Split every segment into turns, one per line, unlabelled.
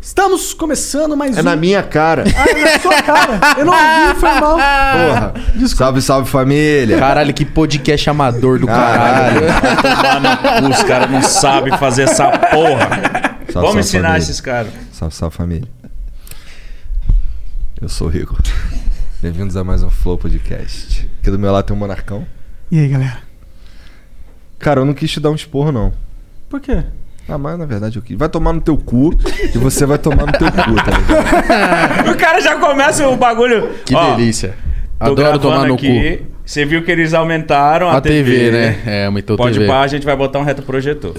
Estamos começando mais
É
um.
na minha cara.
É na sua cara. Eu não ouvi, foi mal.
Porra. Salve, salve família.
Caralho, que podcast amador do caralho.
Tomar no cu, os caras não sabem fazer essa porra.
Salve,
Vamos
salve,
ensinar
família.
esses caras.
Salve, salve família. Eu sou o Rico. Bem-vindos a mais um Flow Podcast. Aqui do meu lado tem um monarcão.
E aí, galera?
Cara, eu não quis te dar um esporro, não.
Por quê?
Ah, mas na verdade eu quis. Vai tomar no teu cu e você vai tomar no teu cu, tá ligado?
O cara já começa o bagulho.
Que
Ó,
delícia.
tô
Adoro
gravando
tomar no
aqui.
cu.
Você viu que eles aumentaram a,
A TV, né? É, aumentou a
Pode
TV.
pá, a gente vai botar um retroprojetor.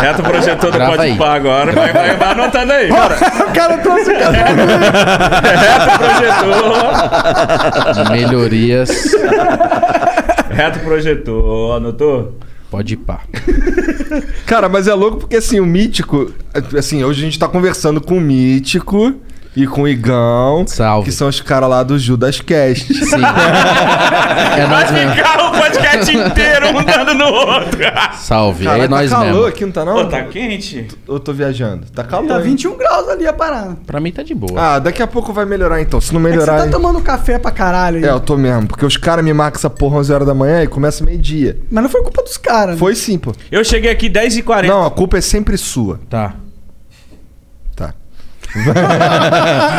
retroprojetor do
Grava aí.
Pode pá agora. Vai, vai, vai anotando aí.
O cara trouxe o cara.
retroprojetor.
Melhorias.
Retroprojetor. Anotou?
Pode ir pá.
Cara, mas é louco porque assim, o mítico. Assim, hoje a gente tá conversando com o mítico. E com o Igão,
Salve.
que são os caras lá do Judas Cast.
Sim. é
Vai
nós mesmo.
ficar o podcast inteiro um dando no outro.
Salve.
Caralho,
é
tá
nós
calor
mesmo.
aqui, não tá não?
um
Pô, tá quente?
Eu tô viajando. Tá calor.
Tá
hein?
21 graus ali a parada.
Pra mim tá de boa.
Ah, daqui a pouco vai melhorar então. Se não
É que você
melhorar.
tá tomando um- café pra caralho aí.
É, eu tô mesmo. Porque os caras me marcam essa porra 11 horas da manhã e começa meio-dia.
Mas não foi culpa dos caras. né?
Foi sim, pô.
Eu cheguei aqui 10h40.
Não, a culpa é sempre sua.
Tá.
Tá.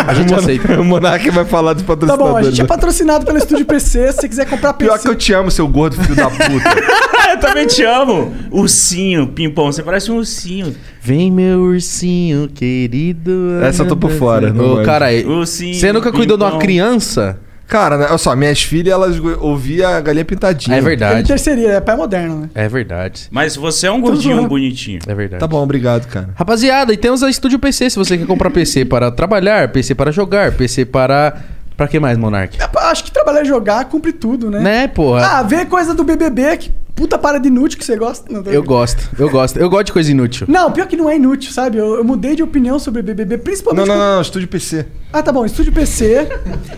A gente aceita.
O Monark vai falar dos
Tá bom, a
patrocinadores.
gente é patrocinado pelo Estúdio PC. Se você quiser comprar PC.
Pior que eu te amo, seu gordo filho da puta.
Ah, Eu também te amo. Ursinho, Pimpão, você parece um ursinho.
Vem, meu ursinho querido.
Essa eu tô por fora, não
Ô,
manjo.
cara, aí.
Ursinho,
É, Você nunca cuidou de uma
pimpão.
criança?
Cara, né, olha só, minhas filhas, elas go- ouviam a galinha pintadinha.
É
Ele
verdade.
terceiria, é pai moderno, né?
É verdade.
Mas você é um gordinho
zoando.
bonitinho.
É verdade.
Tá bom, obrigado, cara.
Rapaziada, e temos a Estúdio PC. Se você quer comprar PC para trabalhar, PC para jogar, PC para. Pra que mais, Monark?
É, pá, Acho que trabalhar e jogar cumpre tudo,
É.
né?
Né, porra?
Ah, vê coisa do BBB, que puta parada inútil que você gosta. Não, tá
eu
ligado?
gosto, eu gosto. Eu gosto de coisa inútil.
Não, pior que não é inútil, sabe? Eu, eu mudei de opinião sobre BBB,
Não,
principalmente...
não,
com-
não, não, estúdio PC.
Ah, tá bom. Estúdio PC.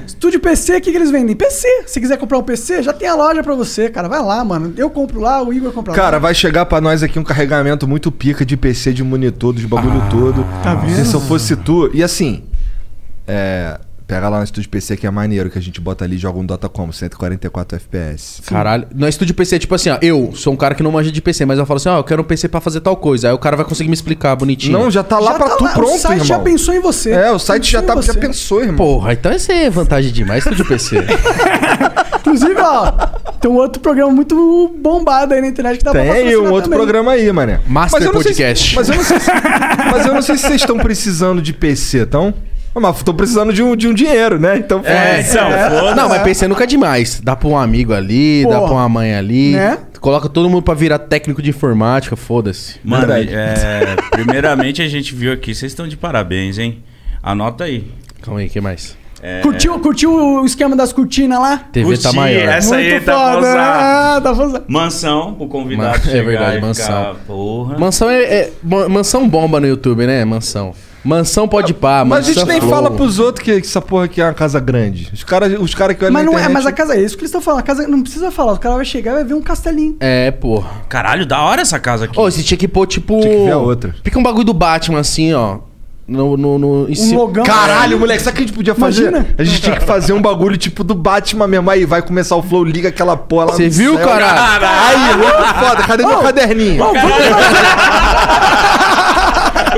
Estúdio PC, o que, que eles vendem? PC. Se quiser comprar um PC, já tem a loja pra você, cara. Vai lá, mano. Eu compro lá, o Igor compra lá.
Cara, vai chegar pra nós aqui um carregamento muito pica de PC, de monitor, dos bagulho todo.
Tá vendo?
Se eu fosse tu. E assim. É. Pega lá no estúdio PC que é maneiro, que a gente bota ali e joga um Dota como, 144 FPS.
Caralho. No estúdio PC, tipo assim, ó, eu sou um cara que não manja de PC, mas eu falo assim, ó, eu quero um PC pra fazer tal coisa. Aí o cara vai conseguir me explicar bonitinho.
Não, já tá lá
Já
pra
tá
tu
lá,
pronto,
O site
irmão.
já pensou em você.
É, o site já,
Pensou
tá,
em
já
você.
pensou, irmão.
Porra, então essa é vantagem demais, estúdio PC.
Inclusive, ó, tem um outro programa muito bombado aí na internet que dá pra
Tem
patrocinar
um outro
também.
programa aí, mané.
Master
Mas eu não sei se-
Podcast.
mas, eu não sei se, mas eu não sei se vocês estão precisando de PC, então. Mas tô precisando de um, de um dinheiro, né? Então,
É,
foda-se.
então, foda-se.
Não, mas PC nunca é demais. Dá pra um amigo ali, dá
Porra.
pra uma mãe ali.
Né?
Coloca todo mundo pra virar técnico de informática, foda-se.
Mano,
Verdade.
é, primeiramente a gente viu aqui, vocês estão de parabéns, hein? Anota aí.
Calma aí, o que mais?
Curtiu, curtiu o esquema das cortinas lá?
TV tá
Curti
maior.
essa aí tá pra usar.
Ah, tá pra usar.
Mansão, o convidado
Man- é
chegar
verdade,
e
mansão.
ficar, porra.
Mansão é, é- ma- Mansão bomba no YouTube, né? Mansão. Mansão pode
Mas
pá,
a
mansão é
gente nem
flow.
fala pros outros que, que essa porra aqui é uma casa grande. Os caras os cara que olham
Mas
na
não é,
internet-
mas a casa é isso que eles estão falando. A casa não precisa falar, o cara vai chegar e vai ver um castelinho.
É, porra.
Caralho, da hora essa casa aqui.
Ô, você tinha que pôr, tipo.
Tinha que ver a outra.
Fica um bagulho do Batman assim, ó. no, no, no- em cima-
logão.
Caralho, moleque, sabe o que a gente podia fazer?
Imagina.
A gente tinha que fazer um bagulho tipo do Batman mesmo. Aí vai começar o flow, liga aquela porra lá
Você
no
viu,
céu.
caralho?
Aí, louco foda, cadê meu caderninho?
Bom, vamos fazer-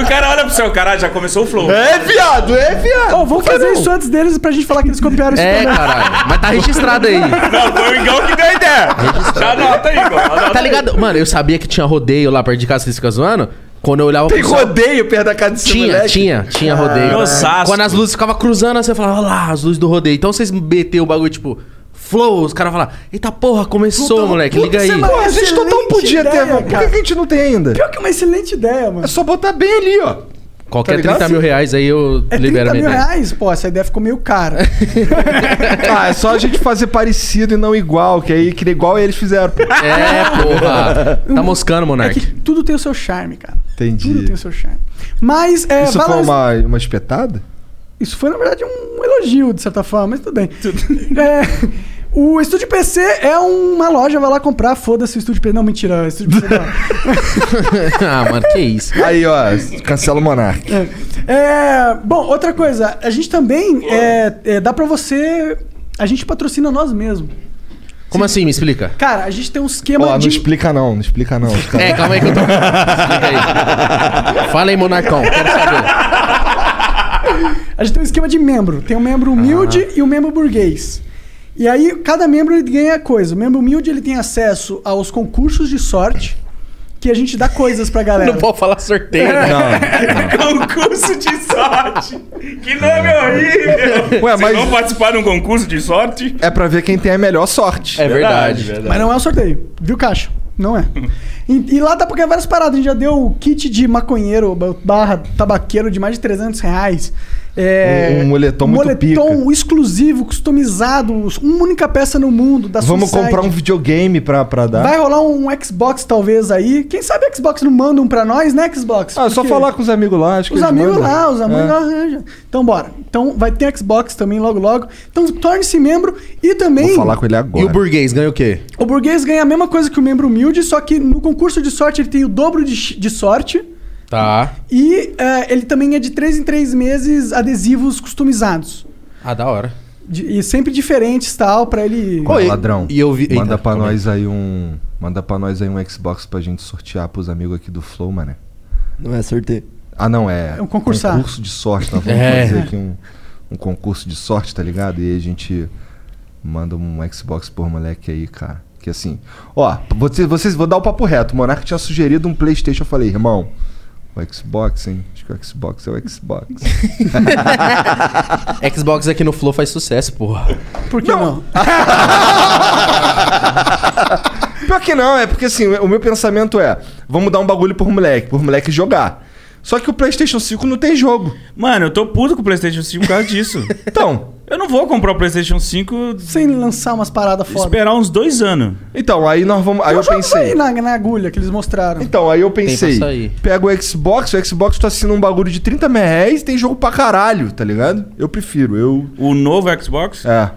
O cara olha pro seu caralho, já começou o flow.
É, viado, é, viado.
Bom,
Por
vamos
que
fazer
não?
isso antes deles pra gente falar que eles copiaram isso
É,
também.
caralho. Mas tá registrado aí.
Não, foi o Igão que deu a ideia. Já anota aí, Igor. anota
Tá
aí.
ligado? Mano, eu sabia que tinha rodeio lá perto de casa, vocês ficam zoando. Quando eu olhava
Tem
pro céu-
rodeio perto da casa desse
Tinha,
moleque?
tinha, tinha rodeio.
em Osasco.
Quando as luzes ficavam cruzando, assim, eu falava, olha lá, as luzes do rodeio. Então vocês meteram o bagulho, tipo, flow, os caras falaram, eita porra, começou,
Puta,
moleque,
puta,
liga aí.
você
Pô, a gente
Excelente
total podia ter,
ideia,
mano. Por que
cara.
que a gente não tem ainda?
Pior que é uma excelente ideia,
É
mano.
só botar bem ali, ó. tá
Qualquer
ligado?
30 mil reais aí eu
É 30
libero a
mil
minha ideia.
reais? Pô, essa ideia ficou meio cara.
Ah, é só a gente fazer parecido e não igual, que aí que igual eles fizeram. pô.
É, porra. Tá moscando,
é
Monark.
que tudo tem o seu charme, cara.
Entendi.
Tudo tem o seu charme. Mas, é,
Isso foi
valoriza-
uma, uma espetada?
Isso foi, na verdade, um elogio, de certa forma, mas tudo bem. É, o Estúdio PC é uma loja, vai lá comprar, foda-se o Estúdio PC. Não, mentira, Estúdio PC não.
ah, mano, que isso.
Aí, ó, cancela o Monark.
É. É, bom, outra coisa, a gente também é, é, dá pra você. A gente patrocina nós mesmos.
Como assim? Me explica.
Cara, a gente tem um esquema
Ó, não
de.
explica não, não explica não. Cara.
É, calma aí que eu tô. Explica aí. Fala aí, Monarcão. Quero saber.
A gente tem um esquema de membro. Tem um membro humilde e um membro burguês. E aí, cada membro ele ganha coisa. O membro humilde ele tem acesso aos concursos de sorte, que a gente dá coisas pra galera.
Não pode falar sorteio,
É.
né?
É um Concurso de sorte. Que nome
Ué,
horrível. Vocês
mas-
vão participar de um concurso de sorte?
É pra ver quem tem a melhor sorte.
É verdade.
Mas não é um sorteio, viu, Caixa? Não é. E, e lá dá pra ganhar várias paradas. A gente já deu o kit de maconheiro ba- barra tabaqueiro de mais de 300 reais. É,
Um- um moletom muito
Moletom exclusivo, customizado, uma única peça no mundo. Da
Vamos
Suicide.
comprar um videogame pra, pra dar.
Vai rolar um Xbox talvez aí. Quem sabe a Xbox não manda um pra nós, né, Xbox?
Ah, é só
Porque
falar com os amigos lá, acho que
Os
eles
amigos
mandam.
lá, os amigos
É.
lá arranjam. Então bora. Então vai ter Xbox também logo logo. Então torne-se membro e também...
Vou falar com ele agora.
E o burguês ganha o quê?
O burguês ganha a mesma coisa que o membro humilde, só que no concurso de sorte ele tem o dobro de, ch- de sorte.
Tá.
E eh, ele também é de 3 em 3 meses adesivos customizados.
Ah, da hora.
De- e sempre diferentes tal, pra ele.
Ó,
Oi.
ladrão,
E eu vi-
manda
Eita,
pra
calma aí.
nós aí um... Manda pra nós aí um Xbox pra gente sortear pros amigos aqui do Flow, mano.
Não é sorteio.
Ah, não, é...
É um concursar.
Concurso de sorte. Nós vamos
É.
fazer aqui um, um concurso de sorte, tá ligado? E aí a gente manda um Xbox por moleque aí, cara. Que assim... Ó, vocês, vocês vou dar o papo reto. O Monark tinha sugerido um Playstation. Eu falei, irmão... O Xbox, hein? Acho que o Xbox é o Xbox.
Xbox aqui no Flow faz sucesso, porra.
Por que não?
Pior que não, é porque assim, o meu pensamento é: vamos dar um bagulho pro moleque, pro moleque jogar. Só que o PlayStation 5 não tem jogo.
Mano, eu tô puto com o PlayStation 5 por causa disso.
Então,
Eu não vou comprar o PlayStation 5
Sem lançar umas paradas foda.
esperar uns dois anos.
então aí nós vamos, aí
Tem
eu
um jogo
pensei.
aí na, na agulha que eles mostraram.
Então, aí eu
sair.
pensei, pega o Xbox, o Xbox tu assina um bagulho de 30 mil reais e tem jogo pra caralho, tá ligado? Eu prefiro, eu.
O novo Xbox
É.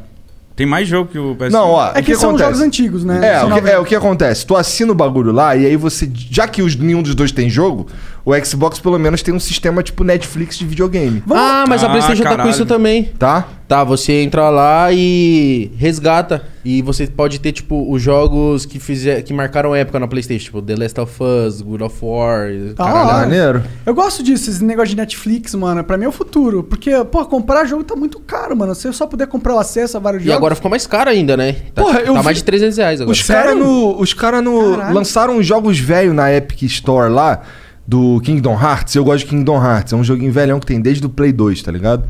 tem mais jogo que o PS5.
Não, ó.
É
o
que, são
acontece?
jogos antigos, né?
É,
São
o que,
novos.
é, o que acontece? Tu assina o bagulho lá e aí você. Já que os- nenhum dos dois tem jogo, o Xbox pelo menos tem um sistema tipo Netflix de videogame.
Ah, mas a
Ah,
PlayStation tá com
caralho.
isso também.
Tá?
Tá, você entra lá e resgata. E você pode ter, tipo, os jogos que, fizer, que marcaram época na PlayStation. Tipo, The Last of Us, God of
Ah,
War.
Da
caralho.
hora.
é Maneiro.
Eu gosto disso, esse negócio de Netflix, mano. Pra mim é o futuro. Porque, pô, comprar jogo tá muito caro, mano. Se eu só puder comprar o acesso a vários
E
jogos.
agora ficou mais caro ainda, né? Tá,
Porra, eu
tá
vi-
mais de 300 reais agora.
Os caras no, os cara no
Caralho.
lançaram uns jogos velhos na Epic Store lá do Kingdom Hearts. Eu gosto de Kingdom Hearts, é um joguinho velhão que tem desde o Play 2, tá ligado?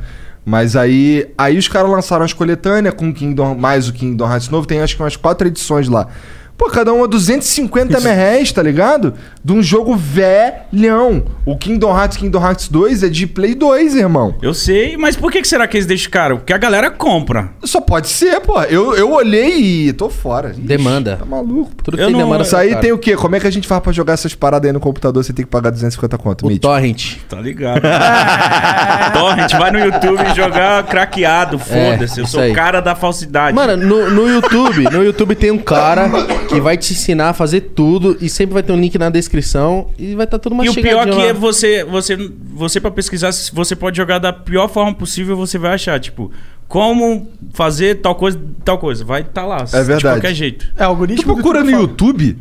Mas aí, aí os caras lançaram as coletâneas com o Kingdom, mais o Kingdom Hearts novo, tem acho que umas quatro edições lá. Pô, cada uma 250 mil reais, tá ligado? De um jogo velhão. O Kingdom Hearts, Kingdom Hearts 2 é de Play 2, irmão.
Eu sei, mas por que que será que eles deixam caro? Porque a galera compra.
Só pode ser, pô. Eu, eu olhei e tô fora. Ixi,
Demanda.
Tá maluco, pô.
Tudo
Eu
tem
não-
demanda tá
Isso
pra
aí
cara.
tem o quê? Como é que a gente faz pra jogar essas paradas aí no computador? Você tem que pagar 250 conto,
o
Mitch.
Torrent.
Tá ligado. Torrent, vai no YouTube jogar
É,
craqueado, foda-se. eu
isso
sou
aí.
o cara da falsidade.
Mano, no, no YouTube, no YouTube tem um cara que vai te ensinar a fazer tudo e sempre vai ter um link na descrição e vai tá estar tudo
E
mais
o pior que é você, você, você para pesquisar, se você pode jogar da pior forma possível, você vai achar, tipo, como fazer tal coisa, tal coisa, vai estar lá, de
É verdade.
qualquer jeito.
É algoritmo.
Tu procura
que
no
fala.
YouTube?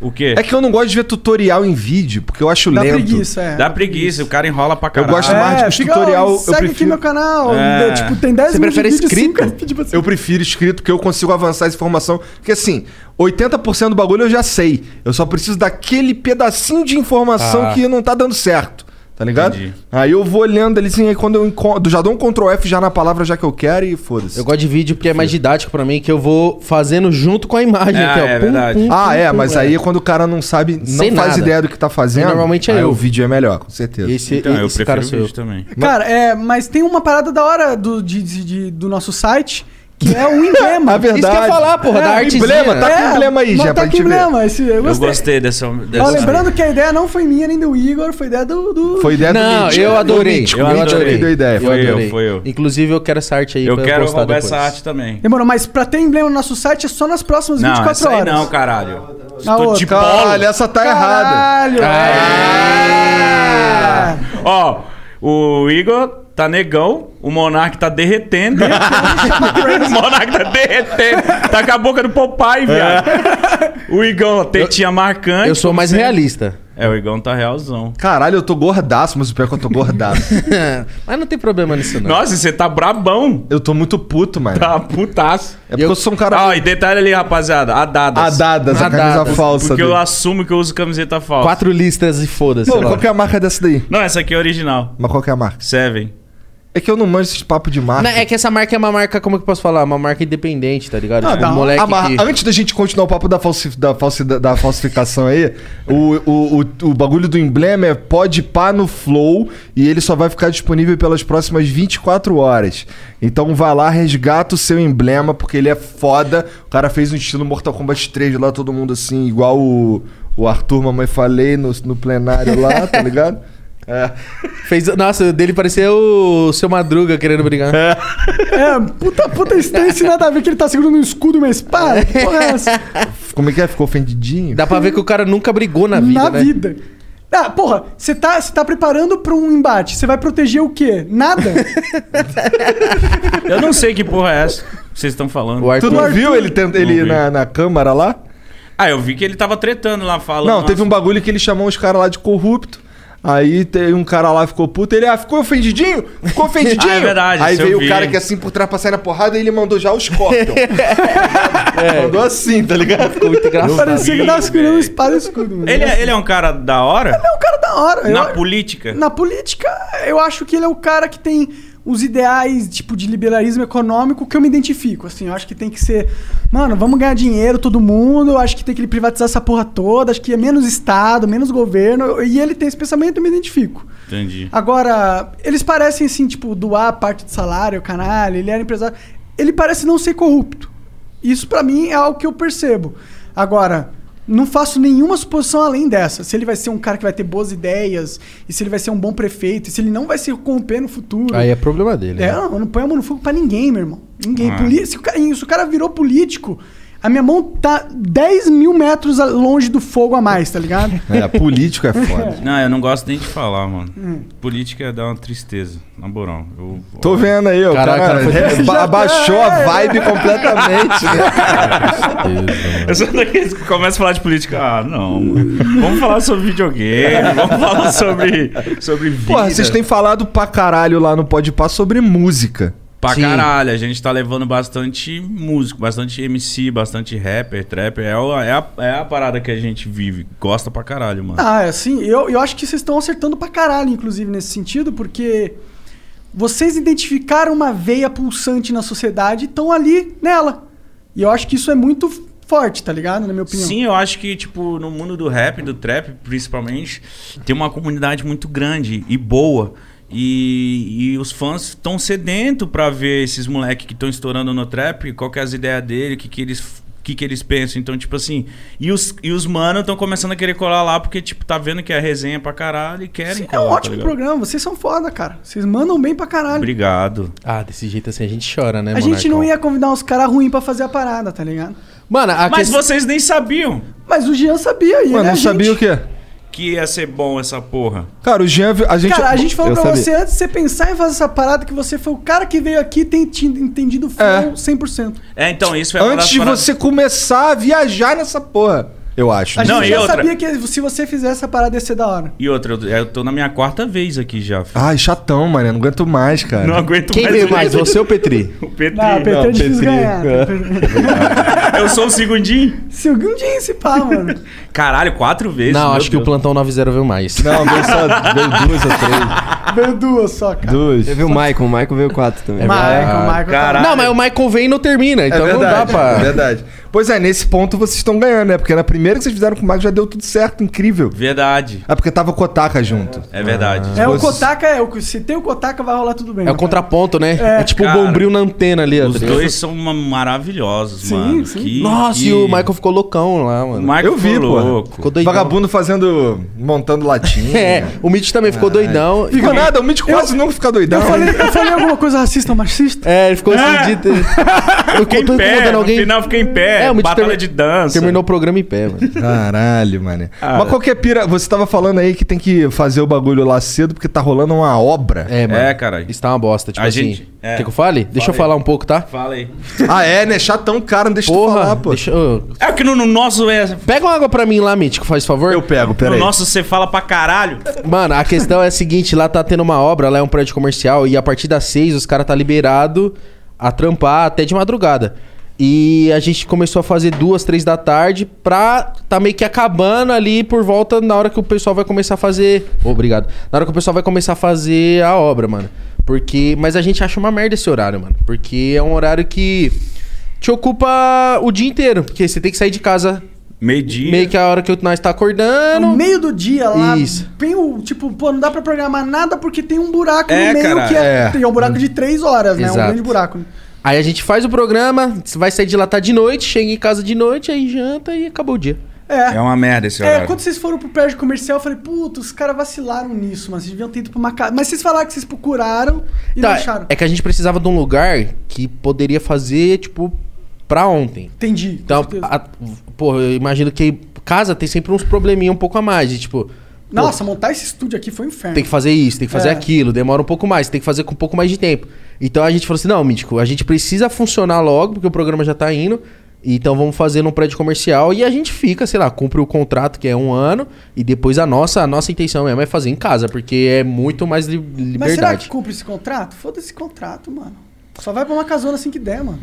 O quê?
É que eu não gosto de ver tutorial em vídeo, porque eu acho
Dá
lento.
preguiça, é.
Dá preguiça, o cara enrola pra caralho.
gosto mais-
É,
Os
fica,
tutorial,
ó,
eu
segue aqui
prefiro-
meu canal.
É.
Tipo, tem 10
Você
minutos
prefere
de vídeo,
escrito?
cinco- tipo assim,
Eu prefiro escrito, porque eu consigo avançar essa informação. Porque assim, 80% do bagulho eu já sei. Eu só preciso daquele pedacinho de informação
Ah.
que não tá dando certo. Tá ligado?
Entendi.
Aí eu vou olhando ali, assim, aí quando eu encontro. Já dou um Ctrl F já na palavra já que eu quero e foda-se.
Eu gosto de vídeo porque é mais didático pra mim, que eu vou fazendo junto com a imagem.
É,
aqui, ó.
é verdade.
Ah, é, mas aí quando o cara não sabe, não
Então, Sem
faz
nada.
ideia do que tá fazendo.
Aí normalmente é
aí
eu.
o vídeo é melhor, com certeza.
Esse,
Então, eu
esse
prefiro
cara
o
sou
vídeo
eu.
também.
Cara, é, mas tem uma parada da hora do, de- de- de- do nosso site, que é o emblema.
A verdade.
Isso que eu ia falar, porra,
é,
da
o
artezinha.
Emblema, tá
É,
com emblema aí
mas
já,
tá
pra
com
gente ver.
emblema, esse- eu
Eu
gostei.
gostei dessa. dessa
Ó, lembrando que a ideia não foi minha nem do Igor, foi ideia do. do-
Foi ideia É do
Não,
Mítico.
eu adorei,
O Mítico,
eu
o Mítico
adorei.
que deu ideia.
Foi eu,
adorei.
foi eu.
Inclusive, eu quero essa arte aí
eu
pra
quero
postar
roubar
depois.
essa arte também.
Demorou, mas pra ter emblema no nosso site é só nas próximas
Não,
24
essa aí
horas.
não, caralho.
Na
Tô
outra.
de
Caralho,
polo.
essa tá errada.
Caralho!
Ó, o Igor tá negão, o Monark tá derretendo. o Monark tá derretendo. Tá com a boca do Popeye, viado. O Igão, tetinha marcante.
Eu sou mais realista.
É, o Igão tá realzão.
Caralho, eu tô gordaço, mas o pior é que eu tô gordaço.
Mas não tem problema nisso, não.
Nossa, você tá brabão.
eu tô muito puto, mano.
Tá putaço.
É porque eu, sou um cara.
Ah, e detalhe ali, rapaziada. A
a
dadas.
dadas, a
Adadas.
camisa falsa.
Porque
dele.
eu assumo que eu uso camiseta falsa.
Quatro listras e foda-se.
Não,
sei lá.
qual que é a marca dessa daí?
Não, essa aqui é original.
Mas qual que é a marca?
Seven.
É que eu não manjo esses papos de marca.
Não, é que essa marca é uma marca, como que eu posso falar? Uma marca independente, tá ligado?
Ah,
Tipo,
dá-
um moleque
a mar-
que...
Antes da gente continuar o papo da, falsi- da, falsi- da falsificação aí, o, o, o, o bagulho do emblema é pode pá no Flow e ele só vai ficar disponível pelas próximas 24 horas. Então vai lá, resgata o seu emblema, porque ele é foda. O cara fez um estilo Mortal Kombat 3 lá, todo mundo assim, igual o, o Arthur, mamãe falei, no, no plenário lá, tá ligado? É.
Fez... Nossa, dele parecia o seu Madruga querendo brigar.
É, puta, puta instância, nada a ver que ele tá segurando um escudo e uma espada. Que porra é essa?
Como é que é? Ficou ofendidinho?
Dá pra ver que o cara nunca brigou na vida,
Na
né?
vida. Ah, porra, você tá, você tá preparando pra um embate. Você vai proteger o quê? Nada?
Eu não sei que porra é essa que vocês estão falando.
O Arthur...
Tu não
Arthur.
viu ele, tent- ele
Não vi.
na, na câmara lá?
Ah, eu vi que ele tava tretando lá, falando.
Não, teve um bagulho que ele chamou os caras lá de corrupto. Aí tem um cara lá ficou puto, ele, ah, ficou ofendidinho? Ficou ofendidinho?
Ah, é verdade,
Aí
isso eu
veio
vi.
o cara que assim por trás pra sair na porrada e ele mandou já o Scorpion. Mandou assim, tá ligado?
Ficou muito engraçado.
Parecia que tava
vi,
segurando
velho.
espada e escudo. mano.
né? Ele é, ele é um cara da hora?
é um cara da hora.
Na
eu,
política?
Na política, eu acho que ele é o cara que tem os ideais, tipo, de liberalismo econômico que eu me identifico, assim. Eu acho que tem que ser... Mano, vamos ganhar dinheiro, todo mundo. Eu acho que tem que privatizar essa porra toda. Acho que é menos Estado, menos governo. eu- E ele tem esse pensamento, eu me identifico.
Entendi.
Agora, eles parecem, assim, tipo, doar parte do salário, canalha. Ele era empresário. Ele parece não ser corrupto. Isso, pra mim, é algo que eu percebo. Agora, não faço nenhuma suposição além dessa. Se ele vai ser um cara que vai ter boas ideias, e se ele vai ser um bom prefeito, e se ele não vai se corromper no futuro.
Aí é problema dele.
É,
né?
não, eu não ponho a mão no fogo pra ninguém, meu irmão. Ninguém.
Ah.
Poli- se, o cara, se o cara virou político, a minha mão tá 10 mil metros a- longe do fogo a mais, tá ligado?
É, político é foda.
Não, eu não gosto nem de falar, mano. Política dá uma tristeza, na moral. Eu,
Hum. Tô vendo aí, ó. o
Caraca,
cara,
foi-
re- ba- abaixou a vibe completamente. né?
Eu sou daqueles que começa a falar de política. Ah, não, mano. Vamos falar sobre videogame, vamos falar sobre, sobre vida.
Porra, vocês têm falado pra caralho lá no Pode Pá sobre música.
Pra
Sim.
caralho, a gente tá levando bastante músico, bastante MC, bastante rapper, trapper. É, o- é a, é a parada que a gente vive. Gosta pra caralho, mano.
Ah, é assim, eu, eu acho que vocês estão acertando pra caralho, inclusive, nesse sentido, porque vocês identificaram uma veia pulsante na sociedade e estão ali nela. E eu acho que isso é muito forte, tá ligado? Na minha opinião.
Sim, eu acho que, tipo, no mundo do rap, do trap, principalmente, tem uma comunidade muito grande e boa. E, e os fãs estão sedentos pra ver esses moleques que estão estourando no trap, qual que é as ideias dele, o que, que eles. o Que, que eles pensam, então, tipo assim. E os, e os mano estão começando a querer colar lá porque, tipo, tá vendo que é resenha pra caralho e querem
Sim, é
colar.
um
tá
ótimo
ligado?
programa, vocês são foda, cara. Vocês mandam bem pra caralho.
Obrigado.
Ah, desse jeito assim a gente chora, né,
a gente
Monarcão?
não ia convidar uns caras ruins pra fazer a parada, tá ligado?
Mano, a
Mas
quest-
vocês nem sabiam
Mas o Jean sabia. E
Mano,
ele é
não sabia
gente.
o quê?
que ia ser bom essa porra.
Cara, o Jean... vi- A gente...
Cara, a gente falou
Eu
pra
sabia.
você antes de você pensar em fazer essa parada que você foi o cara que veio aqui e tem te entendido o flow
É.
100%.
É, então, isso é uma
Antes
das
de
paradas-
você começar a viajar nessa porra, eu acho.
A gente
Não, e
já
outra?
sabia que se você fizesse essa parada ia ser da hora.
E outra, eu- eu tô na minha quarta vez aqui já. filho.
Ai, chatão, mano. eu Não aguento mais, cara.
Não aguento
Ah, Quem
mais.
veio mais, você ou o Petri?
O Petri.
Não, Petri é difícil
Petri,
ganhar.
é.
Eu sou o segundinho.
Se algum dia esse pá, mano.
Caralho, quatro vezes.
Não,
meu
acho que o
Deus.
plantão 90 veio mais.
Não, veio só veio duas ou três.
Veio duas só, cara.
Duas.
Teve o Michael, o Michael veio quatro também.
Ah,
É
Michael,
verdade.
Michael. tá-
Caralho.
Não, mas o Michael vem e não termina, então não dá pra.
É verdade. Pois é, nesse ponto vocês estão ganhando, né? Porque na primeira que vocês fizeram com o Marco já deu tudo certo, incrível.
Verdade.
É porque tava o Kotaka junto.
É verdade.
Ah,
É, o
Vocês-
Kotaka é o. Se tem o Kotaka, vai rolar tudo bem.
É o
cara.
contraponto, né? É, tipo
Cara,
o bombril na antena ali, ó,
Os
tá ligado?
dois são uma- maravilhosos,
Sim,
mano.
sim.
Que-
Nossa,
que-
e o Michael ficou loucão lá, mano.
O Michael
Eu vi,
ficou
pô.
louco.
Ficou doidão.
Vagabundo fazendo. montando latinha.
É, o Mitch também ficou doidão.
Fica nada, o Mitch quase nunca fica doidão.
Eu falei, eu falei alguma coisa racista ou machista?
É, ele ficou decidido. Eu
Fiquei em pé, no final fiquei em pé.
É, o Mitch
Batalha
termi-
de dança.
Terminou o programa em pé, mano.
Caralho, mano.
Ah.
Mas qualquer pira. Você tava falando aí que tem que fazer o bagulho lá cedo porque tá rolando uma obra.
É, mano.
É, cara.
Isso tá uma bosta, tipo
A
assim.
gente- é.
Quer que eu fale? Deixa eu falar um pouco, tá?
Fala aí.
Ah, é, né? Chatão, cara, não deixa eu
Porra,
falar, pô.
deixa eu...
É que no, no nosso é.
Pega uma água pra mim lá, Mitch, que faz favor.
Eu pego,
No
peraí.
nosso você fala pra caralho.
Mano, a questão é a seguinte, lá tá tendo uma obra, lá é um prédio comercial, e a partir das seis os caras tá liberado a trampar até de madrugada. E a gente começou a fazer duas, três da tarde pra tá meio que acabando ali por volta na hora que o pessoal vai começar a fazer. Obrigado. Na hora que o pessoal vai começar a fazer a obra, mano. Porque. Mas a gente acha uma merda esse horário, mano. Porque é um horário que te ocupa o dia inteiro. Porque você tem que sair de casa
Meio-dia.
meio que a hora que nós tá acordando.
No meio do dia lá,
Isso.
tem o. Tipo, pô, não dá pra programar nada porque tem um buraco
É,
no meio
cara,
que é.
é.
tem um buraco de três horas, né? Um
Exato.
grande buraco.
Aí a gente faz o programa, vai sair de lá tá de noite, chega em casa de noite, aí janta e acabou o dia.
É
É.
uma merda esse
É,
horário.
quando vocês foram pro prédio comercial, eu falei, puta, os caras vacilaram nisso, mas vocês deviam ter ido pra uma casa. Mas vocês falaram que vocês procuraram e não
Tá,
acharam.
é que a gente precisava de um lugar que poderia fazer, tipo, pra ontem.
Entendi. com
Então,
certeza.
a, pô, eu imagino que casa tem sempre uns probleminha um pouco a mais, de tipo,
Nossa, montar esse estúdio aqui foi um inferno.
tem que fazer isso, tem que fazer
É.
aquilo, demora um pouco mais, tem que fazer com um pouco mais de tempo. Então a gente falou assim: não, Mítico, a gente precisa funcionar logo, porque o programa já tá indo. Então vamos fazer num prédio comercial e a gente fica, sei lá, cumpre o contrato que é um ano e depois a nossa, a nossa intenção mesmo é fazer em casa, porque é muito mais li-
Mas será que
liberdade.
cumpre esse contrato? Foda esse contrato, mano. Só vai pra uma casona assim que der, mano.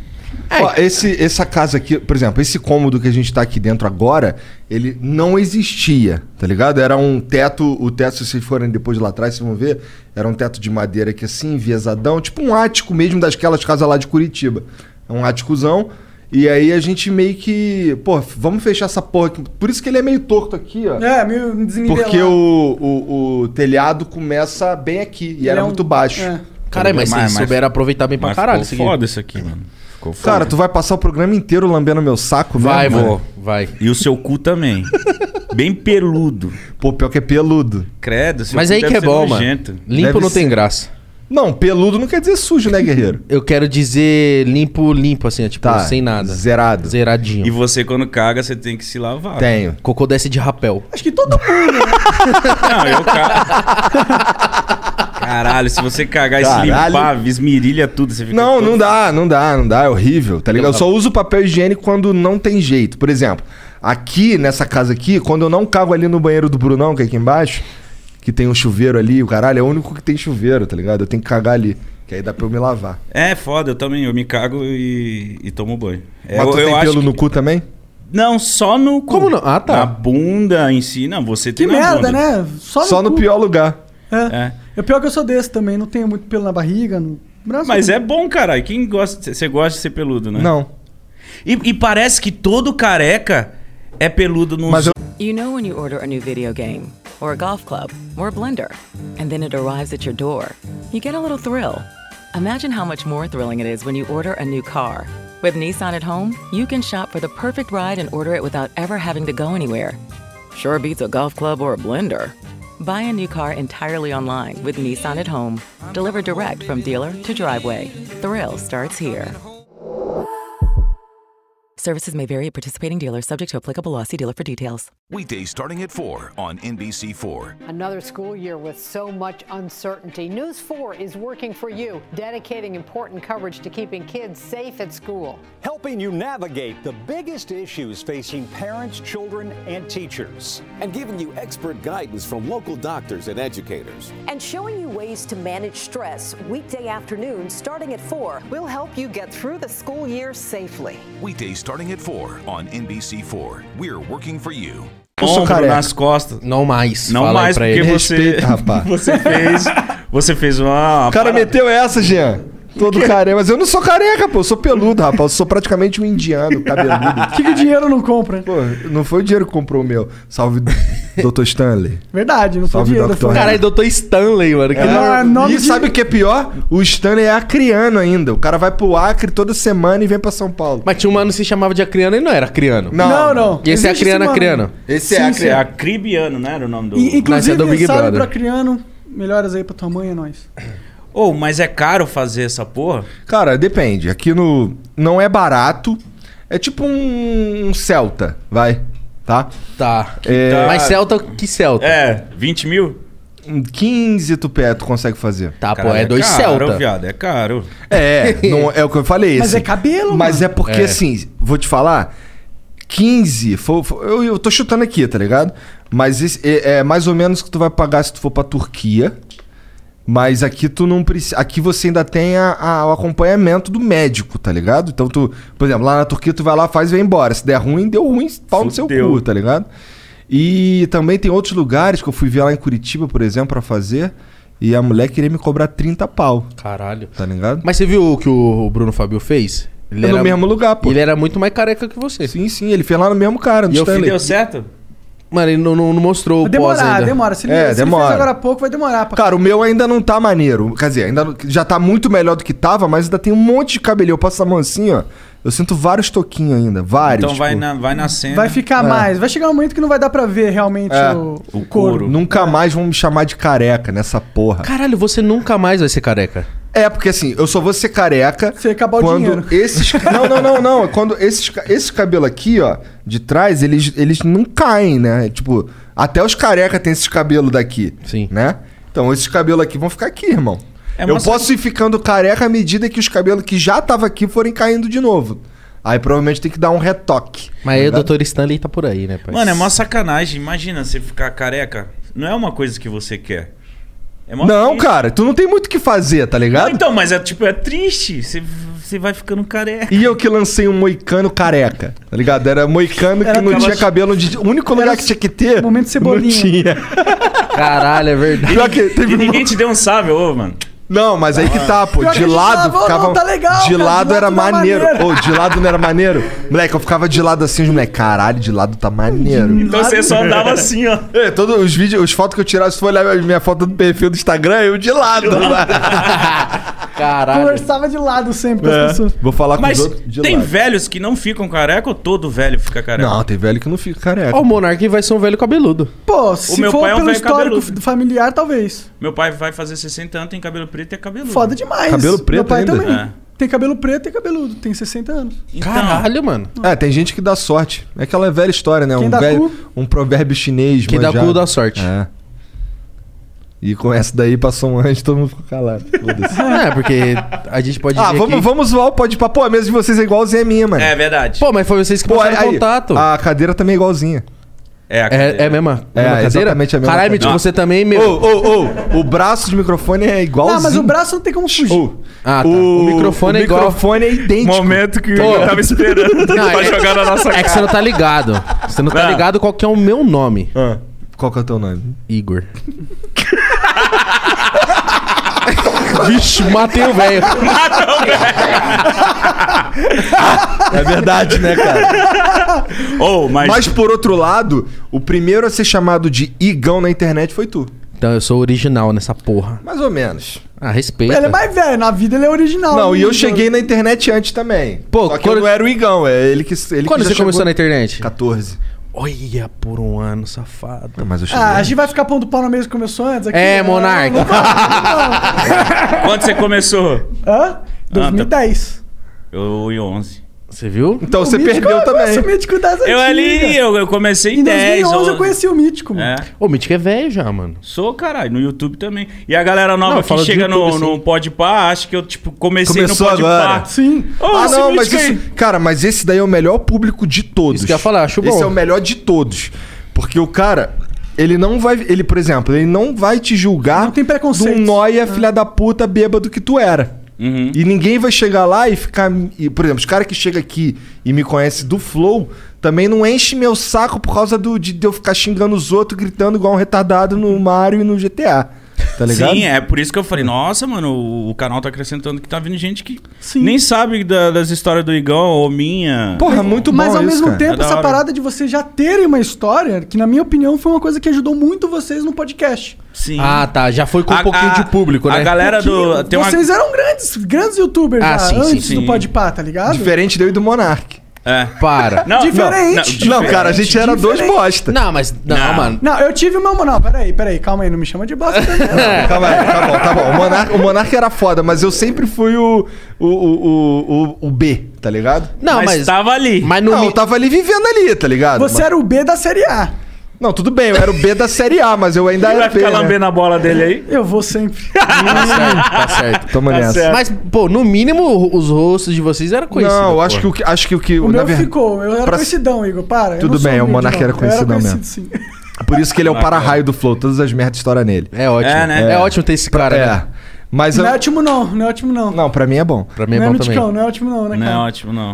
É.
Ó, esse, essa casa aqui, por exemplo, esse cômodo que a gente tá aqui dentro agora, ele não existia, tá ligado? Era um teto, o teto, se vocês forem depois lá atrás, vocês vão ver, era um teto de madeira aqui assim, viesadão, tipo um ático mesmo daquelas casas lá de Curitiba. É um áticozão. E aí a gente meio que, pô, vamos fechar essa porra aqui. Por isso que ele é meio torto aqui, ó.
É, meio desnivelado.
Porque o, o, o telhado começa bem aqui e
Ele
era
é um-
muito baixo.
É.
Caralho, mas,
Mas-
vocês
mas-
souberam aproveitar bem pra
Mas
caralho. isso
Ficou
aqui.
foda isso aqui, mano. Ficou foda.
Cara, tu vai passar o programa inteiro lambendo meu saco,
Vai,
né,
mesmo,
vou,
mano?
vai.
E o seu cu também. Bem peludo.
Pô, pior que é peludo.
Credo, seu
Mas
cu
aí
deve
que é
ser
bom, mano.
nojento.
Limpo
Deve
não
ser.
tem graça.
Não, peludo não quer dizer sujo, né, guerreiro?
Eu quero dizer limpo, limpo, assim, ó, tipo,
Tá,
sem nada.
zerado.
Zeradinho.
E você, quando caga, você tem que se lavar.
Tenho.
Cocô desce de rapel.
Acho que todo mundo, né?
Não, eu cago. Caralho, se você cagar e se
Caralho.
limpar, esmirilha tudo. Você fica
Não,
todo-
não dá, não dá, não dá, é horrível, tá ligado? Eu só uso papel higiênico quando não tem jeito. Por exemplo, aqui nessa casa aqui, quando eu não cago ali no banheiro do Brunão, que é aqui embaixo, que tem um chuveiro ali, o caralho, é o único que tem chuveiro, tá ligado? Eu tenho que cagar ali, que aí dá pra eu me lavar.
É, foda, eu também. Eu me cago e, e tomo banho. É,
Mas
eu,
tu
eu
tem
acho
pelo
que-
no cu também?
Não, só no cu.
Como não? Ah, tá.
Na bunda em si, não. Você
Que
tem na
merda,
bunda.
né? Só no,
Só no
cu.
pior lugar.
É.
É.
é pior que eu sou desse também. Não tenho muito pelo na barriga. No braço.
Mas é bom, caralho. Quem gosta. Você gosta de ser peludo, né?
Não.
E, e parece que todo careca é peludo no
Mas eu-
You know when you order a new video game, or a golf club, or a blender, and then it arrives at your door, you get a little thrill. Imagine how much more thrilling it is when you order a new car. With Nissan at home, you can shop for the perfect ride and order it without ever having to go anywhere. Sure beats a golf club or a blender. Buy a new car entirely online with Nissan at home. Delivered direct from dealer to driveway. Thrill starts here. Services may vary at participating dealers, subject to applicable law. See dealer for details.
Weekdays starting at 4 on NBC4.
Another school year with so much uncertainty. News 4 is working for you, dedicating important coverage to keeping kids safe at school.
helping you navigate the biggest issues facing parents, children, and teachers.
and giving you expert guidance from local doctors and educators.
and showing you ways to manage stress weekday afternoons starting at 4. We'll help you get through the school year safely.
Weekdays starting at 4 on NBC4. We're working for you.
Eu sou
Ombro
careca.
nas costas.
Não mais.
Não
fala aí
mais,
pra
porque
ele.
você.
Respeita, rapaz.
Você fez. Você fez uma.
O cara meteu essa, Jean. Todo careca. Mas eu não sou careca, pô. Eu sou peludo, rapaz. Eu sou praticamente um indiano, cabeludo.
O que, que o dinheiro não compra?
Pô, não foi o dinheiro que comprou o meu. Salve, Dr. Stanley.
Verdade, não foi
Salve,
dinheiro.
Dr.
foi-
Caralho, doutor Stanley, mano. que
É.
da-
Não, nome
e
de-
sabe o que é pior? O Stanley é acriano ainda. O cara vai pro Acre toda semana e vem pra São Paulo.
Mas tinha um mano que se chamava de acriano e não era acriano.
Não, não.
E esse é
Existe
acriano,
esse
acriano.
mano.
Esse
Sim,
é
sim, é
acriano.
acribiano, não era o nome do.
E,
Mas é
inclusive,
do Big
salve
Brother.
pra Criano. Melhoras aí pra tua mãe, é nóis.
Ô, mas é caro fazer essa porra?
Cara, depende. Aqui no. Não é barato. É tipo um, um Celta, vai. Tá?
Tá.
É,
Mas Celta, que Celta?
É, 20 mil?
um 15 tupé tu consegue fazer.
Tá, pô,
Caralho,
é dois
caro,
Celta.
viado, é caro.
É, não- é o que eu falei.
Mas
assim.
é cabelo,
Mas
mano.
é porque,
É.
assim, vou te falar, 15, fo- fo- eu, eu tô chutando aqui, tá ligado? Mas esse- é, é mais ou menos o que tu vai pagar se tu for pra Turquia. Mas aqui tu não precisa. Aqui você ainda tem a- a- o acompanhamento do médico, tá ligado? Então tu, por exemplo, lá na Turquia tu vai lá, faz e vem embora. Se der ruim, deu ruim, pau no seu
Fudeu.
cu, tá ligado? E também tem outros lugares que eu fui ver lá em Curitiba, por exemplo, pra fazer. E a mulher queria me cobrar 30 pau,
Caralho.
tá ligado?
Mas você viu o que o Bruno Fabio fez? Ele
É no mesmo lugar, pô.
Ele era muito mais careca que você.
Sim, sim, ele fez lá no mesmo cara, no
E eu
E
Stanley.
deu certo?
Mano, ele não, não- não mostrou o pós
Demora,
ainda.
demora. Se ele,
É,
se ele
demora.
fez agora há pouco, vai demorar. Pra...
Cara, o meu ainda não tá maneiro. Quer dizer, ainda não- já tá muito melhor do que tava, mas ainda tem um monte de cabelinho. Eu passo a mão assim, ó. Eu sinto vários toquinhos ainda, vários.
Então vai,
tipo,
na, vai nascendo.
Vai ficar mais. Vai chegar um momento que não vai dar pra ver realmente
É.
o,
O
o couro.
couro.
Nunca mais vão me chamar de careca nessa porra.
Caralho, você nunca mais vai ser careca.
É, porque assim, eu só vou ser careca.
Você acabar o
quando
dinheiro.
esses ca- Não, não, não, não. Quando esses, ca- esse cabelo aqui, ó, de trás, eles, eles não caem, né? É Tipo, até os careca tem esses cabelos daqui.
Sim.
Né? Então, esses cabelos aqui vão ficar aqui, irmão.
É,
Eu
mas-
posso ir ficando careca à medida que os cabelos que já tava aqui forem caindo de novo. Aí provavelmente tem que dar um retoque.
Mas aí o
Tá?
Dr. Stanley tá por aí, né, pai?
Mano, é mó sacanagem. Imagina você ficar careca. Não é uma coisa que você quer. É mó
Não,
triste.
cara, tu não tem muito o que fazer, tá
Não,
ligado?
então, mas é tipo, é triste. Você, você vai ficando careca.
E eu que lancei um moicano careca, tá ligado? Era moicano que
Era
não
aquela-
tinha cabelo. De... O único lugar
Era
que tinha que ter.
momento
Não
cebolinha.
tinha.
Caralho, é verdade.
Pior que
E
teve uma-
ninguém te deu um sábio, ô, mano.
Não, mas aí que tá, pô.
Pior que
De
a gente
lado
tava,
ficava.
não, tá legal,
de
cara, de
lado
lado
era
tá
maneiro.
maneiro.
Ô, de lado não era maneiro? Moleque, eu ficava de lado assim, os moleque. Caralho, de lado tá maneiro.
Então você só andava assim, ó.
É, todos os vídeos, os fotos que eu tirava, se for olhar a minha foto do perfil do Instagram, eu de lado. né?
Caralho.
Conversava de lado assim. sempre com
É,
as pessoas.
Vou falar com
Mas
os outros de
tem
lado.
velhos que não ficam careca ou todo velho fica careca?
Não, tem velho que não fica careca.
Ó, o Monark vai ser um velho cabeludo.
Pô, se
meu
for
pai é um
pelo
velho
histórico
cabeludo.
f- familiar, talvez.
Meu pai vai fazer 60 anos, tem cabelo preto e é cabeludo.
Foda demais.
Cabelo preto
Meu pai
ainda?
também.
É.
Tem cabelo preto e cabelo, tem 60 anos.
Então,
Caralho, mano.
É, tem gente que dá sorte. É aquela velha história, né?
Quem
um,
dá
velho,
cu?
um provérbio chinês.
Quem dá
manjado.
cu dá sorte.
É. E com essa daí passou um anjo, todo mundo ficou calado. Foda-se.
É, porque a gente pode
ah,
dizer
vamos,
que-
vamos zoar o pode papo. Pô, a mesa de vocês é igualzinha a minha, mano.
É verdade.
Pô, mas foi vocês que
Pô,
passaram
aí,
contato.
A cadeira também é igualzinha.
É, a cadeira.
É, é a mesma,
É,
mesma cadeira?
exatamente a mesma
Caralho, Mitch,
cadeira.
você também,
Ô,
meu.
ô, ô, o braço de microfone é igualzinho.
Ah, mas o braço não tem como fugir.
Ô,
Ah, tá. O microfone é igual.
O microfone é idêntico.
Momento que
Pô.
eu tava esperando
Não,
pra
é-
jogar na nossa
É que você não tá ligado. Você não tá
Ah.
ligado qual que é o meu nome.
Ah, qual que é o teu nome?
Igor. Vixe, matei o velho.
É verdade, né, cara?
Ou, mas,
Mas por outro lado, o primeiro a ser chamado de igão na internet foi tu.
Então eu sou original nessa porra.
Mais ou menos.
Ah, respeita.
Ele é mais velho, na vida ele é original.
Não, e eu cheguei na internet antes também.
Pô,
Só que
quando-
eu não era o igão, é ele que ele
Quando
que
você começou na
internet?
internet?
14.
Olha, por um ano, safado.
Mas eu
Ah, a gente vai ficar pondo pau na mesa que começou antes? aqui?
É,
Não,
Monark.
não vai,
quando você começou?
não. Hã? 2010.
Eu e 11.
Você viu?
Então
O Mítico é- nossa, O Mítico das
Eu ali,
antigas.
eu, eu comecei em,
Em
10.
2011 eu conheci o Mítico,
mano.
Ô, o Mítico é velho já, mano.
Sou, caralho, no YouTube também. E a galera nova
Não,
que
fala de
chega no,
YouTube,
no
sim.
Podpah, acha que eu, tipo, comecei
Começou
no Podpah.
agora.
Sim.
Ô,
ah,
esse
não,
Mítico
mas
aí.
isso, cara, mas esse daí é o melhor público de todos.
Isso que eu ia falar, acho bom.
Esse é o melhor de todos. Porque o cara, ele não vai. Ele, por exemplo, ele não vai te julgar. Não tem
preconceito. Ah.
De um nóia, filha da puta, bêbado que tu era.
Uhum.
E ninguém vai chegar lá e ficar. e, por exemplo, os caras que chegam aqui e me conhecem do Flow também não enche meu saco por causa do, de, de eu ficar xingando os outros, gritando igual um retardado no Mario e no GTA. Tá ligado?
Sim, é por isso que eu falei, nossa, mano, o, o canal tá acrescentando que tá vindo gente que nem sabe da- das histórias do Igão ou minha.
é
Mas ao mesmo tempo,
É da
essa
hora.
parada de vocês já terem uma história, que na minha opinião foi uma coisa que ajudou muito vocês no podcast.
Sim.
Ah, tá. Já foi com um pouquinho de público, né?
A galera do.
Porque
Tem uma...
vocês eram grandes, grandes youtubers
Ah,
já,
sim, sim,
antes
sim.
do Podpah, tá ligado?
Diferente deu e do Monark.
É.
Para.
Não, Diferente.
Não, cara, a gente era dois
Diferente.
bosta.
Não, mas. Não, mano.
Não, eu tive o meu. Não, peraí, peraí, calma aí, não me chama de bosta. também, não.
Calma aí, tá bom, tá bom. O Monarca, o Monarca era foda, mas eu sempre fui o, o, o, o, o B, tá ligado?
Não, Mas tá mas-
tava ali.
Mas
não, eu tava ali vivendo ali, tá ligado?
Você era o B da Série A.
Não, tudo bem, eu era o B da Série A, mas eu ainda
Ele
era
vai
B. né?
ficar lambendo a bola dele aí?
Eu vou sempre.
Tá certo, tá certo.
Toma
Tá
nessa.
certo. Mas, pô, no mínimo os rostos de vocês eram conhecidos.
Não, eu acho
pô.
que o que. Acho que o que
O
na
meu
verdade-
ficou, eu era
pra-
conhecidão, Igor, para. eu
Tudo
não sou
bem, o
humilde,
Monarca
não.
era conhecidão
eu era
mesmo.
conhecido, Sim.
Por isso que ele é o para-raio do Flow, todas as merdas estouram nele.
É ótimo.
É,
É, né? É ótimo ter esse cara,
É.
né?
Mas
Não é
eu-
ótimo não, não é ótimo não.
Não, pra mim é bom. Pra
mim
não é miticão, não é ótimo não, né,
Não é
cara?
ótimo, não.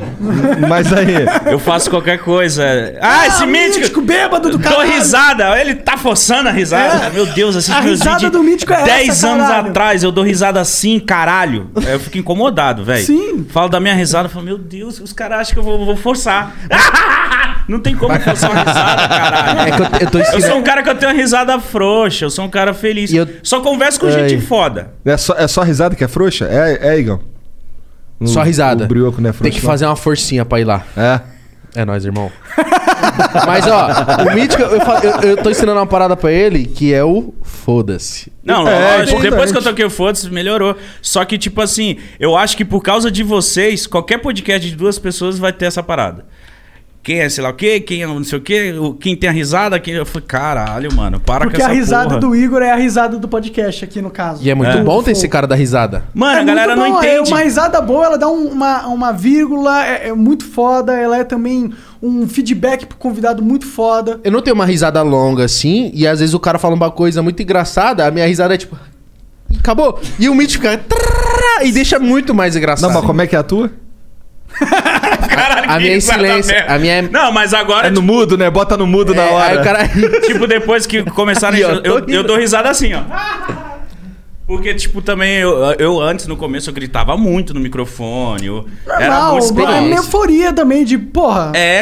Mas aí.
Eu faço qualquer coisa. Ah, esse
Ah,
mítico!
mítico bêbado do
Dou
caralho.
risada. Ele tá forçando a risada.
É.
Meu Deus, assiste
A
meus
risada
vídeos.
do mítico é
10
essa,
anos
caralho.
atrás eu dou risada assim, caralho. Eu fico incomodado, velho.
Sim.
Falo da minha risada, falo, meu Deus, os caras acham que eu vou, vou forçar. Não tem como forçar uma risada, caralho.
É que eu- eu tô ensinando-
sou um cara que eu tenho uma risada frouxa, eu sou um cara feliz. Só converso com gente
Ai.
foda.
É só, é só risada que é frouxa? É, é Igão.
Só risada.
O brioco não é frouxo.
Tem que
não?
fazer uma forcinha pra ir lá.
É.
É nóis, irmão. Mas, ó, o Mítico, eu, fa- eu, eu tô ensinando uma parada pra ele que é o foda-se.
Não,
É,
lógico.
importante.
Depois que eu toquei o foda-se, melhorou. Só que, tipo assim, eu acho que por causa de vocês, qualquer podcast de duas pessoas vai ter essa parada. Quem é sei lá o quê, quem é não sei o quê, o- quem tem a risada, quem. Eu falei, caralho, mano, para
Porque
com
a
essa
risada
porra.
do Igor é a risada do podcast aqui, no caso.
E é muito
É.
bom ter esse cara da risada.
Mano, a
muito
galera não
bom, é
entende.
uma risada boa, ela dá um- uma, uma vírgula, é, é muito foda, ela é também um feedback pro convidado muito foda.
Eu não tenho uma risada longa assim, e às vezes o cara fala uma coisa muito engraçada, a minha risada é tipo. "Ih, Acabou. E o Mítico fica. "Trará", E deixa muito mais engraçado.
Não, mas como é que é a tua?
A minha é em silêncio. A minha é.
Não, mas agora.
É no mudo, né? Bota no mudo na
É,
hora.
aí o cara-
Tipo, depois que começaram a
E eu
eu,
tô
eu,
rindo.
eu dou risada assim, ó. Porque, tipo, também eu, eu antes, no começo, eu gritava muito no microfone. eu- era
Normal,
muito
é uma
experiência.
euforia também de, porra.
É,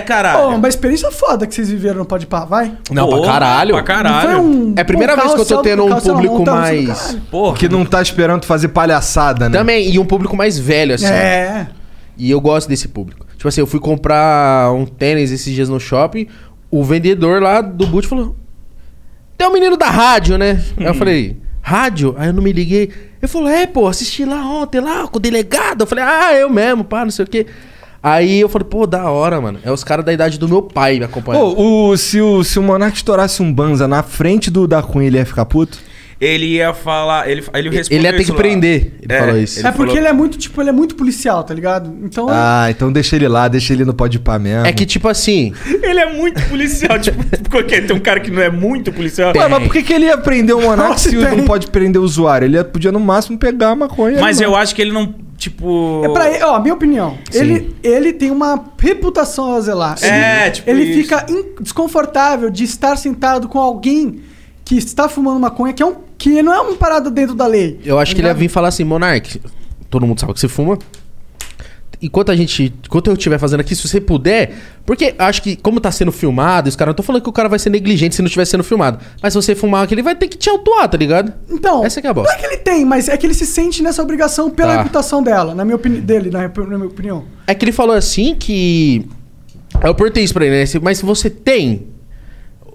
Pô,
caralho.
uma experiência foda que vocês viveram no Podpah, vai.
Não,
Porra,
pra caralho.
pra caralho.
Não foi um-
É a primeira
um
vez que eu tô
calção-
tendo um
calção na
público
mão, tá no
mais.
caralho.
Que não tá esperando tu fazer palhaçada, né?
Também, e um público mais velho, assim.
É.
E eu gosto desse público. Tipo assim, eu fui comprar um tênis esses dias no shopping, o vendedor lá do boot falou: Tem um menino da rádio, né? Aí eu falei, rádio? Aí eu não me liguei. Ele falou, é, pô, assisti lá ontem, lá com o delegado. Eu falei, ah, eu mesmo, pá, não sei o quê. Aí eu falei, pô, da hora, mano. É os caras da idade do meu pai me acompanhando.
Pô, o, se, o, se o Monark estourasse um Banza na frente do da Cunha, ele ia ficar puto?
Ele ia falar. Ele, ele respondeu
ia ter
isso
que
lá.
prender, ele falou isso.
É porque ele é muito, tipo, ele é muito policial, tá ligado? Então.
Ah, então deixa ele lá, deixa ele no pode pá mesmo.
É que tipo assim.
Ele é muito policial. tipo, porque tem um cara que não é muito policial.
Ué, mas por que, que ele ia prender o Monark se
tem.
não pode prender o usuário? Ele ia- podia no máximo pegar a maconha.
Mas
ali,
eu
mano.
acho que ele não, tipo.
É pra ele, ó, minha opinião.
Sim.
Ele, ele tem uma reputação a zelar.
É,
ele,
tipo
Ele
isso.
fica in- desconfortável de estar sentado com alguém que está fumando maconha, que, é um, que não é uma parada dentro da lei.
Eu acho
tá
que ele ia
ligado?
vir falar assim, Monark, todo mundo sabe que você fuma. Enquanto a gente. Enquanto eu estiver fazendo aqui, se você puder. Porque acho que, como tá sendo filmado, os caras não tô falando que o cara vai ser negligente se não estiver sendo filmado. Mas se você fumar aqui, ele vai ter que te autuar, tá ligado?
Então,
Essa que é a
não é
bosta.
que ele tem, mas é que ele se sente nessa obrigação pela
Tá.
reputação dela, na minha opini- dele, na, na minha opinião.
É que ele falou assim que. Eu perguntei isso pra ele, né? Se- Mas se você tem.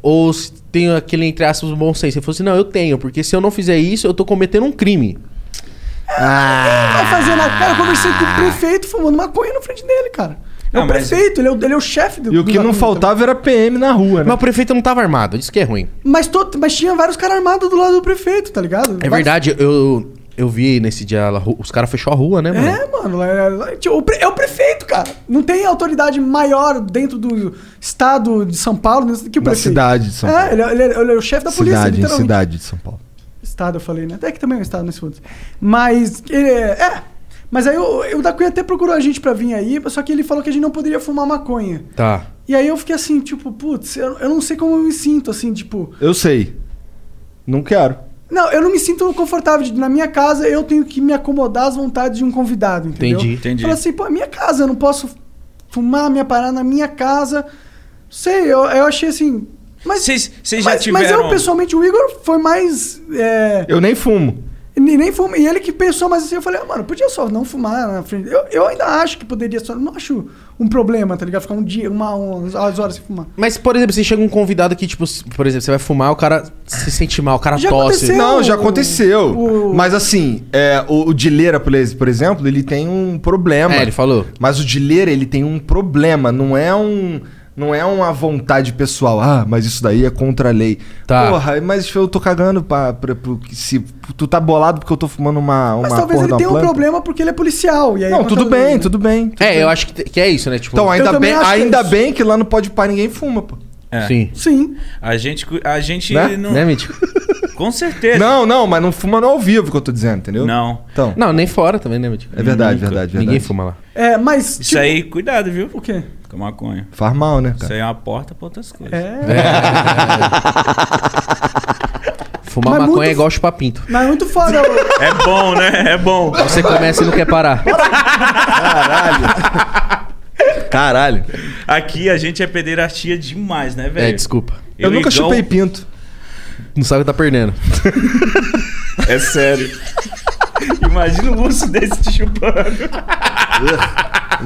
Ou se tem aquele, entre aspas, bom senso. Ele falou assim: não, eu tenho, porque se eu não fizer isso, eu tô cometendo um crime. Ah.
Vai fazer na cara, eu conversei com o prefeito fumando maconha na frente dele, cara. É o prefeito, ele é o, ele é o chefe do
E o que não faltava era PM na rua, né?
Mas o prefeito não tava armado, isso que é ruim.
Mas, todo, mas tinha vários caras armados do lado do prefeito, tá ligado?
É verdade, eu, eu vi nesse dia lá, os caras fechou a rua, né, mano?
É, mano. lá- lá- lá- tipo, o pre- É o prefeito, cara. Não tem autoridade maior dentro do estado de São Paulo do que o
Da
prefeito.
cidade de São
É, ele, é- ele é- ele é o chefe da polícia,
cidade, em
literalmente.
cidade de São Paulo.
Estado, eu falei, né? Até que também é um estado nesse fundo. Mas, ele é... é. Mas aí o, o da Cunha até procurou a gente pra vir aí, só que ele falou que a gente não poderia fumar maconha.
Tá.
E aí eu fiquei assim, tipo, putz, eu, eu não sei como eu me sinto, assim, tipo...
Eu sei. Não quero.
Não, eu não me sinto confortável. de- Na minha casa, eu tenho que me acomodar às vontades de um convidado, entendeu?
Entendi, entendi.
Fala assim, pô, é minha casa, eu não posso fumar minha parada na minha casa. Sei, eu, eu achei assim... Mas,
Vocês vocês já
mas,
tiveram...
mas eu, pessoalmente, o Igor foi mais... é,
Eu nem fumo.
Nem, nem fumo. E ele que pensou, mas assim, eu falei, ah, mano, podia só não fumar na frente. Eu, eu ainda acho que poderia só. Não acho um problema, tá ligado? Ficar um dia, uma, umas horas sem fumar.
Mas, por exemplo, você chega um convidado que, tipo, s- por exemplo, você vai fumar, o cara se sente mal, o cara tosse. É,
Não, já aconteceu. Mas assim, é, o, o Dileira, por ex- por exemplo, ele tem um problema.
É, ele falou.
Mas o Dileira, ele tem um problema. Não é um... Não é uma vontade pessoal. Ah, mas isso daí é contra a lei.
Tá.
Porra, mas eu tô cagando pra, pra, pro- se tu tá bolado porque eu tô fumando uma, uma
Mas talvez
porra de
ele
uma
tenha um
planta?
problema porque ele é policial. E aí
Não, tudo bem, tudo bem.
É, eu acho que, que é isso, né? Tipo,
Então,
Eu
ainda,
também
bem,
acho que é
ainda
isso.
bem que lá no Pode Par ninguém fuma, pô.
É.
Sim.
Sim.
A gente... cu- A gente
Né?
não...
Né,
Com certeza.
Não, não, mas não fuma no ao vivo que eu tô dizendo, entendeu?
Não.
Então.
Não, nem fora também, né, Mitch?
É verdade, verdade, verdade.
Ninguém fuma lá.
É, mas.
Isso aí, cuidado, viu?
O quê?
Com a maconha.
Faz mal, né,
Isso
Tá.
cara?
aí é uma porta pra outras coisas.
é,
Fumar
Mas
maconha
muito-
é igual chupar pinto.
Mas é muito foda. o-
É bom, né? É bom.
Você começa e não quer parar.
Caralho.
Aqui a gente é pederastia demais, né, velho? um-
É, desculpa.
Eu nunca chupei
pinto.
Não sabe o que tá perdendo.
É sério. Imagina o urso desse te chupando.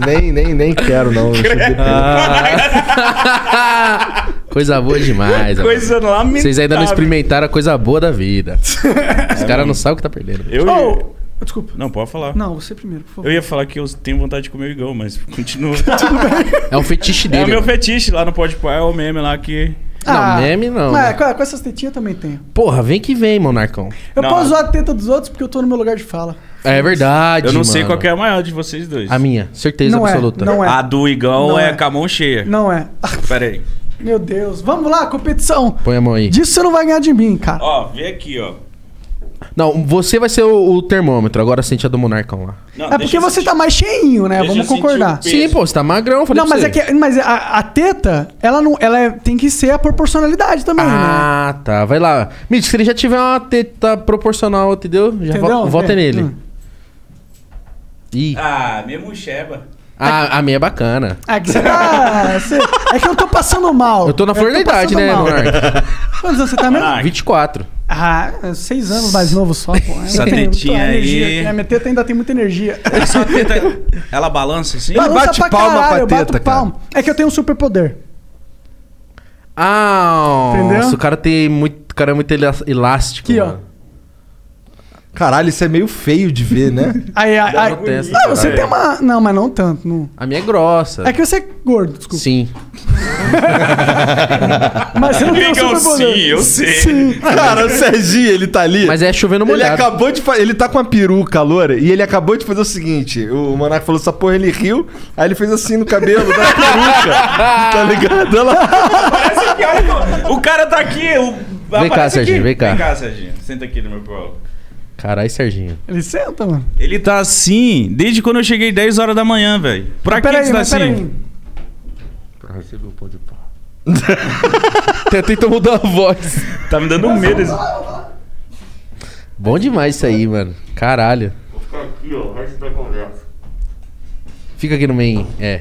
nem, nem, nem quero, não. Eu chutei pelo-
Coisa boa demais.
Coisa
rapaz.
lamentável.
Vocês ainda não experimentaram a coisa boa da vida. Os caras não sabem o que tá perdendo.
Eu...
Oh, desculpa.
Não, pode falar.
Não, você primeiro, por favor.
Eu ia falar que eu tenho vontade de comer o igão, mas continua.
É um fetiche
é
dele.
o meu
mano.
fetiche lá no Pode Pá, é o meme lá que.
Não, meme não.
Ah, Mas
né?
com, com essas tetinhas eu também tenho.
Porra, vem que vem, monarcão.
Eu
Não.
posso usar a teta dos outros porque eu tô no meu lugar de fala.
É verdade.
Eu não sei
mano.
qual que é a maior de vocês dois.
A minha, certeza
Não é,
absoluta.
não é.
A do igão
Não
é,
é.
com a mão cheia.
Não é. Ah,
Pera aí.
meu Deus. Vamos lá, competição.
Põe a mão aí.
Disso você não vai ganhar de mim, cara.
Ó, vem aqui, ó.
Não, você vai ser o, o termômetro, agora sente a do monarcão lá.
Não,
é
deixa
porque
eu
você tá mais cheinho, né?
Deixa eu
Vamos
sentir
concordar.
o peso.
Sim, pô, você tá magrão, eu falei
Não,
pra
mas
você.
é que mas a, a teta, ela não, ela é- tem que ser a proporcionalidade também, né?
Ah, tá. Vai lá. Mitch, se ele já tiver uma teta proporcional, entendeu? Já vo-
Entendeu?
vota
É,
nele.
hum.
Ih,
Ah, mesmo Sheba.
a, a minha é bacana.
É que você tá, você- é que eu tô passando mal.
Eu tô na flor da idade,
passando
né,
mal.
Monark?
Quantos anos você tá mesmo?
Monark.
24.
Ah, é seis anos mais novo só, pô. Eu
Essa
tenho muita
tetinha aí.
energia aqui, né? Minha teta ainda tem muita energia.
Só tenta... Ela balança assim?
Balança
bate palma pra
eu bato
teta, cara.
palma. É que eu tenho um superpoder.
Ah,
Entendeu?
nossa, o cara tem muito. O cara é muito elá- elástico.
Aqui, ó.
mano.
Caralho, isso é meio feio de ver, né?
Aí, aí, aí-
não tem essa
ah, você
parada.
tem uma... Não, mas não tanto. Não.
A minha é grossa.
É que você é gordo, desculpa.
Sim.
Mas você não tem um
Digam
superpoder.
sim, eu sei.
Sim.
Cara, o Serginho, ele tá ali.
Mas é chovendo
Ele
molhado.
acabou de fazer. Ele tá com a peruca loura e ele acabou de fazer o seguinte: o Monarca falou essa porra, ele riu, aí ele fez assim no cabelo da peruca. tá ligado? Olha lá.
Parece que olha, o cara tá aqui. O... aparece
cá,
aqui.
Serginho, vem cá.
Vem cá, Serginho. Senta aqui no meu colo.
Caralho, Serginho.
Ele senta, mano.
Ele tá assim desde quando eu cheguei 10 horas da manhã, velho. Pra
Mas
que você tá
mas
assim?
Tenta mudar a voz.
Tá me dando medo esse.
Bom demais isso aí, mano. Caralho.
Vou ficar aqui, ó, o resto da conversa.
Fica aqui no meio. É.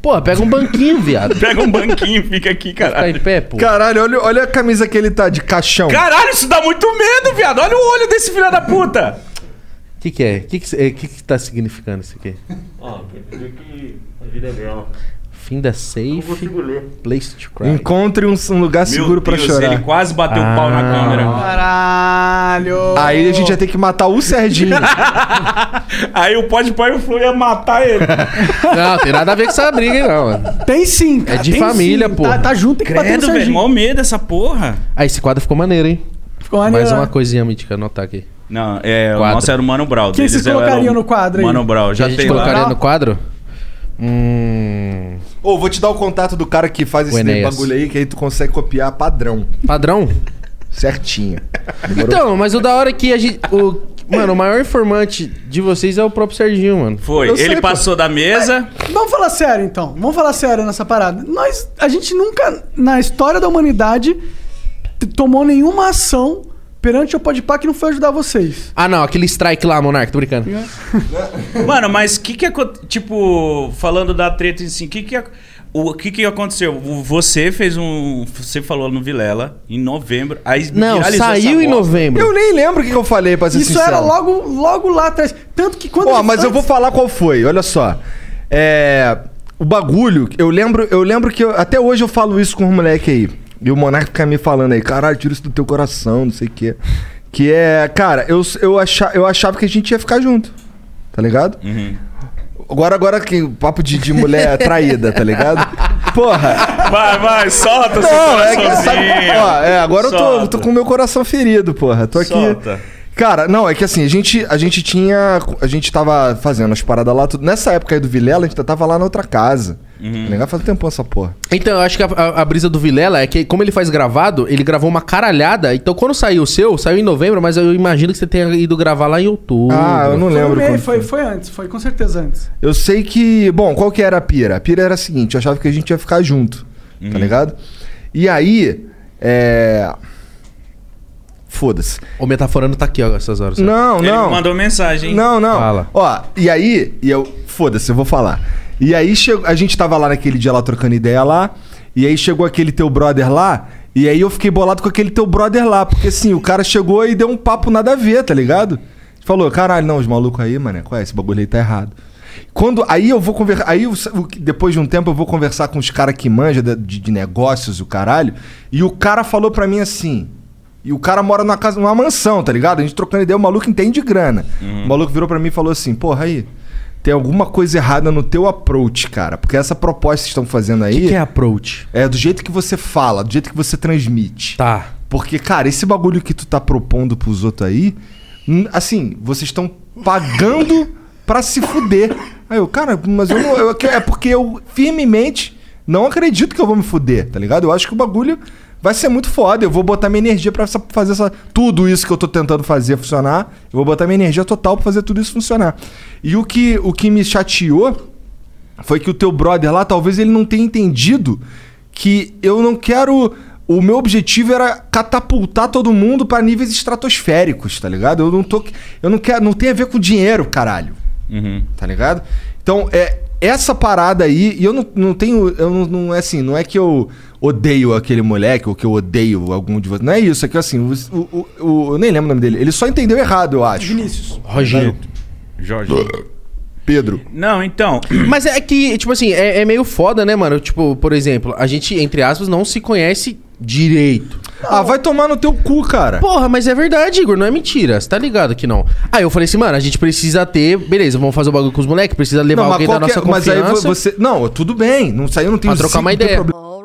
Porra, pega um banquinho, viado.
Pega um banquinho e fica aqui,
Tá
caralho.
em pé, pô.
Caralho, olha, olha a camisa que ele tá de caixão.
Caralho, isso dá muito medo, viado. Olha o olho desse filho da puta.
O que, que é? O que, que, é, que, que tá significando isso aqui?
Ó, quer dizer que a vida é bela.
Fim da
Não
safe,
consigo ler.
place to cry.
Encontre um, um lugar seguro pra
Deus,
chorar.
Ah. ele quase bateu o pau na câmera.
Caralho. Caralho!
Aí a gente ia ter que matar o Serginho.
Aí o pode pai e o Flu ia matar ele.
Não, tem nada a ver com essa briga, aí, não. mano.
Tem sim,
É
cara.
de
tem
família,
sim.
pô.
Tá, tá junto, tem que bater no
Credo, velho.
Serginho.
Mó medo essa porra.
Ah, esse quadro ficou maneiro, hein?
Ficou
Mais
maneiro,
uma
né?
coisa mítica, anotar aqui.
Não, é, o
Quadro.
nosso era o Mano Brown.
Quem vocês colocariam no quadro aí?
Mano Brown, já
a gente
tem
colocaria
lá.
no quadro? Hum.
Ô, vou te dar o contato do cara que faz
O
esse
Enéas.
bagulho aí, que aí tu consegue copiar padrão.
Padrão?
Certinho. Demorou?
Então, mas o da hora é que a gente. O, mano, o maior informante de vocês é o próprio Serginho, mano.
Foi, ele passou da mesa.
Vamos falar sério, então. Vamos falar sério nessa parada. Nós, a gente nunca, na história da humanidade, t- tomou nenhuma ação perante o Podpah que não foi ajudar vocês.
Ah, não, aquele strike lá, Monark, tô brincando.
Mano, mas o que que aconteceu? Tipo, falando da treta em si, que que ac- o que que aconteceu? O- Você fez um. Você falou no Vilela em novembro. Aí
Não,
viralizou essa
saiu em
bosta.
novembro.
Eu nem lembro o que que eu falei pra ser
Isso
sincero.
era logo, logo lá atrás. Tanto que quando.
Ó,
ele-
mas eu vou falar qual foi, olha só. É. O bagulho, eu lembro, eu lembro que eu- até hoje eu falo isso com os moleque aí. E o Monarca fica me falando aí, caralho, tira isso do teu coração, não sei o quê. Que é, cara, eu, eu, acha, eu achava que a gente ia ficar junto. Tá ligado? Agora, agora que o papo de, de mulher traída, tá ligado? Porra.
Vai, vai, solta seu
Não, é que
coraçãozinho.
sabe- ó, é, agora eu tô,
Solta.
tô com o meu coração ferido, porra. Tô aqui.
Solta.
Cara, não, é que assim, a gente, a gente tinha. A gente tava fazendo as paradas lá, tudo. Nessa época aí do Vilela, a gente tava lá na outra casa.
Uhum.
Tá ligado? Faz um tempão essa porra.
Então, eu acho que a, a- a brisa do Vilela é que, como ele faz gravado, ele gravou uma caralhada. Então, quando saiu o seu, saiu em novembro, mas eu imagino que você tenha ido gravar lá em outubro.
Ah, eu não
Uhum. Foi, no
lembro.
meio,
quando
foi, foi antes, foi com certeza antes.
Eu sei que. Bom, qual que era a pira? A pira era a seguinte, eu achava que a gente ia ficar junto,
Uhum.
tá ligado? E aí. É. Foda-se.
O metaforando tá aqui, ó, essas horas.
Não,
Ele
não.
mandou mensagem.
Não, não. Ó, e aí, e eu. Foda-se, eu vou falar. E aí chegou. A gente tava lá naquele dia lá trocando ideia lá. E aí chegou aquele teu brother lá. E aí eu fiquei bolado com aquele teu brother lá. Porque assim, o cara chegou e deu um papo nada a ver, tá ligado? Falou, caralho, não, os malucos aí, mano, qual é? Esse bagulho aí tá errado. Quando. Aí eu vou conversar. Aí eu- o que- depois de um tempo eu vou conversar com os caras que manjam de, de- de negócios, o caralho. E o cara falou pra mim assim. E o cara mora numa casa, numa mansão, tá ligado? A gente trocando ideia, o maluco entende grana. O maluco virou pra mim e falou assim: "Porra aí, tem alguma coisa errada no teu approach, cara, porque essa proposta que estão fazendo aí
O que, que é approach?
é do jeito que você fala, do jeito que você transmite.
Tá.
Porque, cara, esse bagulho que tu tá propondo pros outros aí, hum, assim, vocês estão pagando pra se fuder. Aí eu, cara, mas eu não. eu- é porque eu firmemente não acredito que eu vou me fuder, tá ligado? Eu acho que o bagulho vai ser muito foda. Eu vou botar minha energia pra essa- fazer essa, tudo isso que eu tô tentando fazer funcionar. Eu vou botar minha energia total pra fazer tudo isso funcionar. E o que, o que me chateou foi que o teu brother lá, talvez ele não tenha entendido que eu não quero. O meu objetivo era catapultar todo mundo pra níveis estratosféricos, tá ligado? Eu não tô. Eu não quero. Não tem a ver com dinheiro, caralho. Tá ligado? Então, é. Essa parada aí, e eu não, não tenho. Eu não, não é assim, não é que eu odeio aquele moleque ou que eu odeio algum de vocês. Não é isso, é que assim, o, o, o- eu nem lembro o nome dele. Ele só entendeu errado, eu acho.
Vinícius.
Roginho.
Jorge.
Pedro.
Não, então.
Mas é que, tipo assim, é, é meio foda, né, mano? Tipo, por exemplo, a gente, entre aspas, não se conhece direito.
Ah, vai tomar no teu cu, cara.
Porra, mas é verdade, Igor, não é mentira. Você tá ligado que não. Aí eu falei assim, mano, a gente precisa ter. Beleza, vamos fazer o bagulho com os moleques, precisa levar
mas
alguém da nossa
qualquer- mas
confiança.
aí vo- você. Não, tudo bem. Não saiu, não tem
Pra trocar uma
não tem
ideia.
problema.
All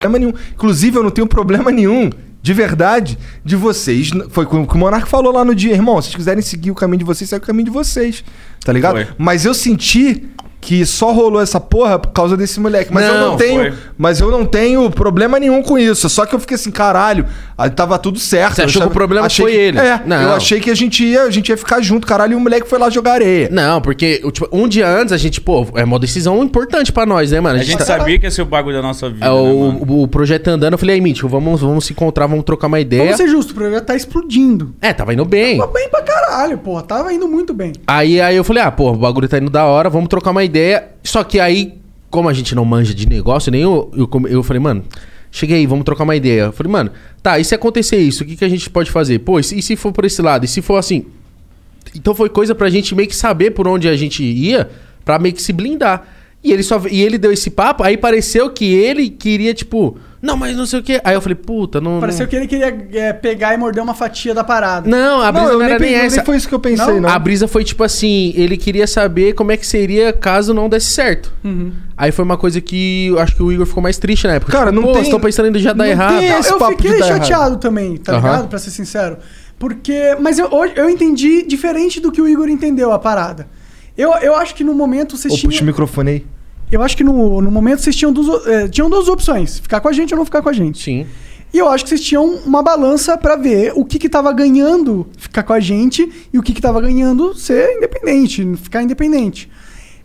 problema nenhum. Inclusive, eu não tenho problema nenhum de verdade de vocês. Foi o que o Monark falou lá no dia, irmão. Se vocês quiserem seguir o caminho de vocês, segue o caminho de vocês. Tá ligado?
Foi.
Mas eu senti que só rolou essa porra por causa desse moleque. Mas eu
Não,
não tenho.
foi.
Mas eu não tenho problema nenhum com isso. Só que eu fiquei assim, caralho, aí tava tudo certo.
Você
Eu
achou que
tava-
o problema
achei
foi
que-
ele?
É,
Não.
eu achei que a gente ia, a gente ia ficar junto, caralho, e o moleque foi lá jogar areia.
Não, porque tipo, um dia antes a gente, pô, é uma decisão importante pra nós, né, mano?
A gente
tá-
sabia que ia ser o bagulho da nossa vida.
É,
né,
o,
mano?
o projeto andando, eu falei, aí, Mítico, vamos, vamos se encontrar, vamos trocar uma ideia.
Vamos ser justos, o projeto tá explodindo.
É, tava indo bem.
Bem pra caralho, porra. Tava indo muito bem.
Aí, aí eu falei, ah, pô, o bagulho tá indo da hora, vamos trocar uma ideia. Só que aí, como a gente não manja de negócio nenhum, eu, come- eu falei, mano, cheguei aí, vamos trocar uma ideia. Eu falei, mano, tá, e se acontecer isso, o que, que a gente pode fazer? Pô, e se, e se for por esse lado? E se for assim? Então foi coisa pra gente meio que saber por onde a gente ia, pra meio que se blindar. E ele, só, e ele deu esse papo, aí pareceu que ele queria, tipo, não, mas não sei o quê. Aí eu falei, puta, não.
Pareceu
não...
que ele queria é, pegar e morder uma fatia da parada.
Não, a brisa não, era nem, essa. A
Abri-
brisa foi tipo assim, ele queria saber como é que seria caso não desse certo. Aí foi uma coisa que eu acho que o Igor ficou mais triste na época.
Cara,
Tipo,
não
Pô,
tem-
estão pensando em já dar errado. tá,
eu fiquei chateado também, tá
Aham.
ligado? Pra ser sincero. Porque. Mas eu, hoje eu entendi diferente do que o Igor entendeu a parada. Eu, eu acho que no momento vocês
Ô,
tinham.
puxa o microfone aí.
Eu acho que no, no momento vocês tinham duas, eh, tinham duas opções: ficar com a gente ou não ficar com a gente.
Sim.
E eu acho que vocês tinham uma balança pra ver o que que tava ganhando ficar com a gente e o que que tava ganhando ser independente, ficar independente.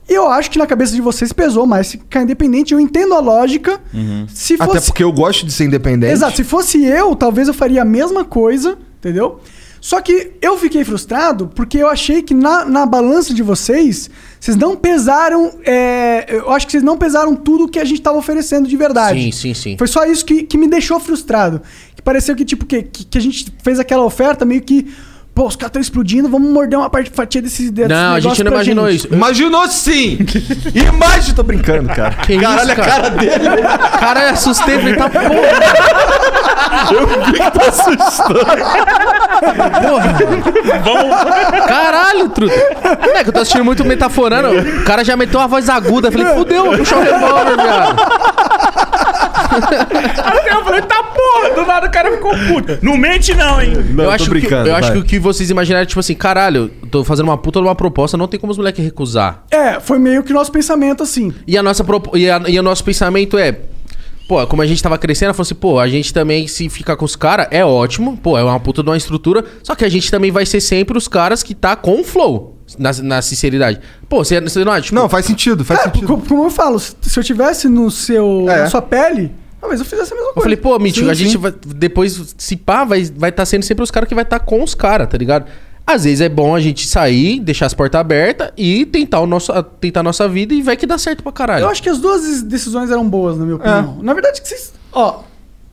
E eu acho que na cabeça de vocês pesou mais ficar independente. Eu entendo a lógica. Se
Até
fosse-
porque eu gosto de ser independente.
Exato, se fosse eu, talvez eu faria a mesma coisa, entendeu? Só que eu fiquei frustrado porque eu achei que na, na balança de vocês, vocês não pesaram. é, eu acho que vocês não pesaram tudo que a gente tava oferecendo de verdade.
Sim, sim, sim.
Foi só isso que, que me deixou frustrado. Que pareceu que, tipo, que, que, que a gente fez aquela oferta meio que. Pô, os caras estão explodindo, vamos morder uma parte fatia desse, desse
Não, a gente
negócio
não
pra
imaginou
gente."
isso. Imaginou sim! Imagina, tô brincando, cara. Que
Caralho,
isso,
a
cara?
cara dele.
Cara, eu assustei, falei, tá porra.
Eu vi que tá
Porra. Caralho, truta. É que eu tô assistindo muito metaforando. O cara já meteu uma voz aguda. eu Falei, fudeu, vou puxar o revólver, viado.
Até eu falei, tá porra, do nada o cara ficou puto. Não mente não, hein?
eu acho Que, eu acho que o que vocês imaginaram é tipo assim, caralho, eu tô fazendo uma puta de uma proposta, não tem como os moleques recusar.
É, foi meio que o nosso pensamento assim.
E, a nossa propo- e, a- e o nosso pensamento é. Pô, como a gente tava crescendo, falou assim, pô, a gente também, se ficar com os caras, é ótimo, pô, é uma puta de uma estrutura, só que a gente também vai ser sempre os caras que tá com o flow, na, na sinceridade. Pô, você, você não acha? tipo, não,
faz sentido,
É,
faz
sentido.
tipo, Como, como eu falo, se se eu tivesse no seu, na sua pele, talvez eu fizesse a mesma coisa.
É. Eu falei, pô, Mítico,
Sim,
a
sim.
gente vai, depois, se pá, vai estar vai tá sendo sempre os caras que vai estar com os caras, tá ligado? Às vezes é bom a gente sair, deixar as portas abertas e tentar, o nosso, a- tentar a nossa vida e vai que dá certo pra caralho.
Eu acho que as duas decisões eram boas, na
É.
minha opinião. Na verdade, que vocês. Ó,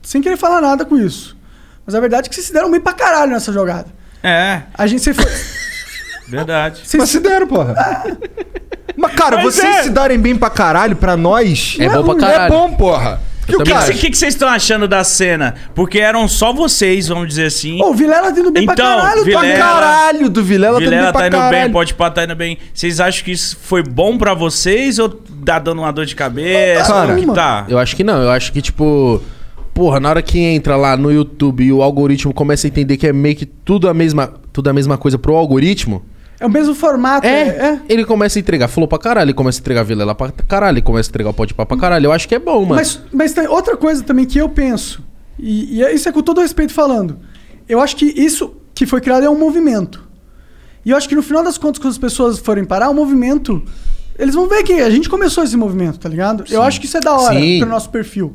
sem querer falar nada com isso. Mas a verdade é que vocês se deram bem pra caralho nessa jogada.
É,
A gente se foi.
verdade.
Mas se deram, porra. Mas, cara,
Mas
vocês
é.
se darem bem pra caralho, pra nós.
É
não
bom pra
ruim,
caralho.
É bom, porra.
O que, que, que que vocês estão achando da cena? Porque eram só vocês, vamos dizer assim.
Ô, o Vilela tá indo bem
Então,
pra caralho,
Vilela,
É.
pra caralho
do Vilela,
tá indo
Vilela
bem
tá
pra
indo
caralho.
bem, pode pá, tá indo bem. Vocês acham que isso foi bom pra vocês ou tá dando uma dor de cabeça? Como que tá?
Eu acho que não, eu acho que, tipo. Porra, na hora que entra lá no YouTube e o algoritmo começa a entender que é meio que tudo a mesma, tudo a mesma coisa pro algoritmo.
É o mesmo formato.
É, ele começa a entregar Flow pra caralho, ele começa a entregar Vilela pra caralho, ele começa a entregar o Pode Pá pra caralho. Eu acho que é bom, mano.
Mas, mas tem outra coisa também que eu penso, e, e é- isso é com todo respeito falando. Eu acho que isso que foi criado é um movimento. E eu acho que no final das contas, quando as pessoas forem parar, o movimento. Eles vão ver que a gente começou esse movimento, tá ligado? Eu acho que isso é da hora
Sim.
pro nosso perfil,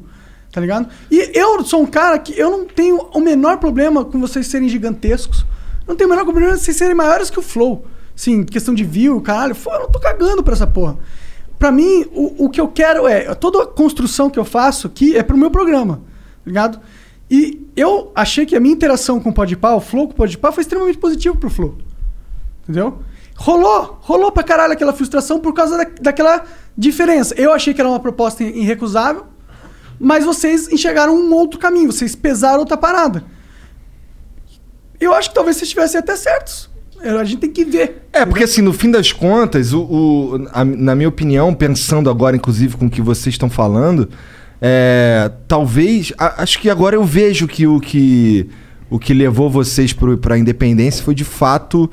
tá ligado? E eu sou um cara que eu não tenho o menor problema com vocês serem gigantescos. Não tenho o menor problema com vocês serem maiores que o Flow. Sim, questão de view, caralho. Pô, eu não tô cagando pra essa porra. Pra mim, o, o que eu quero é. Toda a construção que eu faço aqui é pro meu programa, tá ligado? E eu achei que a minha interação com o Podpah, o Flow com o Podpah, foi extremamente positivo pro Flow. Entendeu? Rolou, rolou pra caralho aquela frustração por causa da- daquela diferença. Eu achei que era uma proposta in- irrecusável, mas vocês enxergaram um outro caminho, vocês pesaram outra parada. Eu acho que talvez vocês estivessem até certos. A gente tem que ver.
É, porque assim, no fim das contas, o, o- a- na minha opinião, pensando agora, inclusive, com o que vocês estão falando, É, talvez. a- acho que agora eu vejo que o que, o que levou vocês pro, pra independência foi de fato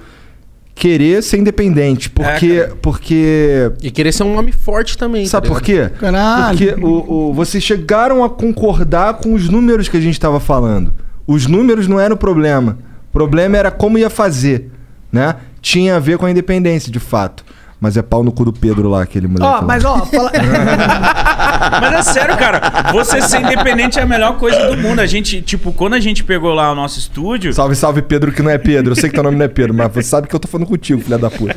querer ser independente. Porque. porque
E querer ser um homem forte também.
Sabe
tá
por quê?
ligado?
Porque o, o- vocês chegaram a concordar com os números que a gente estava falando. Os números não eram o problema. O problema era como ia fazer, né? Tinha a ver com a independência, de fato. Mas é pau no cu do Pedro lá, aquele moleque.
Ó,
lá.
mas ó, fala...
Mas é sério, cara. Você ser independente é a melhor coisa do mundo. A gente, tipo, quando a gente pegou lá o nosso estúdio.
Salve, salve, Pedro, que não é Pedro. Eu sei que teu nome não é Pedro, mas você sabe que eu tô falando contigo, filha da puta.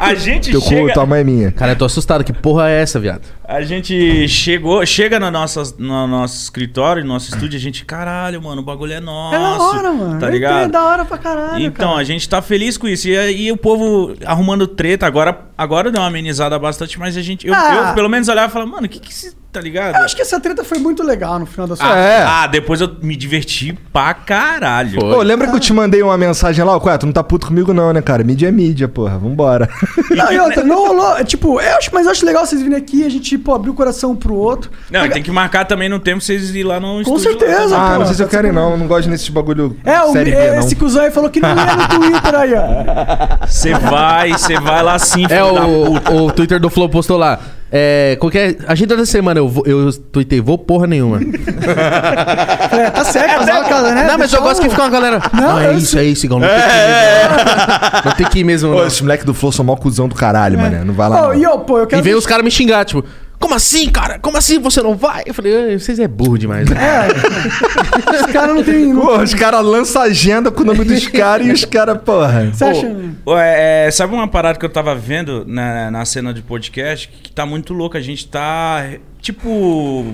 A gente
Teu
chega.
cu, tua mãe é minha.
Cara, eu tô assustado. Que porra é essa, viado?
A gente chegou, chega na nossa, no nosso escritório, no nosso estúdio, a gente, caralho, mano, o bagulho é nosso.
É da hora, mano.
Tá
Eu
ligado?
entendo, É da hora pra caralho.
Então, a gente tá feliz com isso. E, aí o povo arrumando treta. Agora, agora deu uma amenizada bastante, mas a gente. Eu,
Ah.
eu, pelo menos olhava e falava, mano, o que que se. Tá ligado?
Eu acho que é. essa treta foi muito legal no final da sua
Ah,
é.
ah, depois eu me diverti pra caralho.
Ô, lembra que eu te mandei uma mensagem lá? Ô, Quatro, não tá puto comigo não, né, cara? Mídia é mídia, porra. Vambora.
Não, e outra, não rolou. é, Tipo, eu acho, mas eu acho legal vocês virem aqui, a gente, pô, abrir o coração um pro outro.
Não, tem que marcar também no tempo vocês ir lá no
Com certeza,
lá,
pô.
né?
Ah, não sei se eu quero ir, não. Eu não gosto nesses bagulho
É, o,
série B,
é,
não.
esse cuzão aí falou que não ia no Twitter aí, ó.
Você vai, você vai lá sim,
É, o, o Twitter do Flow postou lá. É, qualquer agenda da semana eu, vou, eu tuitei, vou porra nenhuma.
É, tá certo, mas é uma casa, né?
Não, mas eu
Deixa
gosto que fica uma galera. Não,
Não,
é
eu
isso, é isso, igual. Não tem que ir mesmo. Não tem que ir mesmo. Não.
Esse moleque do Flow são mó cuzão do
É.
caralho, mano. Não vai lá.
Ó,
não.
e E vem os caras me xingar, tipo, como assim, cara? Como assim você não vai? Eu falei, "Ai, vocês é burro demais. Né?
Os caras não tem.
Porra, os caras lançam agenda com o nome dos caras e os caras, porra.
Você acha?
Ô, é, é, sabe uma parada que eu tava vendo na, na cena de podcast que tá muito louca? A gente tá. Tipo.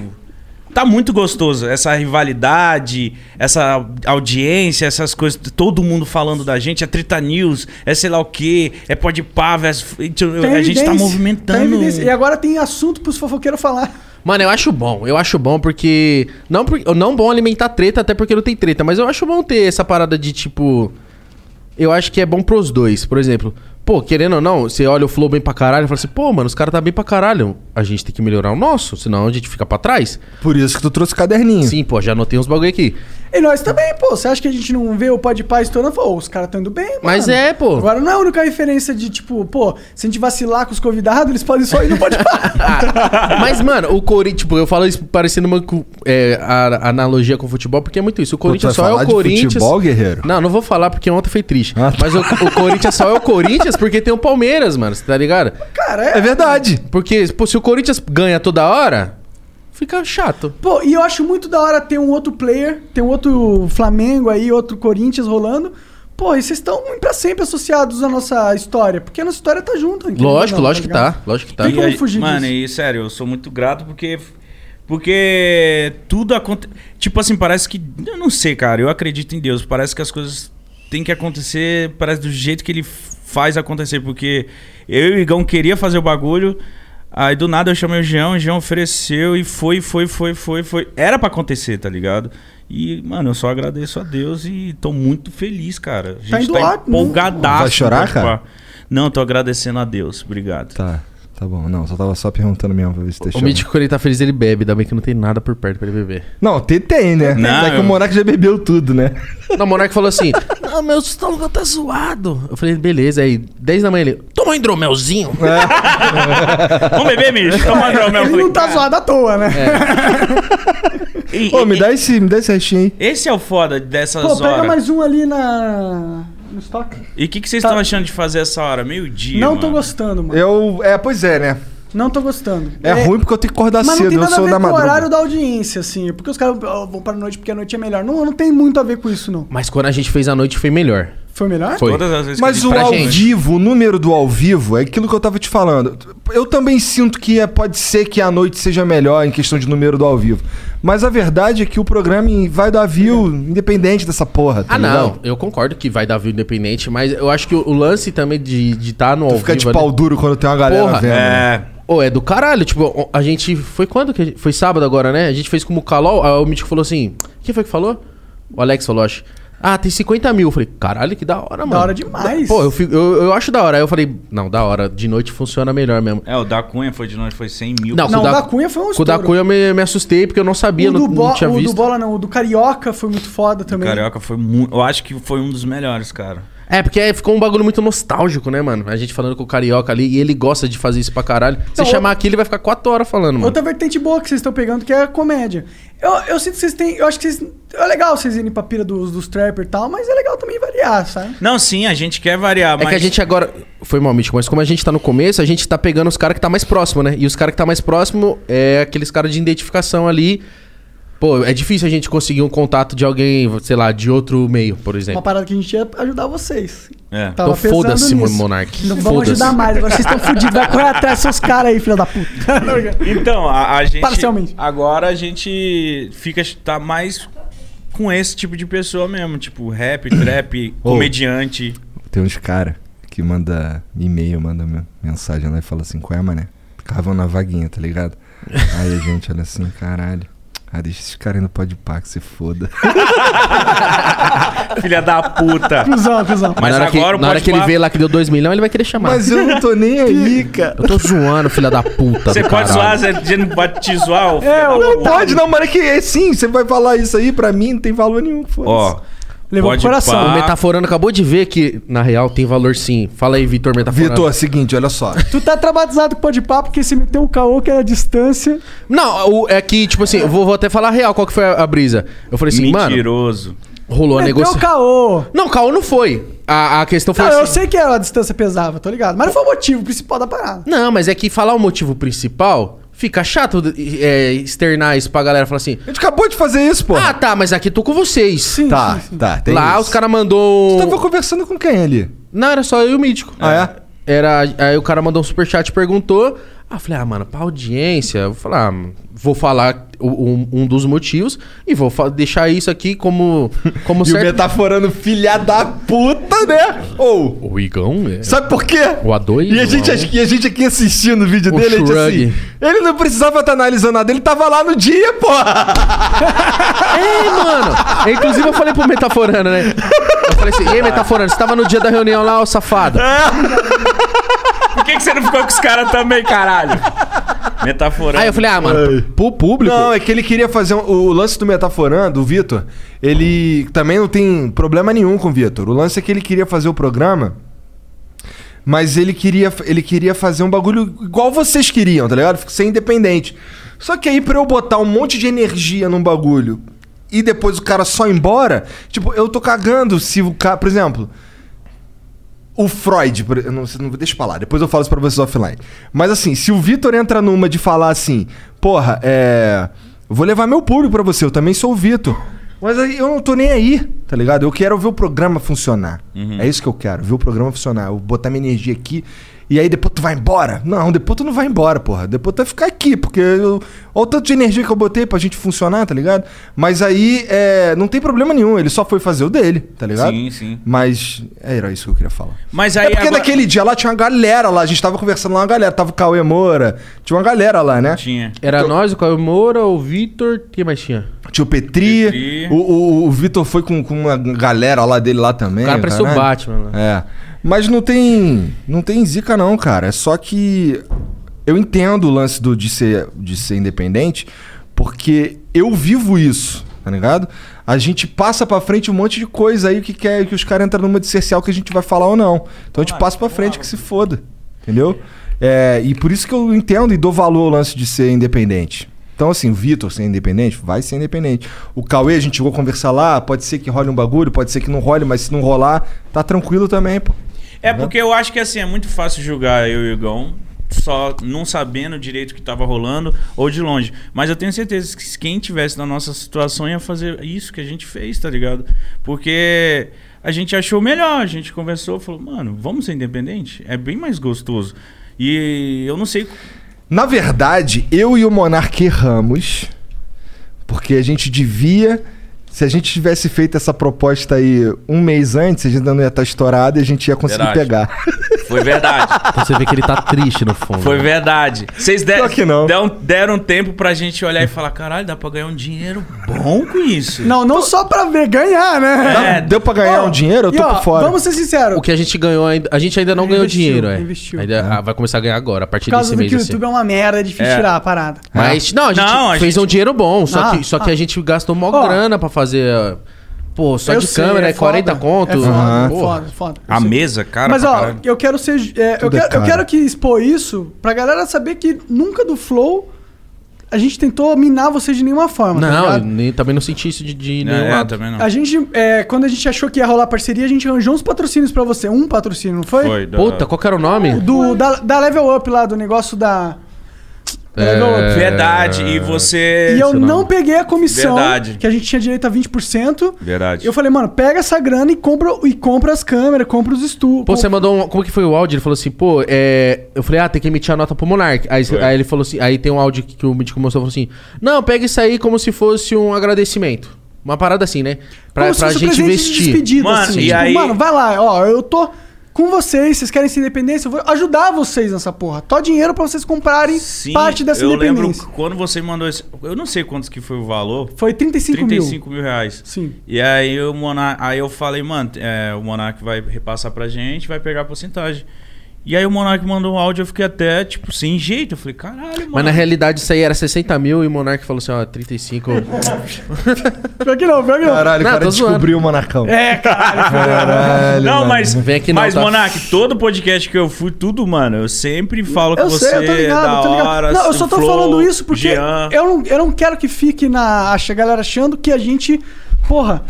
Tá muito gostoso. Essa rivalidade, essa audiência, essas coisas. Todo mundo falando da gente. É Trita News, é sei lá o quê, é Pode Pá, versus-
Tem
A gente tá
evidência, tem
movimentando.
evidência. e agora tem assunto pros fofoqueiros falar.
Mano, eu acho bom, eu acho bom porque. Não, por- não bom alimentar treta, até porque não tem treta, mas eu acho bom ter essa parada de tipo. Eu acho que é bom pros dois, por exemplo. Pô, querendo ou não, você olha o Flow bem pra caralho e fala assim, pô, mano, os caras tá bem pra caralho. A gente tem que melhorar o nosso, senão a gente fica pra trás.
Por isso que tu trouxe o caderninho.
Sim, pô, já anotei uns bagulho aqui.
E nós também, pô. Você acha que a gente não vê o Pode Pá estourando? Pô, os caras estão indo bem, mano.
Mas é, pô.
Agora não é a única referência de, tipo, pô, se a gente vacilar com os convidados, eles podem só ir no Pode Pá.
Mas, mano, o Corinthians, tipo, eu falo isso parecendo uma cu- é, a, a analogia com o futebol, porque é muito isso. O Corinthians
tu vai
só é
falar
o
de
Corinthians.
futebol, guerreiro? Ah.
Não, não vou falar porque ontem foi triste. Mas o, o Corinthians só é o Corinthians porque tem o Palmeiras, mano, você tá ligado?
Cara,
é...
verdade.
Porque, pô, se o Corinthians ganha toda hora, fica chato.
Pô, e eu acho muito da hora ter um outro player, ter um outro Flamengo aí, outro Corinthians rolando. Pô, e vocês estão pra sempre associados à nossa história, porque a nossa história tá junto. entendeu?
Lógico,
Não,
lógico que
ligado?
tá. Lógico que tá.
Tem como
aí-
fugir
mano,
disso.
e sério, eu sou muito grato porque. Porque tudo acontece. Tipo assim, parece que. Eu não sei, cara. Eu acredito em Deus. Parece que as coisas têm que acontecer. Parece do jeito que ele f- faz acontecer. Porque eu e o Igão queria fazer o bagulho. Aí do nada eu chamei o Jean, o Jean ofereceu e foi, foi, foi, foi, foi. Era pra acontecer, tá ligado? E, mano, eu só agradeço a Deus e tô muito feliz, cara. A
Tá
gente
indo
tá,
ótimo.
empolgadaço.
Vai chorar,
pode
cara?
pá. Não, tô agradecendo a Deus. Obrigado.
Tá, tá bom. Não, só tava só perguntando mesmo pra ver se
O
deixou.
Mítico, quando ele tá feliz, ele bebe. Ainda bem que não tem nada por perto pra ele beber.
Não, tem, tem, né?
Não,
Não, é que
eu-
o Monark já bebeu tudo, né?
Não, o Monark falou assim: Não, meu estômago tá zoado. Eu falei, beleza. Aí, 10 da manhã ele, toma um hidromelzinho.
Vamos beber, bicho? Toma um hidromel.
Ele não tá zoado à toa, né?
É,
E-
Ô, me, dá esse, me dá esse restinho aí.
Esse é o foda dessas
Pô, pega
horas.
mais um ali na. no estoque.
E o que, que vocês estão achando de fazer essa hora? Meio-dia.
não
mano.
tô gostando, mano.
Eu. É, pois é, né?
Não tô gostando.
É, ruim porque eu tenho que acordar
Mas não
cedo,
tem
eu
nada
sou
a ver
da
com o
madrugada.
horário da audiência, assim. Porque os caras ó, vão pra noite porque a noite é melhor. Não, não tem muito a ver com isso, não.
Mas quando a gente fez a noite foi melhor.
Foi melhor?
Foi. Todas as vezes que
Mas
eu
o
disse pra
ao
gente.
vivo, o número do ao vivo, é aquilo que eu tava te falando. Eu também sinto que é- pode ser que a noite seja melhor em questão de número do ao vivo. Mas a verdade é que o programa em- vai dar view independente dessa porra. tá
É. Ah, não.
ligado?
Eu concordo que vai dar view independente, mas eu acho que o o lance também de estar de tá no ao
Tu fica de
vivo
pau
ali-
duro quando tem uma galera
Porra,
vendo. né?
é. Ô, é do caralho. Tipo, o- a gente. Foi quando que. a gente- Foi sábado agora, né? A gente fez com o Calol. Aí o Mítico falou assim. Quem foi que falou? O Alex falou, acho. Ah, tem 50 mil. Eu falei, caralho, que da hora, mano.
hora demais.
Pô, eu, fico- eu, eu acho da hora. Aí eu falei, não, da hora. De noite funciona melhor mesmo.
É, o da Cunha foi de nós, foi 100 mil.
Não, com o da Cunha
foi um
Com o da
estouro.
Cunha eu me, me assustei porque eu não sabia,
o
não,
do,
não
bo-
tinha
o do
visto.
Bola não, o do Carioca foi muito foda também.
Carioca foi muito. Eu acho que foi um dos melhores, cara.
É, porque aí ficou um bagulho muito nostálgico, né, mano? A gente falando com o Carioca ali e ele gosta de fazer isso pra caralho. Se
Não,
chamar aqui, ele vai ficar 4 horas falando, mano.
Outra vertente boa que vocês estão pegando, que é a comédia. Eu, eu sinto que vocês têm. Eu acho que vocês. É legal vocês irem pra pira dos, dos trapper e tal, mas é legal também variar, sabe?
Não, sim, a gente quer variar,
É
mas.
que a gente agora. Foi mal, Mítico, mas como a gente tá no começo, a gente tá pegando os caras que tá mais próximo, né? E os caras que tá mais próximo é aqueles caras de identificação ali. Pô, é difícil a gente conseguir um contato de alguém, sei lá, de outro meio, por
Uma
exemplo.
parada que a gente ia ajudar vocês.
É.
Tava
Então
pensando
foda-se,
nisso.
Monark.
Não vamos
Foda-se.
ajudar mais, agora vocês estão fodidos. Vai correr atrás seus caras aí, filha da puta.
Então, a, a gente.
Parcialmente.
Agora a gente fica. tá mais com esse tipo de pessoa mesmo. Tipo, rap, trap,
Ô.
comediante.
Tem uns cara que manda e-mail, manda me- mensagem lá e fala assim, qual é, mané? Cavando na vaguinha, tá ligado? Aí a gente olha assim, caralho. Ah, deixa esses caras indo pode pá, que se foda.
Filha da puta.
Cusão, cusão.
Mas, na hora, que, na hora que ele vê lá que deu 2 milhões, ele vai querer chamar.
Mas eu não tô nem aí, cara.
Eu tô zoando, filha da puta.
Você
do
pode zoar,
caralho.
você não pode te
É,
zoar. ô filho da
não
puta.
pode, não, mano. É que é, sim, você vai falar isso aí pra mim, não tem valor nenhum.
Ó.
Levou
Pode
pro coração.
pá.
O Metaforando acabou de ver que, na real, tem valor sim. Fala aí, Vitor Metaforando.
Vitor, é o seguinte, olha só.
Tu tá traumatizado com o pó de papo porque você meteu um caô que era a distância.
Não, o- é que, tipo assim, eu vou, vou até falar a real qual que foi a, a brisa. Eu falei assim, mano,
Mentiroso.
rolou a
Meteu
negociação.
o É, um caô.
Não, caô não foi. A, a questão foi
Não, eu
assim-
sei que era a distância pesava, tô ligado. Mas não foi o motivo principal da parada.
Não, mas é que falar o motivo principal fica chato é, externar isso pra galera. Falar assim...
A gente acabou de fazer isso, pô.
Ah, tá, mas aqui tô com vocês. Sim,
Tá, tá, tem
Lá
isso.
os caras mandou... um
Tu
tá
tava conversando com quem ali?
Não, era só eu e o Mítico.
Ah,
é? Era, aí o cara mandou um superchat e perguntou. Ah, eu falei, ah, mano, pra audiência, eu vou falar, ah, vou falar o- um, um dos motivos e vou fa- deixar isso aqui como, como
E o metaforando filha da puta, né? Ou.
O Igão, é.
Sabe por quê?
O A2.
E a, gente,
acho
e a gente aqui assistindo o vídeo
O
dele, a gente
Shrug.
assim. Ele não precisava estar analisando nada, ele tava lá no dia, porra!
Ei, mano! Inclusive eu falei pro Metaforano, né? Eu falei assim, ei, Metaforano, você tava no dia da reunião lá, ô safado.
Por que, que você não ficou com os caras também, caralho? Metaforando.
Aí eu falei, ah, mano, pro público.
Não, é que ele queria fazer um- o lance do Metaforando, o Vitor. Ele também não tem problema nenhum com o Vitor. O lance é que ele queria fazer o programa, mas ele queria, ele queria fazer um bagulho igual vocês queriam, tá ligado? Ser independente. Só que aí pra eu botar um monte de energia num bagulho e depois o cara só ir embora, tipo, eu tô cagando se o cara, por exemplo, o Freud, por- eu não, eu não- deixa pra lá, depois eu falo isso pra vocês offline. Mas assim, se o Vitor entra numa de falar assim, porra, é. eu Vou levar meu público pra você, eu também sou o Vitor. Mas aí eu não tô nem aí, tá ligado? Eu quero ver o programa funcionar.
Uhum.
É isso que eu quero, ver o programa funcionar. Eu botar minha energia aqui e aí depois tu vai embora. Não, depois tu não vai embora, porra. Depois tu vai ficar aqui, porque eu, olha o tanto de energia que eu botei pra gente funcionar, tá ligado? Mas aí é, não tem problema nenhum, ele só foi fazer o dele, tá ligado?
Sim, sim.
Mas era isso que eu queria falar.
Mas aí
é porque
agora-
naquele dia lá tinha uma galera lá, a gente tava conversando lá, uma galera, tava o Cauê Moura, tinha uma galera lá, né?
Tinha.
Era nós, o Caio Moura, o Vitor, quem mais tinha?
Tinha o Petri,
Petri.
o, o, o Vitor foi com, com uma galera lá dele lá também.
O cara parecia o
caralho.
Batman lá.
É. Mas não tem. Não tem zica, não, cara. É só que. Eu entendo o lance do, de, ser, de ser independente, porque eu vivo isso, tá ligado? A gente passa pra frente um monte de coisa aí que quer que os caras entram numa de cercial que a gente vai falar ou não. Então a gente passa pra frente que se foda. Entendeu? É, e por isso que eu entendo e dou valor ao lance de ser independente. Então, assim, o Vitor ser independente, vai ser independente. O Cauê, a gente chegou a conversar lá, pode ser que role um bagulho, pode ser que não role, mas se não rolar, tá tranquilo também, pô.
É porque eu acho que assim, é muito fácil julgar eu e o Igão, só não sabendo direito o que tava rolando ou de longe. Mas eu tenho certeza que se quem tivesse na nossa situação ia fazer isso que a gente fez, tá ligado? Porque a gente achou melhor, a gente conversou, falou, mano, vamos ser independente? É bem mais gostoso. E eu não sei.
Na verdade, eu e o Monarque erramos, porque a gente devia. Se a gente tivesse feito essa proposta aí um mês antes, a gente ainda não ia estar tá estourado e a gente ia conseguir
Verdade.
pegar.
Foi verdade.
Então você vê que ele tá triste no fundo.
Foi verdade. Vocês deram, deram, deram tempo pra gente olhar e falar: caralho, dá pra ganhar um dinheiro bom com isso.
Não, não só pra ver, ganhar, né?
É,
Deu pra ganhar um dinheiro? Eu tô
e, ó,
por fora.
Vamos ser sinceros.
O que a gente ganhou ainda. A gente ainda não ganhou
Investiu,
dinheiro, é.
investiu.
Ainda- ah, vai começar a ganhar agora, a
Por
partir
causa
desse
do
mês.
que o
assim.
YouTube é uma merda, é difícil
É.
tirar a parada.
Mas, não, a gente
Não, a
fez
gente-
um dinheiro bom, só,
Ah,
que, só que a gente gastou mó grana pra fazer. ah, Pô, só
Eu
de
sei,
câmera,
é
é 40
foda,
conto.
é foda,
Aham.
foda, foda.
A mesa, cara.
Mas
pra
ó,
caralho.
eu quero ser. é, eu,
Tudo é
quero, eu
caro.
quero que expor isso pra galera saber que nunca do Flow a gente tentou minar vocês de nenhuma forma. tá
Não,
ligado?
eu nem- também não senti isso de, de
É,
nenhum
é,
lado.
também
A gente, é, quando a gente achou que ia rolar parceria, a gente arranjou uns patrocínios pra você. Um patrocínio, não foi?
Foi, da- Puta, qual que era o nome?
Do, da, da Level Up lá, do negócio da...
É,
Verdade. E você.
e eu não, peguei a comissão,
Verdade.
que a gente tinha direito a 20%.
Verdade.
Eu falei, mano, pega essa grana e compra, e compra as câmeras, compra os estúdios.
Pô, você mandou um. Como que foi o áudio? Ele falou assim, pô, é. Eu falei, ah, tem que emitir a nota pro Monark. Aí,
Foi.
aí ele falou assim, aí tem um áudio que o Mítico mostrou falou assim: Não, pega isso aí como se fosse um agradecimento. Uma parada assim, né? Pra,
Como se
pra
fosse um
gente
presente de
investir.
despedida, assim. tipo, mano, vai lá, ó, eu tô com vocês, vocês querem ser independência, eu vou ajudar vocês nessa porra. Tó dinheiro pra vocês comprarem
Sim,
parte dessa
eu lembro um
independência.
quando você me mandou esse. Eu não sei quantos que foi o valor.
Foi 35 mil.
35 mil reais.
Sim.
E aí, o Monar, aí eu falei, mano, é, o Monark vai repassar pra gente, vai pegar a porcentagem. E aí o Monark mandou um áudio, eu fiquei até, tipo, sem jeito. Eu falei, caralho, mano.
Mas na realidade isso aí era 60 mil e o Monark falou assim, ó, 35.
Pior que não, pior que não.
Caralho,
Não,
o cara
tô zoando.
descobriu o Monarcão.
É, cara.
Caralho,
não,
mano.
mas,
Não vem aqui não,
mas
tá?
Monark, todo podcast que eu fui, tudo, mano, eu sempre falo
Eu
que você
sei, eu tô
é
ligado,
da
eu tô ligado.
hora.
não, eu só tô
Flow,
falando isso porque
Jean.
eu não, eu não quero que fique na acha- a galera achando que a gente, porra,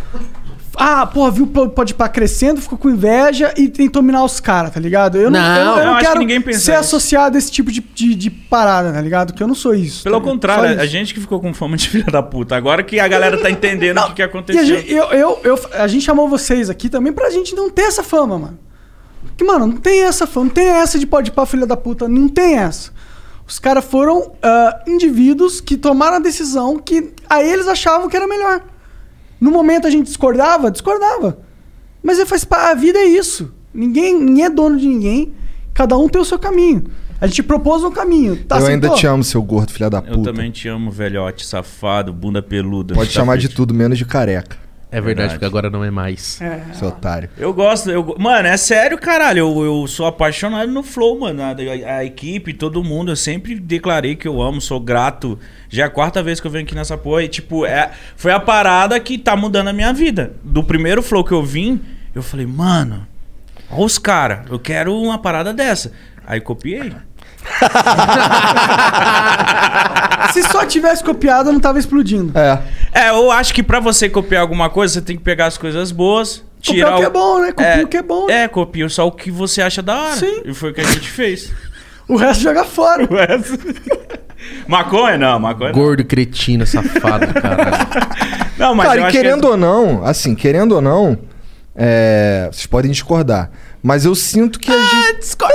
ah, porra, viu o pode pá crescendo, ficou com inveja e tentou minar os caras, tá ligado? Eu não,
Não,
eu, eu
eu
não
acho que
quero
ninguém pensa
ser
nisso.
associado a esse tipo de, de, de parada, tá ligado? Que eu não sou isso.
Pelo
tá ligado? Só
contrário,
isso.
a gente que ficou com fama de filha da puta. Agora que a galera tá entendendo o que, que
E
aconteceu.
a gente, eu, eu, eu- a gente chamou vocês aqui também pra gente não ter essa fama, mano. Que, mano, não tem essa fama, não tem essa de pode pá, filha da puta, não tem essa. Os caras foram ah, indivíduos que tomaram a decisão que aí eles achavam que era melhor. No momento a gente discordava, discordava. Mas é, faz, pa- a vida é isso. Ninguém, ninguém é dono de ninguém. Cada um tem o seu caminho. A gente propôs um caminho. Tá
eu
assim,
ainda
pô,
te amo, seu gordo, filha da puta.
Eu também te amo, velhote, safado, bunda peluda. tá
Pode chamar de
tapete.
tudo, menos de careca.
É verdade, porque agora não é mais.
Seu otário.
Eu gosto, eu, go- mano, é sério, caralho. Eu, eu sou apaixonado no Flow, mano. A, a- a equipe, todo mundo. Eu sempre declarei que eu amo, sou grato. Já é a quarta vez que eu venho aqui nessa porra. E, tipo, é, foi a parada que tá mudando a minha vida. Do primeiro Flow que eu vim, eu falei, mano, olha os caras, eu quero uma parada dessa. Aí copiei.
Se só tivesse copiado, não tava explodindo.
um. É.
É, eu acho que pra você copiar alguma coisa, você tem que pegar as coisas boas.
Copiar
Tirar
o que é bom, né? Copia
É,
o que é bom.
É, copia só o que você acha da hora.
Sim.
E foi o que a gente fez.
O resto joga fora.
O resto. Maconha não, maconha não.
Gordo, cretino, safado, caralho.
Não, mas eu
Cara, e
acho que é-
querendo ou não, assim, querendo ou não, é, vocês podem discordar. Mas eu sinto que a
Ah,
gente. Discorda!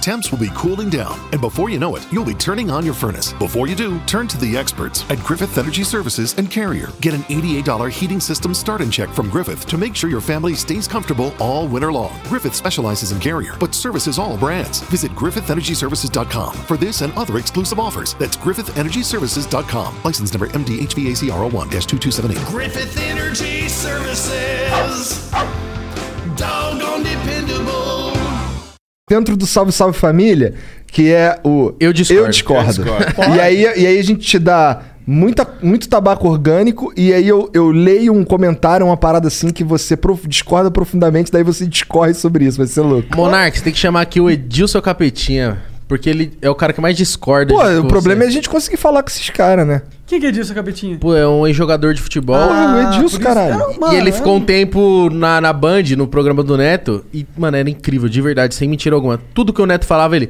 temps will be cooling down, and before you know it, you'll be turning on your furnace. Before you do, turn to the experts at Griffith Energy Services and Carrier. Get an $88 heating system start and check from Griffith to make sure your family stays comfortable all winter long. Griffith specializes in Carrier, but services all brands. Visit GriffithEnergyServices.com for this and other exclusive offers. That's GriffithEnergyServices.com. License number MDHVACR01 2278.
Griffith Energy Services. Doggone dependable.
Dentro do Salve Salve Família, que é o Eu Discordo.
discordo.
e, aí, e aí a gente te dá muita, muito tabaco orgânico e aí eu, eu leio um comentário, uma parada assim que você prof- discorda profundamente, daí você discorre sobre isso, vai ser louco.
Monark, você tem que chamar aqui o Edilson Capetinha, porque ele é o cara que mais discorda.
Pô,
de
o
você.
problema é a gente conseguir falar com esses caras, né?
Quem que é disso, Capetinha?
Pô, é um ex-jogador de futebol.
Ah,
é
Porra, o Edilson, por isso- caralho. Era, mano,
e ele
era
ficou um
um-
tempo na, na Band, no programa do Neto. E, mano, era incrível, de verdade, sem mentira alguma. Tudo que o Neto falava, ele...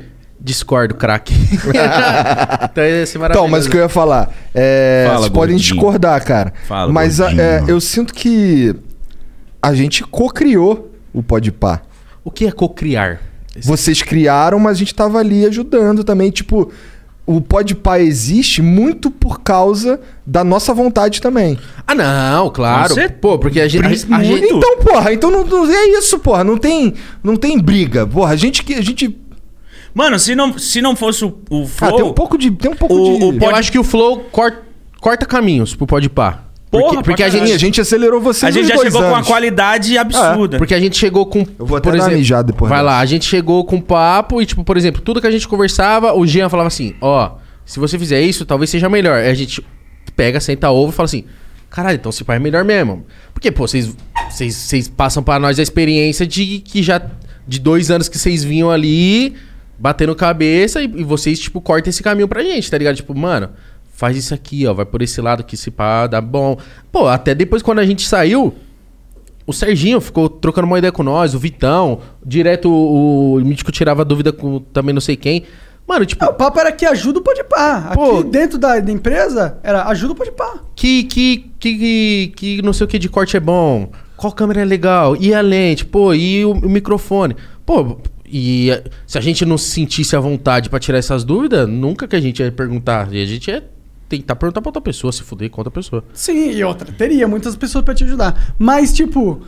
Discordo, craque. então, esse é maravilhoso.
Então, mas o que eu ia falar, é,
Fala,
vocês podem
gordinho.
discordar, cara.
Fala,
mas a-
gordinho.
é, eu sinto que a gente co-criou o Podpah.
O que é co-criar?
Vocês criaram, mas a gente tava ali ajudando também, tipo... O Podpah existe muito por causa da nossa vontade também.
Ah, não, claro. Pô, porque a gente... A, a gente
Então, porra, então não, não- é isso, porra. Não tem, não tem briga. Porra, a gente que. A gente.
Mano, se não, se não fosse o, o
Ah,
Flow.
tem um pouco de. Tem um pouco de.
Eu acho que o Flow corta, corta caminhos pro Podpah.
Porra,
Porque,
pra
porque a
caralho.
gente...
A gente
acelerou
vocês A gente nos já dois chegou com uma anos. qualidade absurda.
É, porque a gente chegou com... Eu vou
até dar uma mijada depois né?
Vai
dessa.
lá, a gente chegou com papo e, tipo, por exemplo, tudo que a gente conversava, o Jean falava assim, ó, se você fizer isso, talvez seja melhor. Aí a gente pega, senta ovo e fala assim, caralho, então se pá é melhor mesmo. Porque, pô, vocês, vocês, vocês passam pra nós a experiência de que já... De dois anos que vocês vinham ali, batendo cabeça e, e vocês, tipo, cortam esse caminho pra gente, tá ligado? Tipo, mano... Faz isso aqui, ó. Vai por esse lado que se pá, dá bom. Pô, até depois quando a gente saiu, o Serginho ficou trocando uma ideia com nós, o Vitão, direto o, o Mítico tirava dúvida com também não sei quem. Mano, tipo.
O papo era que ajuda o Podpah. Aqui dentro da, da empresa, era ajuda o Podpah.
Que, que, que, que, que não sei o que de corte é bom, qual câmera é legal, e a lente, pô, e o, o microfone. Pô, e eh, se a gente não se sentisse à vontade pra tirar essas dúvidas, nunca que a gente ia perguntar. E a gente é, ia tentar perguntar tá pra outra pessoa, se fuder com outra pessoa.
Sim, e outra, teria muitas pessoas pra te ajudar. Mas, tipo.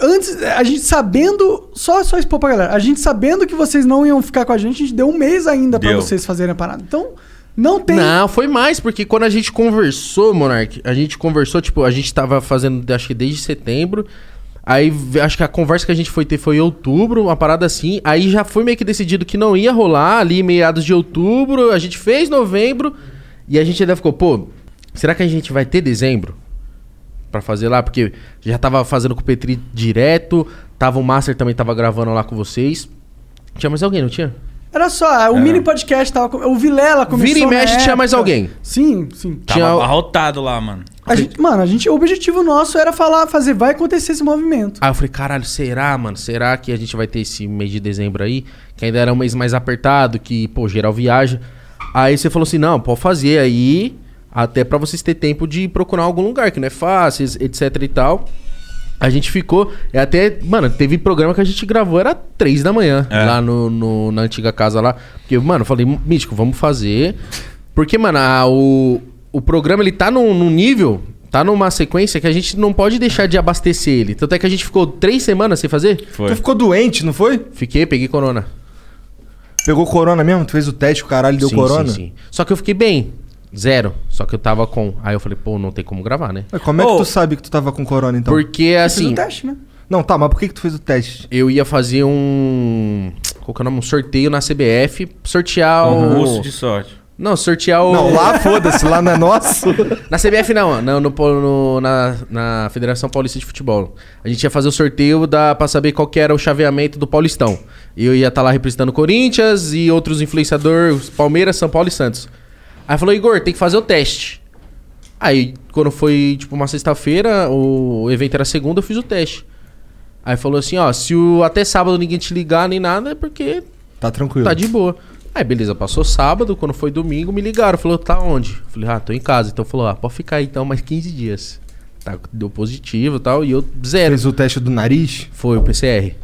Antes, a gente sabendo. Só, só expor pra galera. A gente sabendo que vocês não iam ficar com a gente, a gente deu um mês ainda pra
Deu.
vocês fazerem a parada. Então, não tem.
Não, foi mais, porque quando a gente conversou, Monark, a gente conversou, tipo, a gente tava fazendo, acho que desde setembro. Aí v- acho que a conversa que a gente foi ter foi em outubro, uma parada assim. Aí já foi meio que decidido que não ia rolar ali, meados de outubro. A gente fez novembro. E a gente ainda ficou, pô, será que a gente vai ter dezembro? Pra fazer lá? Porque já tava fazendo com o Petri direto. Tava o Master também tava gravando lá com vocês. Tinha mais alguém, não tinha?
Era só, ah, o mini podcast tava. com- O Vilela começou.
É. Vira e
na
mexe, tinha mais
época.
alguém.
Sim, sim.
Tava abarrotado lá, mano.
A gente- mano, a gente, o objetivo nosso era falar, fazer, vai acontecer esse movimento.
Aí eu falei, caralho, será, mano? Será que a gente vai ter esse mês de dezembro aí? Que ainda era um mês mais apertado, que, pô, geral viaja. Aí você falou assim, não, pode fazer aí, até pra vocês terem tempo de procurar algum lugar, que não é fácil, etc e tal. A gente ficou, e até, mano, teve programa que a gente gravou, era três da manhã, lá no, no- na antiga casa lá. Porque, mano, eu falei, Mítico, vamos fazer. Porque, mano, a- o, o programa, ele tá num, num nível, tá numa sequência que a gente não pode deixar de abastecer ele. Tanto é que a gente ficou três semanas sem fazer.
Foi.
Tu
ficou doente, não foi?
Fiquei, peguei corona.
Pegou corona mesmo? Tu fez o teste, o caralho, deu
Sim,
corona?
sim, sim. Só que eu fiquei bem, zero. Só que eu tava com... Aí eu falei, pô, não tem como gravar, né?
Mas Como é que tu sabe que tu tava com corona, então?
Porque, assim...
né?
Não, tá, mas por que, que tu fez o teste?
Eu ia fazer um. Qual que é o nome? Um sorteio na CBF. Sortear o.
Concurso de sorte.
Não, sortear o.
Não, lá,
foda-se, lá não é nosso.
na CBF não, não no, po- no- na, na Federação Paulista de Futebol. A gente ia fazer o sorteio da, pra saber qual que era o chaveamento do Paulistão. E Eu ia estar lá representando o Corinthians e outros influenciadores, Palmeiras, São Paulo e Santos. Aí falou, Igor, tem que fazer o teste. Aí, quando foi, tipo, uma sexta-feira, o evento era segunda, eu fiz o teste. Aí falou assim, ó, se o, até sábado ninguém te ligar nem nada, é porque
Tá tranquilo.
Tá de boa. Aí, beleza, passou sábado, quando foi domingo, me ligaram. Falou, tá onde? Eu Falei, ah, tô em casa. Então falou, ah, pode ficar aí então mais 15 dias. Tá, deu positivo e tal, e eu zero.
Fez o teste do nariz?
Foi, o PCR.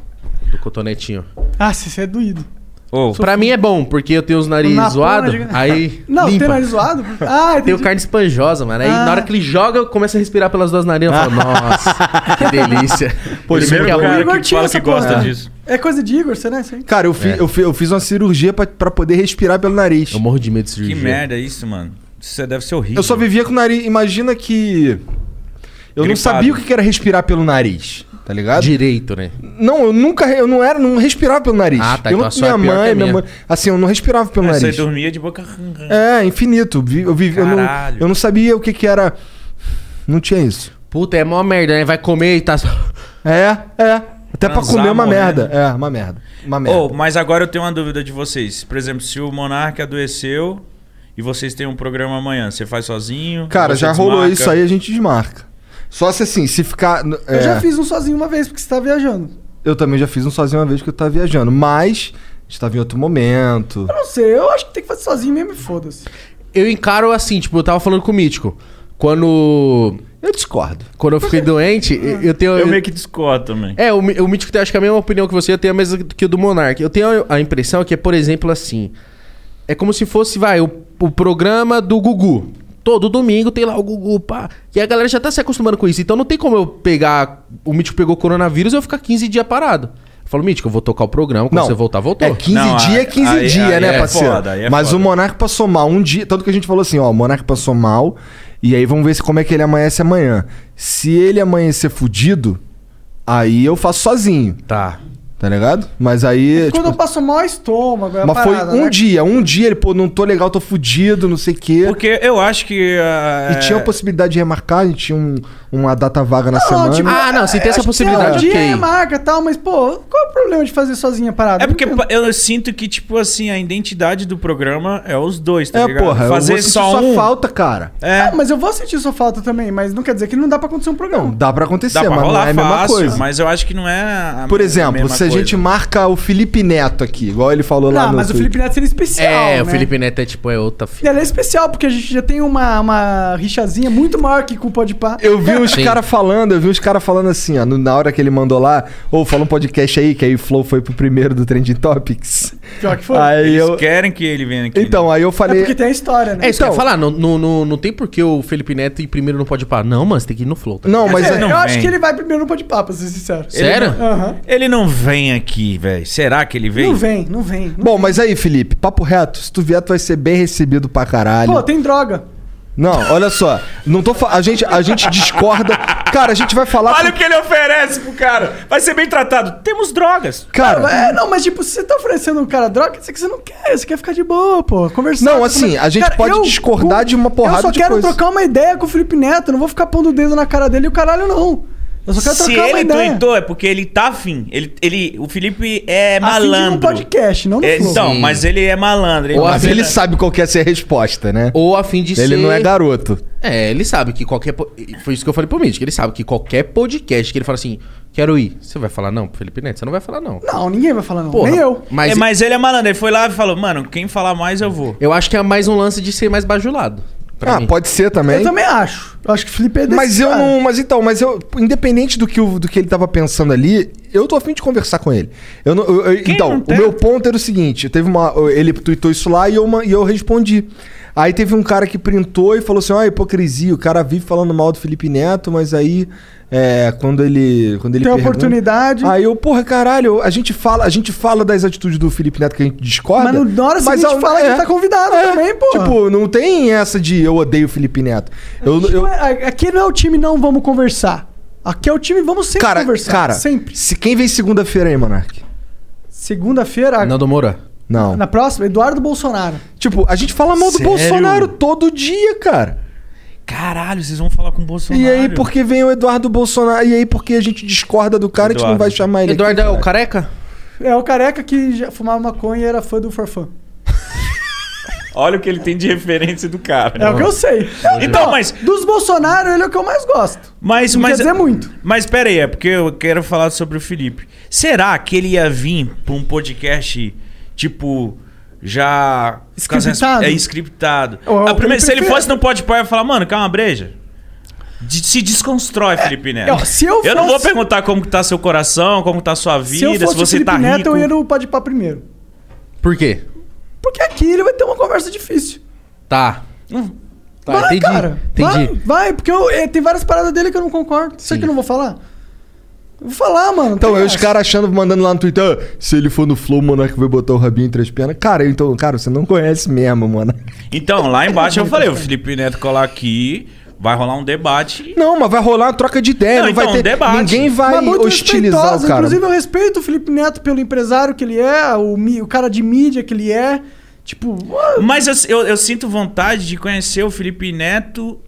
do cotonetinho.
Ah, se você é doído.
Oh, pra mim é bom, porque eu tenho os nariz
Na
zoado,
porra de-
aí.
Não,
limpa.
tem nariz zoado? Ah,
Eu tenho carne esponjosa, mano. Aí
Ah.
na hora que ele joga, eu começo a respirar pelas duas narinas. Eu falo, nossa, que delícia.
Pô,
Isso que é bom.
É coisa de Igor, você né? Sim.
Cara, eu, fi-
É.
eu, fi- eu fiz uma cirurgia pra, pra poder respirar pelo nariz. Eu
morro de medo de
Que merda é isso, mano? Isso é- deve ser horrível.
Eu só vivia com o nariz. Imagina que. Eu não
Gripado.
sabia o que que era respirar pelo nariz, tá ligado?
Direito, né?
Não, eu nunca. Eu não era, não respirava pelo nariz.
Ah, tá,
Eu
então
não,
a sua é
minha
pior que a
mãe, minha
minha.
mãe. Assim, eu não respirava pelo
É, Você
nariz.
dormia de boca.
É, infinito. Vi- Eu, vivi, eu, não,
Caralho.
eu não sabia o que, que era. Não tinha isso.
Puta, é mó merda, né? Vai comer e tá.
É, é. Até pra
Transar
comer é uma
morrendo.
merda. É, uma merda. Uma merda.
Oh, mas agora eu tenho uma dúvida de vocês. Por exemplo, se o Monark adoeceu e vocês têm um programa amanhã, você faz sozinho?
Cara,
Você
já rolou
desmarca?
isso aí, a gente desmarca. Só se assim, se ficar. n-
Eu
é,
já fiz um sozinho uma vez, porque você tá viajando.
Eu também já fiz um sozinho uma vez que eu tava viajando, mas a gente tava em outro momento.
Não sei, eu acho que tem que fazer sozinho mesmo e foda-se.
Eu encaro assim, tipo, eu tava falando com o Mítico. Quando.
Eu discordo.
Quando eu fiquei doente, eu eu tenho.
Eu meio que discordo também.
É, o, Mi- o Mítico tem acho que a mesma opinião que você, eu tenho a mesma que o do Monark. Eu tenho a impressão que é, por exemplo, assim. É como se fosse, vai, o, o programa do Gugu. Todo domingo tem lá o Gugu, pá. E a galera já tá se acostumando com isso. Então não tem como eu pegar. O Mítico pegou coronavírus e eu ficar 15 dias parado. Eu falo, Mítico, eu vou tocar o programa. Quando
Não,
você voltar, voltou.
É 15 dias, é 15 dias, né, parceiro? Mas o Monark passou mal um dia. Tanto que a gente falou assim, ó, o Monark passou mal. E aí vamos ver se, como é que ele amanhece amanhã. Se ele amanhecer fudido, aí eu faço sozinho.
Tá.
Tá ligado? Mas aí.
Quando
tipo,
eu passo mal é estômago, é a
mas foi
parada,
um
né?
dia, um dia ele, pô, não tô legal, tô fudido, não sei o quê.
Porque eu acho que. ah,
E tinha um a
é,
possibilidade de remarcar, a gente tinha um- uma data vaga na semana. Ah,
Ah, acho que um dia é marca tal, mas, pô, qual é o problema de fazer sozinha a parada?
É porque pa- eu sinto que, tipo assim, a identidade do programa é os dois, tá
É,
ligado?
porra, eu
Fazer
vou sentir
só
sua
um.
falta, cara.
É.
Ah, mas eu vou sentir sua falta também, mas não quer dizer que não dá pra acontecer um programa.
Dá pra acontecer,
Dá pra
mas
rolar
não é a mesma
fácil,
coisa.
mas eu acho que não é. a-
Por
a
exemplo,
mesma
se a gente
coisa. Ah,
marca o Felipe Neto aqui, igual ele falou lá
Não,
no.
Ah, mas o
Twitter.
Felipe Neto seria especial,
É, o
né?
Felipe Neto é tipo, é outra
E ela é especial, porque a gente já tem uma, uma rixazinha muito maior que com o Podpah.
Eu
É.
vi os caras falando, eu vi os caras falando assim, ó, no- na hora que ele mandou lá, ou falou um podcast aí, que aí o Flow foi pro primeiro do Trending Topics.
Pior que foi.
Aí
Eles
eu-
querem que ele venha aqui. né?
Então, aí eu falei.
É porque tem a história, né?
É isso que eu ia
Então-
falar, não, não, não, não tem por que o Felipe Neto ir primeiro no pode parar. Não, mano, você tem que ir no flow. tá
Não,
ligado?
mas
É,
Ele
eu
não
acho
vem.
que ele vai primeiro no Podpah, pra ser sincero.
Sério?
Ele não- é. Aham.
Ele não vem aqui, velho. Será que ele vem?
Não vem, não vem.
Bom, mas aí, Felipe, papo reto, se tu vier, tu vai ser bem recebido pra caralho.
Pô, tem droga.
Não, olha só, não tô fa- a gente a gente discorda. Cara, a gente vai falar
Olha o que ele oferece pro cara. Vai ser bem tratado. Temos drogas.
Não, é, não, mas tipo, se você tá oferecendo um cara droga, quer dizer que você não quer, você quer ficar de boa, pô, conversando.
Não, assim, a gente pode discordar de uma porrada
Eu só
de
quero
coisa.
trocar uma ideia com o Felipe Neto, eu não vou ficar pondo o dedo na cara dele e o caralho não. Eu só quero
Se
trocar uma
ele
ideia.
tweetou, é porque ele tá afim. Ele, ele, o Felipe é
Afim de um
malandro.
podcast, não no
É,
Flow.
Então,
Sim.
mas ele é malandro.
Ou mas
mas
ele sabe qual que é a ser a resposta, né?
Ou a fim de
Ele
ser-
não é garoto.
É, ele sabe que qualquer. po- Foi isso que eu falei pro Mítico. Ele sabe que qualquer podcast que ele fala assim, quero ir, você vai falar não pro Felipe Neto? Você não vai falar não.
Não, ninguém vai falar não,
Porra,
nem eu.
Mas,
Mas,
mas ele é malandro. Ele foi lá e falou, mano, quem falar mais eu vou.
eu acho que é mais um lance de ser mais bajulado.
Ah, pode ser também.
Eu também acho. Eu acho que o Felipe é desse
Mas eu
cara.
não. Mas então, mas eu. Independente do que, o- do que ele tava pensando ali, eu tô afim de conversar com ele. Eu não, eu- eu- então, o meu ponto era o seguinte: teve uma. Ele tweetou isso lá e eu, ma- e eu respondi. Aí teve um cara que printou e falou assim: ó, hipocrisia, o cara vive falando mal do Felipe Neto, mas aí. é, quando ele. Quando ele
Tem
pergunta-
oportunidade.
Aí eu, porra, caralho, a gente fala, a gente fala das atitudes do Felipe Neto que a gente discorda.
Mas no- na hora seguinte
ao-
fala que
é.
tá convidado também, pô.
Tipo, não tem essa de eu odeio o Felipe Neto. Eu, eu,
Aqui não é o time não vamos conversar. Aqui é o time vamos sempre
Cara,
conversar.
cara,
sempre.
Se quem vem segunda-feira aí, Monark?
Segunda-feira,
Nando Moura.
Não.
na próxima, Eduardo Bolsonaro.
Tipo, a gente fala mal do
Sério?
Bolsonaro todo dia, cara.
Caralho, vocês vão falar com o Bolsonaro.
E aí porque vem o Eduardo Bolsonaro e aí porque a gente discorda do cara, a gente não
Eduardo.
vai chamar ele.
Eduardo é o careca?
É o careca que já fumava maconha e era fã do Forfã.
Olha o que ele tem de referência do cara.
É o que eu sei.
Então, mas...
Dos Bolsonaro, ele é o que eu mais gosto.
Mas,
Não
mas,
quer dizer muito.
Mas pera aí, é porque eu quero falar sobre o Felipe. Será que ele ia vir pra um podcast, tipo, já... com as res-
Scriptado?
É, scriptado.
Ó,
A
o
primeira-
Felipe
se ele
fez.
fosse no podcast, eu ia falar, mano, calma, breja. De- se desconstrói, Felipe Neto.
É, ó, se eu
não vou
fosse-
perguntar como que tá seu coração, como tá sua
Se eu
vida, se,
fosse o
você
Felipe
tá
Neto,
rico.
eu ia no Pode Pá primeiro.
Por quê?
Porque aqui ele vai ter uma conversa difícil.
Tá. Tá,
vai,
entendi.
cara.
entendi.
Vai, vai, porque eu- eh, tem várias paradas dele que eu não concordo. Você que eu não vou falar? Eu vou falar, mano. tá
Então,
tem
eu os
essa.
caras achando, mandando lá no Twitter, "Ah, se ele for no Flow, o Monark vai botar o rabinho entre as pernas. Cara, então, cara, você não conhece mesmo, mano.
Então, lá embaixo eu falei, o Felipe Neto colar aqui, vai rolar um debate.
Não, mas vai rolar uma troca de ideia, não,
Não, então,
um
vai ter.
debate.
Ninguém vai
Mas muito
hostilizar o
respeitosa.
cara.
Inclusive, eu respeito o Felipe Neto pelo empresário que ele é, o, mi- o cara de mídia que ele é. Tipo, ah,
Mas eu, eu- eu sinto vontade de conhecer o Felipe Neto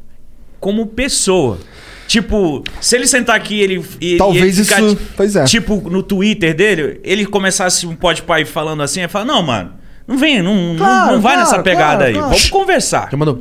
como pessoa. Tipo, se ele sentar aqui e ele, e- e
Talvez
ele ficar,
isso-
ti-
pois é.
Tipo, no Twitter dele, ele começasse um pode pai falando assim, ele fala, não, mano, não vem, não, não-
Claro,
não vai
claro,
nessa pegada
claro,
aí.
claro.
Vamos conversar.
Já mandou.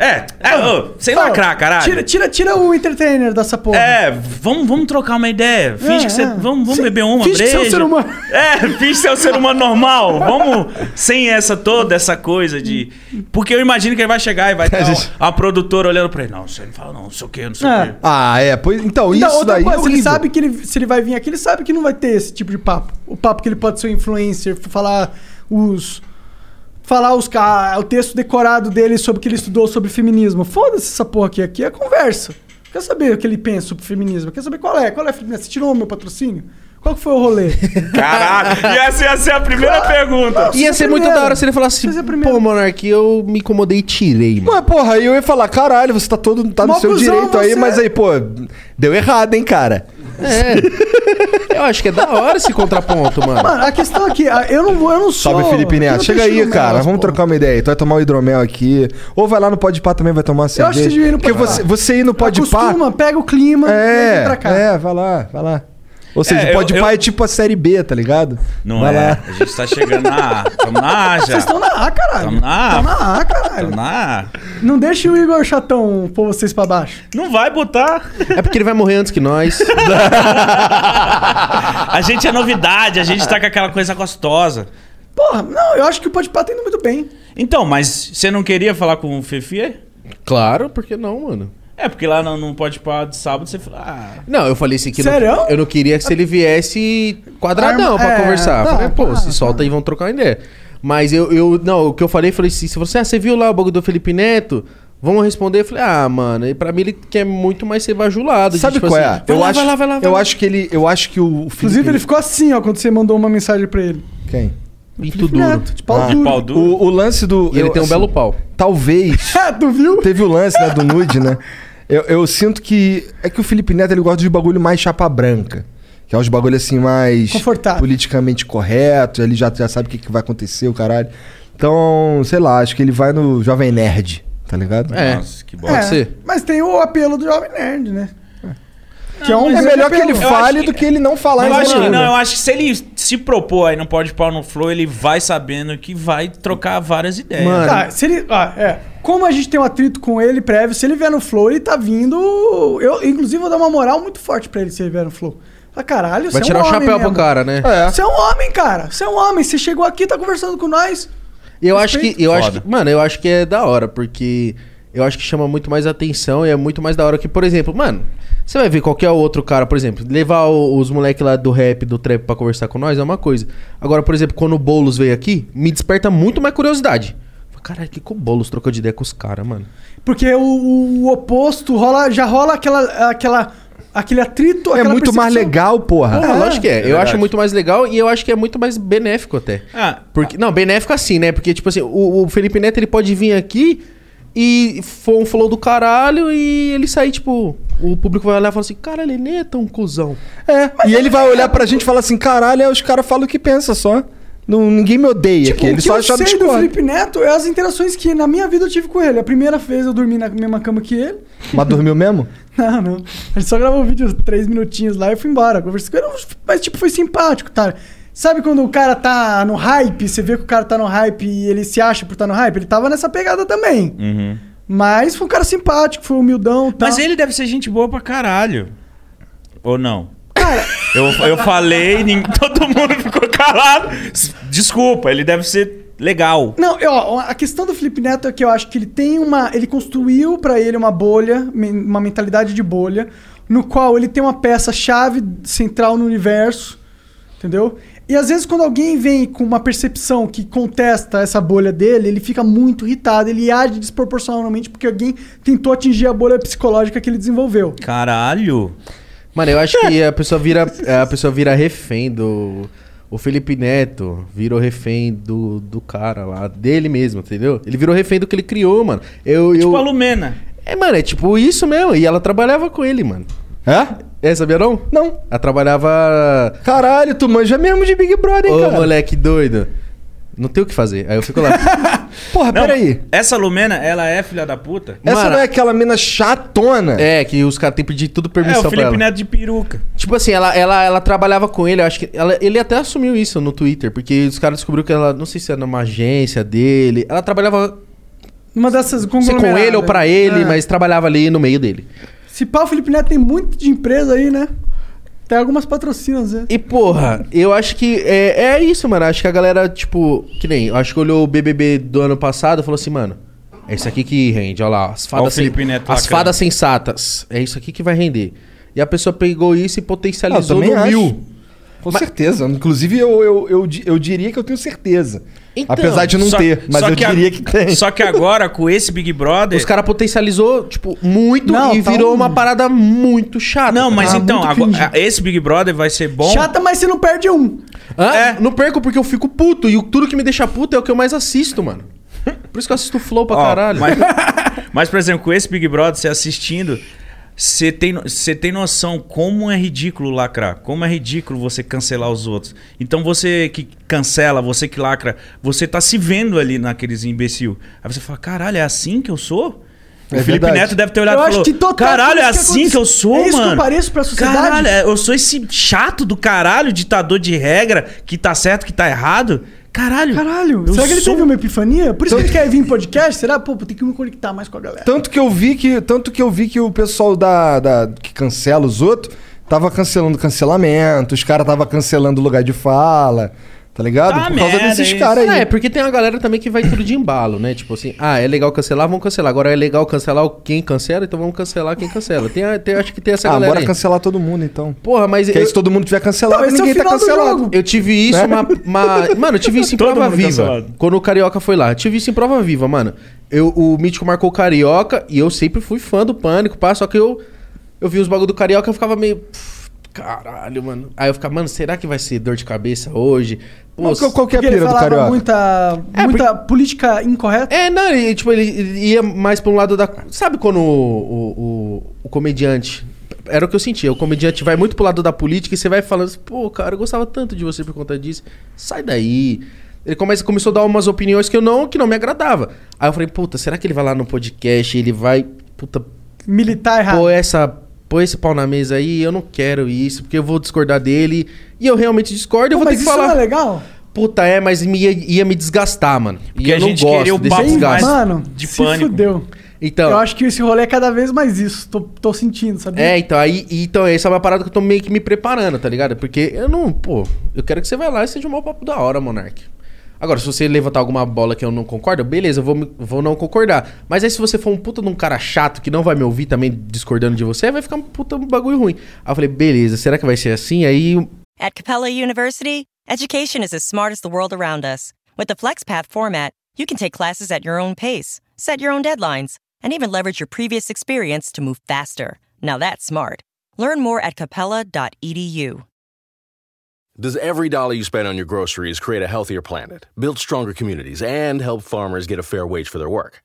É, é, ô, sem
ah,
lacrar, caralho.
Tira, tira, tira o entertainer dessa porra.
É, vamos, vamos trocar uma ideia.
É,
Finge que você.
é.
Vamos, vamos
Sim,
beber uma,
finge que você é um
breja.
ser humano.
É, finge ser um ser humano normal. Vamos sem essa toda, essa coisa de. Porque eu imagino que ele vai chegar e vai ter a, a produtora olhando pra ele. Não, você não fala, não, não sei o quê, não sei o
É.
quê.
Ah, é. Pois, então,
Então,
isso
outra
daí. é
coisa, ele
horrível.
sabe que ele- se ele vai vir aqui, ele sabe que não vai ter esse tipo de papo. O papo que ele pode ser um influencer, falar os. Falar os, ca- o texto decorado dele sobre o que ele estudou sobre feminismo. Foda-se essa porra aqui. Aqui é conversa. Quer saber o que ele pensa sobre feminismo? Quer saber qual é? Qual é, Felipe Neto? Você tirou o meu patrocínio? Qual que foi o rolê?
Caralho, e essa ia ser a primeira pergunta.
é
Ia ser muito da hora se ele falasse, assim,
assim,
pô, Monark, eu me incomodei e tirei, mano.
Ué, porra, aí eu ia falar, caralho, você tá todo. tá no
Mó
seu
cuzão
direito aí,
você.
mas
é
aí, pô, deu errado, hein, cara.
É. Eu acho que é da hora esse contraponto, mano.
Mano, a questão aqui, a- eu não, vou- eu não sou.
Salve, Felipe
eu
Neto.
não
Chega
tenho
aí,
estilo
cara.
meu,
Vamos trocar uma ideia aí. Tu vai tomar um hidromel aqui. Ou vai lá no Pode Pá também, vai tomar uma cerveja.
acho que você devia ir no
Porque
Pode Pá.
você, você ir no Pode Pá.
Acostuma, pega o clima e vem
É,
pra cá.
é, vai lá, vai lá. Ou seja,
É, eu-
Pode Pá
eu-
é tipo a série B, tá ligado?
Não
vai
é.
lá.
A gente tá chegando na A. Tamo na A já.
Vocês estão na A, caralho.
Tamo na A.
Tamo na A, caralho.
Tamo na A.
Não deixe o Igor Chatão pôr vocês pra baixo.
Não vai botar.
É porque ele vai morrer antes que nós.
A gente é novidade, a gente tá com aquela coisa gostosa.
Porra, não, eu acho que o Podpah tá indo muito bem.
Então, mas você não queria falar com o Fefi?
Claro, por que não, mano?
É, porque lá não, não pode parar de sábado, você fala. Ah,
Não, eu falei assim que não-
Sério?
eu não queria que se ele viesse quadradão
Arma-
pra
é,
conversar. Eu
tá,
falei, pô, se solta aí, vão trocar uma ideia. Mas eu, eu não, o que eu falei, eu falei assim, se você, ah, você viu lá o bagulho do Felipe Neto? Vamos responder, eu falei, ah, mano, e pra mim ele quer muito mais ser bajulado. de,
Sabe
tipo
qual
assim,
é?
Vai
eu
lá,
acho,
vai lá, vai lá, vai
eu
lá.
acho que ele, eu acho que o Felipe-
Inclusive, ele ficou assim, ó, quando você mandou uma mensagem pra ele.
Quem?
E Ah.
Felipe Neto, de pau duro.
O, o lance do. assim,
E ele tem um belo pau.
Talvez.
É, tu viu?
Teve o lance né, do nude, né? Eu, eu sinto que. É que o Felipe Neto ele gosta de bagulho mais chapa branca. Que é uns bagulho assim mais.
Confortável.
Politicamente correto. Ele já, já sabe o que, que vai acontecer, o caralho. Então, sei lá, acho que ele vai no Jovem Nerd, tá ligado?
É.
Nossa, que
Pode ser.
Mas tem o apelo do Jovem Nerd, né? Que
Não,
é um
mas
grande
é melhor que
apelo.
ele fale do que ele não
É,
falar
eu
em
acho,
cima,
que-
né?
não, eu acho que se ele se propor aí não pode pau no flow, ele vai sabendo que vai trocar várias ideias.
Tá, se ele. Ah, é. Como a gente tem um atrito com ele prévio, se ele vier no Flow, ele tá vindo. Eu, inclusive, vou dar uma moral muito forte pra ele se ele vier no Flow. Fala, caralho,
Vai
você
tirar
é um
o
homem
chapéu pro
mesmo.
cara, né?
É. Você é um homem, cara. Você é um homem. Você chegou aqui, tá conversando com nós.
Eu acho que.
Respeito.
Eu
Foda.
acho que- Mano, eu acho que é da hora, porque eu acho que chama muito mais atenção e é muito mais da hora que, por exemplo, mano, você vai ver qualquer outro cara, por exemplo, levar o- os moleques lá do rap, do trap pra conversar com nós é uma coisa. Agora, por exemplo, quando o Boulos veio aqui, me desperta muito mais curiosidade. Fala, Caralho, que que o Boulos trocou de ideia com os caras, mano?
Porque o, o oposto rola, já rola aquela, aquela, aquele atrito.
É muito mais
um-
legal, porra.
Porra, lógico que é. eu
verdade.
acho muito mais legal e eu acho que é muito mais benéfico até.
Ah,
Porque, não, benéfico assim, né? Porque, tipo assim, o, o Felipe Neto ele pode vir aqui e for um flow do caralho e ele sair, tipo, o público vai olhar e falar assim: caralho, ele nem é tão cuzão.
É, e ele vai olhar pra gente e falar assim: caralho, aí os caras falam o que pensa só. Não, ninguém me odeia aqui.
Tipo, o
Ele
que
só
eu
achava
sei do
discórdia.
Felipe Neto é as interações que na minha vida eu tive com ele. A primeira vez eu dormi na mesma cama que ele.
Mas dormiu mesmo?
Não, não. A gente só gravou um vídeo três minutinhos lá e fui embora. Conversei com ele, mas tipo, foi simpático, tá? Sabe quando o cara tá no hype, você vê que o cara tá no hype e ele se acha por estar no hype? Ele tava nessa pegada também.
Uhum.
Mas foi um cara simpático, foi humildão, tá?
Mas ele deve ser gente boa pra caralho. Ou não? Eu, eu falei, nin- todo mundo ficou calado. S- Desculpa, ele deve ser legal.
Não, eu- ó, a questão do Felipe Neto é que eu acho que ele tem uma. Ele construiu pra ele uma bolha, men- uma mentalidade de bolha, no qual ele tem uma peça-chave central no universo, entendeu? E às vezes quando alguém vem com uma percepção que contesta essa bolha dele, ele fica muito irritado, ele age desproporcionalmente porque alguém tentou atingir a bolha psicológica que ele desenvolveu.
Caralho.
Mano, eu acho que a pessoa vira, a pessoa vira refém do. O Felipe Neto virou refém do, do cara lá, dele mesmo, entendeu? Ele virou refém do que ele criou, mano. Eu, tipo eu... a
Lumena.
É, mano, é tipo isso mesmo. E ela trabalhava com ele, mano.
É?
É, sabia não?
Não.
Ela trabalhava.
Caralho, tu manja mesmo de Big Brother, hein,
Ô,
cara?
moleque doido. Não tem o que fazer. Aí eu fico lá.
Porra, peraí.
Essa Lumena, ela é filha da puta?
Essa não é aquela mina chatona.
É, que os caras têm pedido tudo
É,
permissão
o
pra ela.
Felipe Neto de peruca.
Tipo assim, ela, ela, ela trabalhava com ele, eu acho que. ela- ele até assumiu isso no Twitter, porque os caras descobriram que ela, não sei se era numa agência dele. Ela trabalhava
Uma dessas
se com ele ou pra ele,
É.
mas trabalhava ali no meio dele.
Se pá, o Felipe Neto tem muito de empresa aí, né? Tem algumas patrocinas, né?
E porra, eu acho que é, é isso, mano. Acho que a galera, tipo, que nem, eu acho que olhou o BBB do ano passado e falou assim, mano, é isso aqui que rende, olha lá, as
Olha o
fadas,
Felipe Neto
as
lacrando.
fadas sensatas, é isso aqui que vai render. E a pessoa pegou isso e potencializou
Ah, eu também
no
acho.
mil.
Com certeza. Inclusive, eu, eu, eu, di- eu diria que eu tenho certeza. Apesar de não
Só-
ter, mas
só
eu
a-
diria que tem.
Só que agora, com esse Big Brother.
Os caras potencializou, tipo, muito e
tá um-
virou uma parada muito chata.
Não, mas
Ah,
então,
muito
agora-
cringe.
esse Big Brother vai ser bom.
Chata, mas você não perde um.
então,
Hã?
é.
Não perco porque eu fico puto e o- tudo que me deixa puto é o que eu mais assisto, mano. Por isso que eu assisto Flow pra
Ó,
caralho.
Mas, mas, por exemplo, com esse Big Brother, você assistindo, você tem, no- você tem noção como é ridículo lacrar, como é ridículo você cancelar os outros. Então você que cancela, você que lacra, você tá se vendo ali naqueles imbecil. Aí você fala, caralho, é assim que eu sou? o
É
Felipe
verdade.
Neto deve ter olhado
Eu
e
acho
falou,
que total
caralho, é
foi isso que
assim que,
aconteceu.
eu sou,
É
mano?
isso que eu pareço pra sociedade?"
Caralho, é- eu sou esse chato do caralho, ditador de regra, que tá certo, que tá errado. Caralho.
Caralho,
eu
será que ele
sou
teve uma epifania? Por isso que ele quer vir em podcast? Será? Pô, tem que me conectar mais com a galera.
Tanto que eu vi que, tanto que, eu vi que o pessoal da, da- que cancela os outros tava cancelando cancelamento, os caras tava cancelando lugar de fala, tá ligado? Por causa desses caras aí.
É, porque tem uma galera também que vai tudo de embalo, né? Tipo assim, ah, é legal cancelar, vamos cancelar. Agora é legal cancelar quem cancela, então vamos cancelar quem cancela. Tem, a- tem- acho que tem essa
ah,
galera.
bora
aí.
cancelar todo mundo então.
Porra, mas.
Porque aí se todo mundo tiver cancelado,
Não, esse é o
ninguém tá
final do
cancelado.
jogo. Eu tive isso,
Né?
uma, uma- Mano, eu tive isso em
Todo
prova
mundo
viva.
cancelado.
Quando o Carioca foi lá. Eu tive isso em prova viva, mano. Eu, o Mítico marcou o Carioca e eu sempre fui fã do Pânico, pá. Só que eu. Eu vi os bagulho do Carioca e eu ficava meio. "Pff, Caralho, mano. Aí eu ficava, mano, será que vai ser dor de cabeça hoje? Pô,
Mas qual- qual que é a Porque ele pira do falava Carioca? muita, É, política incorreta.
É, não, ele, tipo, ele, ele ia mais pra um lado da. Sabe quando o, o, o- o comediante. Era o que eu sentia. O comediante vai muito pro lado da política e você vai falando assim, pô, cara, eu gostava tanto de você por conta disso. Sai daí. Ele começa, começou a dar umas opiniões que eu não, que não me agradava. Aí eu falei, puta, será que ele vai lá no podcast, ele vai, puta,
militar errado.
Pô, é. essa, pô esse pau na mesa aí, eu não quero isso, porque eu vou discordar dele. E eu realmente discordo, eu
Pô,
vou ter
mas
que
isso
falar.
não é legal?
Puta, é, mas me ia, ia me desgastar, mano.
Porque
e eu
a
não
gente
gosto
queria o
desse
papo
desgaste.
Mano, se fudeu.
Então,
Eu acho que esse rolê é cada vez mais isso. Tô, tô sentindo, sabe?
é, então, aí, então, essa é uma parada que eu tô meio que me preparando, tá ligado? Porque eu não, pô, eu quero que você vá lá e seja um mau papo da hora, Monark. Agora, se você levantar alguma bola que eu não concordo, beleza, eu vou, me- vou não concordar. Mas aí, se você for um puta de um cara chato que não vai me ouvir também discordando de você, vai ficar um puta bagulho ruim. Aí eu falei, beleza, será que vai ser assim? Aí
At Capella University, education is as smart as the world around us. With the FlexPath format, you can take classes at your own pace, set your own deadlines, and even leverage your previous experience to move faster. Now that's smart. Learn more at E capella.edu.
Does every dollar you spend on your groceries create a healthier planet, build stronger communities, and help farmers get a fair wage for their work?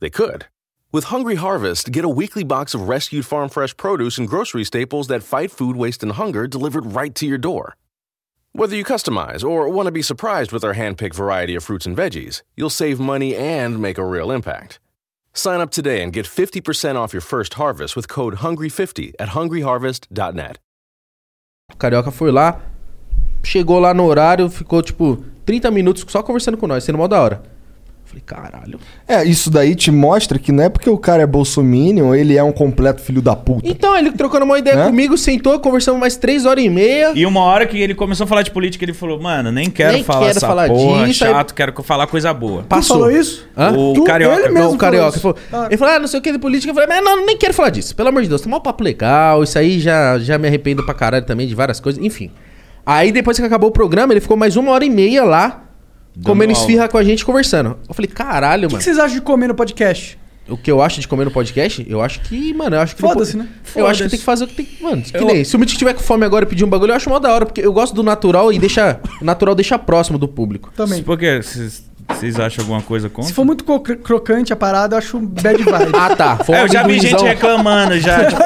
They could. With Hungry Harvest, get a weekly box of rescued farm fresh produce and grocery staples that fight food waste and hunger delivered right to your door. Whether you customize or want to be surprised with our hand-picked variety of fruits and veggies, you'll save money and make a real impact. Sign up today and get 50% off your first harvest with code HUNGRY50 at hungryharvest.net.
o Carioca foi lá, chegou lá no horário, ficou tipo 30 minutos só conversando com nós, sendo mó da hora. Falei, caralho.
É, isso daí te mostra que não é porque o cara é bolsominion, ele é um completo filho da puta.
Então, ele trocando uma ideia
Né?
comigo, sentou, conversamos mais três horas e meia.
E uma hora que ele começou a falar de política, ele falou, mano, nem quero
Nem
falar
quero
essa
falar
porra,
disso, aí-
chato, quero falar coisa boa.
Passou. Hã?
O Carioca.
Não, o Carioca. Ele falou, ele falou, ah, não sei o que de política. Eu falei, mas não, nem quero falar disso. Pelo amor de Deus, tá mal papo legal. Isso aí já, já me arrependo pra caralho também de várias coisas. Enfim. Aí depois que acabou o programa, ele ficou mais uma hora e meia lá, comendo
aula.
esfirra com a gente, conversando. Eu falei, caralho,
O que
mano.
que vocês acham de comer no podcast?
O que eu acho de comer no podcast? Eu acho que, mano, eu acho que.
Foda-se, né?
Eu acho que
Foda-se.
tem que fazer o que tem que. Mano, que
Eu-
nem. Se o Mitch tiver com fome agora e pedir um bagulho, eu acho mó da hora, porque eu gosto do natural e deixa. O natural deixa próximo do público.
Também.
Por quê? Vocês vocês acham alguma coisa
Se
contra?
for muito cro- crocante a parada, eu acho bad vibe.
ah, tá.
É, eu já vi gente reclamando já. tipo,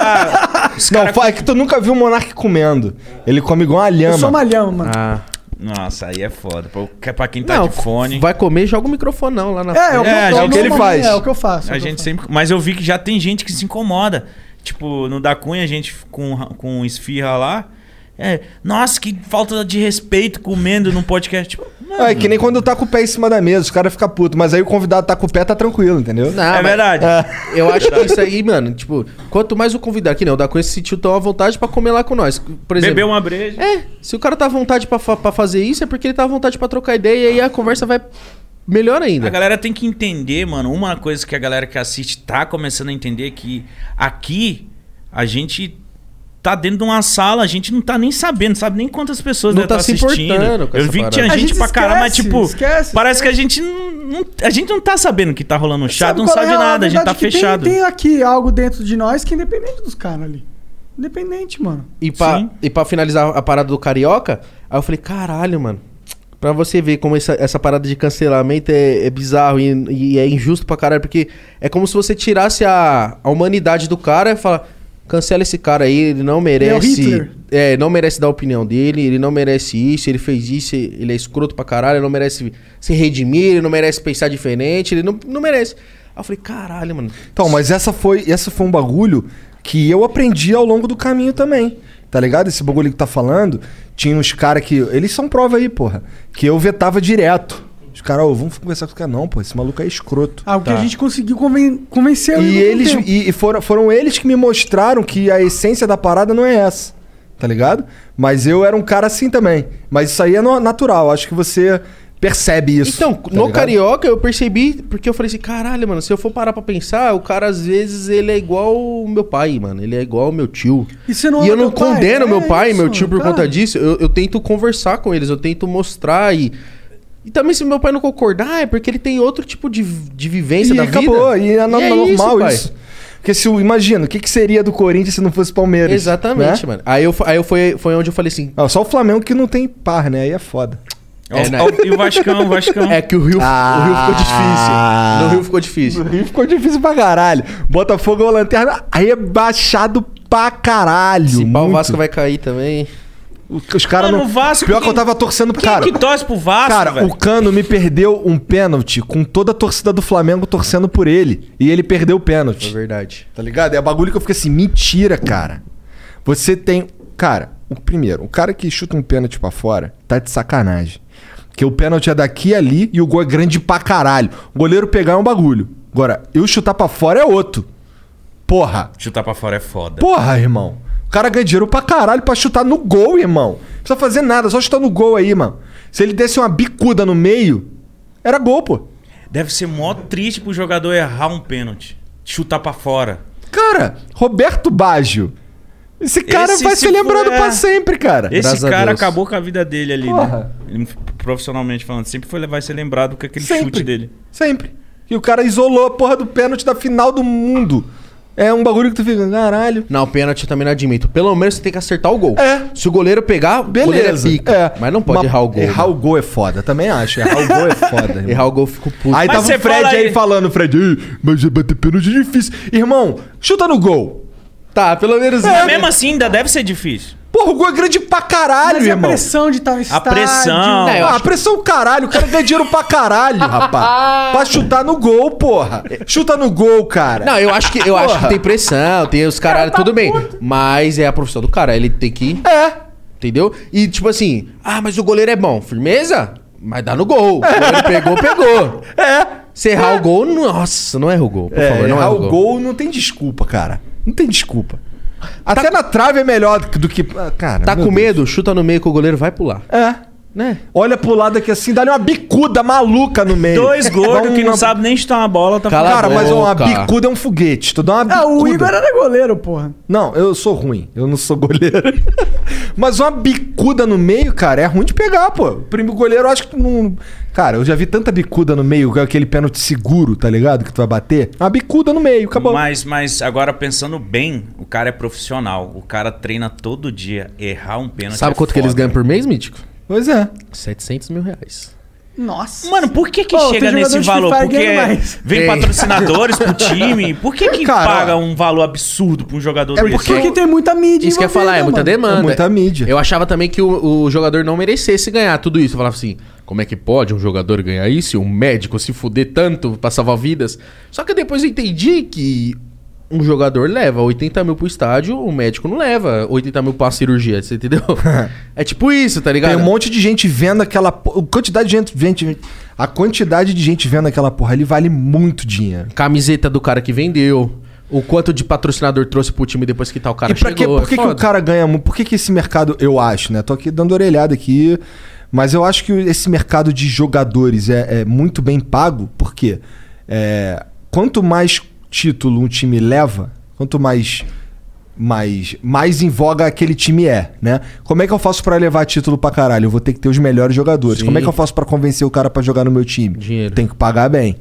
não, fala que tu nunca viu um monarca comendo. Ele come igual uma lhama.
Eu sou malhão, mano.
Ah.
Nossa, aí é foda. Pra- que- Pra quem tá
Não,
de fone.
Vai comer, joga o microfone não lá na
É, é o que eu-
É,
eu
o que ele
normalmente-
faz.
É o que eu faço. é
A
o que eu
gente
faço.
sempre. Mas eu vi que já tem gente que se incomoda. Tipo, no da Cunha, a gente com, com esfirra lá. É, nossa, que falta de respeito comendo num podcast. Tipo,
É, é que nem quando tá com o pé em cima da mesa, os caras ficam putos. Mas aí o convidado tá com o pé, tá tranquilo, entendeu?
é
Não, Ah, mas Eu acho que isso aí, mano, tipo, quanto mais o convidar, que nem o da coisa se sentiu tão à vontade pra comer lá com nós. Por exemplo,
Beber uma breja.
É, se o cara tá à vontade pra, fa- pra fazer isso, é porque ele tá à vontade pra trocar ideia e aí a conversa vai melhor ainda.
A galera tem que entender, mano, uma coisa que a galera que assiste tá começando a entender é que aqui a gente tá dentro de uma sala, a gente não tá nem sabendo, sabe nem quantas pessoas
Não
devem
tá
tá
se
assistindo.
importando com
Eu
essa
vi que
parada.
tinha
A
gente,
gente
pra caramba, mas,
esquece,
tipo,
esquece,
parece que a gente não, não- a gente não tá sabendo que tá rolando um chato, não
qual
sabe
é
nada, a gente
verdade
tá
que tem-
fechado.
Tem, aqui algo dentro de nós que é independente dos caras ali. Independente, mano.
E pra, e pra finalizar a parada do Carioca, aí eu falei, caralho, mano. Pra você ver como essa, essa parada de cancelamento é, é bizarro e, e é injusto pra caralho, porque é como se você tirasse a, a humanidade do cara e falar, cancela esse cara aí, ele não merece.
Hitler.
É, não merece dar a opinião dele, ele não merece isso, ele fez isso, ele é escroto pra caralho, ele não merece se redimir, ele não merece pensar diferente, ele não, não merece. Aí eu falei, caralho, mano.
Então, mas essa foi, essa foi um bagulho que eu aprendi ao longo do caminho também. Tá ligado? Esse bagulho que tá falando, tinha uns caras que. Eles são prova aí, porra. Que eu vetava direto. Os caras, ô, vamos conversar com o cara. Não, pô, esse maluco é escroto.
Ah, o
Tá.
que a gente conseguiu conven- convencer
E
ele
eles e, e foram, foram eles que me mostraram que a essência da parada não é essa, tá ligado? Mas eu era um cara assim também. Mas isso aí é no- natural, acho que você percebe isso.
Então,
tá
no
ligado?
Carioca eu percebi, porque eu falei assim, caralho, mano, se eu for parar pra pensar, o cara às vezes ele é igual o meu pai, mano, ele é igual o meu tio.
E, você não
eu
ama
não
teu pai?
condeno
É
meu pai, meu
isso,
tio por
tá.
conta disso, eu, eu tento conversar com eles, eu tento mostrar e... E também se meu pai não concordar, é porque ele tem outro tipo de, de vivência
e
da
acabou,
vida.
e é, no- normal isso. Porque se o imagina, o que, que seria do Corinthians se não fosse Palmeiras?
Exatamente,
né?
mano. Aí, eu, fa- aí eu foi, foi onde eu falei assim...
Ah, só o Flamengo que não tem par, né? Aí é foda.
É, né? É que o Rio, o Rio ficou difícil. No Rio ficou difícil.
O Ah. Rio ficou difícil pra caralho. Botafogo é o lanterna rebaixado pra caralho.
Se pá, o
muito.
Vasco vai cair também.
Os caras
Mano,
não.
o Vasco,
Pior que
quem-
eu tava torcendo pro
Quem
cara.
que torce pro Vasco,
Cara,
velho?
o Cano me perdeu um pênalti com toda a torcida do Flamengo torcendo por ele. E ele perdeu o pênalti. É
verdade.
Tá ligado? É bagulho que eu fico assim, mentira, cara. Você tem. Cara, o primeiro, o cara que chuta um pênalti pra fora tá de sacanagem. Porque o pênalti é daqui e ali e o gol é grande pra caralho. O goleiro pegar é um bagulho. Agora, eu chutar pra fora é outro. Porra.
Chutar pra fora é foda.
Porra, irmão. O cara ganha dinheiro pra caralho pra chutar no gol, irmão. Não precisa fazer nada, só chutar no gol aí, mano. Se ele desse uma bicuda no meio, era gol, pô.
Deve ser mó triste pro jogador errar um pênalti, chutar pra fora.
Cara, Roberto Baggio. Esse cara
Esse
vai ser
se
lembrado
for- é.
pra sempre, cara.
Esse
Graças a
cara
Deus.
acabou com a vida dele ali,
Porra.
né? Ele, profissionalmente falando, sempre foi, vai ser lembrado com aquele
Sempre.
chute dele.
Sempre. E o cara isolou a porra do pênalti da final do mundo. É um bagulho que tu fica, caralho.
Não, pênalti eu também não admito. Pelo menos você tem que acertar o gol.
É.
Se o goleiro pegar, o goleiro é
Beleza.
pica. Mas não pode
Mas
errar o gol. né?
Errar o gol é foda, também acho. Errar o gol é foda. irmão.
Errar o gol, eu fico puto.
Aí tava o Fred aí falando, Fred, "Ih, mas é bater pênalti é difícil. Irmão, chuta no gol.
Tá, pelo menos
é.
Mas mesmo assim, ainda deve ser difícil.
Porra, o gol é grande pra caralho,
Mas e a
irmão.
pressão de estar no estádio?
pressão.
Não, eu
ah,
acho-
a pressão caralho, o cara ganha dinheiro pra caralho, rapaz. pra chutar no gol, porra. Chuta no gol, cara.
Não, eu acho que eu acho que tem pressão, tem os caralho, tudo bem. Mas é a profissão do cara, ele tem que.
tá É.
Entendeu? E tipo assim, ah, mas o goleiro é bom. Firmeza? Mas dá no gol. O goleiro pegou, pegou.
É.
Você errar o gol, nossa, não erra o gol, por
É,
favor, não
errar
erra
o gol. não tem desculpa, cara. Não tem desculpa. Até na trave é melhor do que. do que- ah, Cara,
Tá
meu
com
Deus.
medo? Chuta no meio que o goleiro vai pular.
É.
Né?
Olha pro lado aqui assim, dá-lhe uma bicuda maluca no meio.
Dois gordos
Dá um
que não
uma-
sabem nem chutar uma bola. Tá
Cara,
falando.
mas uma bicuda é um foguete. Tu dá
É,
uma bicuda.
Ah, o Igor era goleiro, porra.
Não, eu sou ruim. Eu não sou goleiro. Mas uma bicuda no meio, cara, é ruim de pegar, pô. O primeiro goleiro, eu acho que tu não. Cara, eu já vi tanta bicuda no meio, que é aquele pênalti seguro, tá ligado? Que tu vai bater. Uma bicuda no meio, acabou.
Mas, mas agora pensando bem, o cara é profissional. O cara treina todo dia. Errar um pênalti.
Sabe
é
quanto que
foda.
eles ganham por mês, Mítico?
Pois é.
700 mil reais.
Nossa.
Mano, por que que
Pô,
chega
tem jogador
nesse
de
valor?
FIFA
Porque é
ganhando mais.
vem
Tem.
patrocinadores pro time. Por que que
Cara,
paga um valor absurdo pra um jogador
É
desse?
porque-
Porque tem muita mídia.
Isso que eu ia
envolvida,
falar, é muita
mano.
demanda.
muita mídia.
Eu achava também que o, o jogador não merecesse ganhar tudo isso. Eu falava assim, como é que pode um jogador ganhar isso? e Um médico se fuder tanto pra salvar vidas? Só que depois eu entendi que um jogador leva 80 mil pro estádio, o médico não leva 80 mil pra cirurgia, você entendeu? é tipo isso, tá ligado?
Tem um monte de gente vendo aquela. po- A quantidade de gente, gente- A quantidade de gente vendo aquela porra ali vale muito dinheiro.
Camiseta do cara que vendeu. O quanto de patrocinador trouxe pro time depois que tal cara
E pra que,
chegou.
por que, que o cara ganha muito? Por que, que esse mercado, eu acho, né? Tô aqui dando orelhada aqui, mas eu acho que esse mercado de jogadores é, é muito bem pago, porque é, quanto mais título um time leva, quanto mais, mais, mais em voga aquele time é, né? Como é que eu faço pra levar título pra caralho? Eu vou ter que ter os melhores jogadores.
Sim.
Como é que eu faço pra convencer o cara pra jogar no meu time?
Dinheiro.
Tem que pagar bem.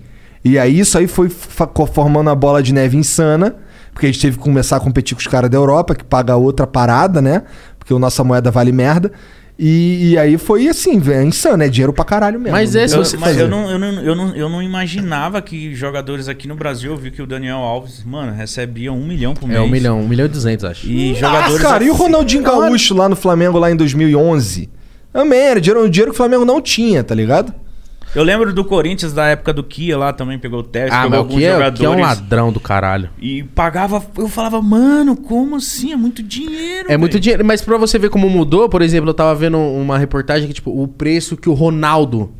E aí isso aí foi fa- formando a bola de neve insana, porque a gente teve que começar a competir com os caras da Europa, que paga outra parada, né? Porque a nossa moeda vale merda. E, e aí foi assim, velho, é insano, é dinheiro pra caralho mesmo.
Mas é,
Não
esse-
tem
Eu,
o que
mas
fazer.
eu não, eu, não, eu, não, eu não imaginava que jogadores aqui no Brasil, eu vi que o Daniel Alves, mano, recebia um milhão por mês.
É, um milhão, um milhão e duzentos, acho.
E
Ah,
jogadores.
cara, e o
assim-
Ronaldinho Gaúcho lá no Flamengo lá em 2011? Amém, era dinheiro, dinheiro que o Flamengo não tinha, tá ligado?
Eu lembro do Corinthians da época do Kia lá também, pegou o teste,
Ah,
pegou
mas o
alguns
que é, o
jogadores.
que é um ladrão do caralho.
E pagava. Eu falava, mano, como assim? É muito dinheiro.
É muito dinheiro, mas pra você ver como mudou, por exemplo, eu tava vendo uma reportagem que, tipo, o preço que o Ronaldo.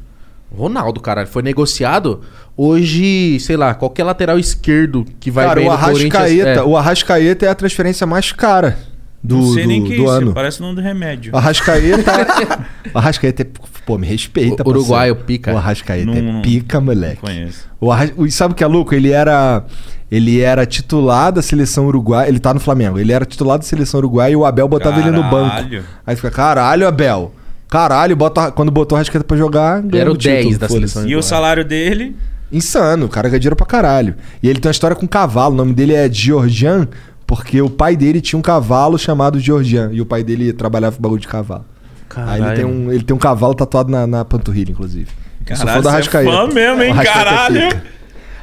Ronaldo, caralho, foi negociado. Hoje, sei lá, qualquer lateral esquerdo que vai
cara,
bem
o
no Corinthians,
Arrascaeta,
é.
o Arrascaeta é a transferência mais cara do,
Não sei
do,
nem que
do
isso,
ano. Ah,
parece o nome do remédio.
O Arrascaeta. o Arrascaeta é. Pô, me respeita,
O- uruguaio pica.
O Arrascaeta
Não-
é pica, moleque.
Conheço.
O Arras- o- Sabe o que é louco? Ele era. Ele era titular da seleção uruguaia. Ele tá no Flamengo. Ele era titular da seleção uruguaia e o Abel botava ele no
Caralho.
banco. Aí fica, caralho, Abel. Caralho, bota... quando botou o Arrascaeta pra jogar. ganhou
era o
título,
10 da
foda-se.
seleção.
E o salário dele.
Insano, o cara ganha dinheiro pra caralho. E ele tem uma história com um cavalo, o nome dele é Georgian, porque o pai dele tinha um cavalo chamado Georgian, e o pai dele trabalhava com bagulho de cavalo.
Caralho.
Aí ele tem, um, ele tem um cavalo tatuado na, na panturrilha, inclusive. Eu sou
Caralho,
fã do
você é
Arrascaeta.
fã mesmo, hein?
O Arrascaeta é
Caralho.
pica.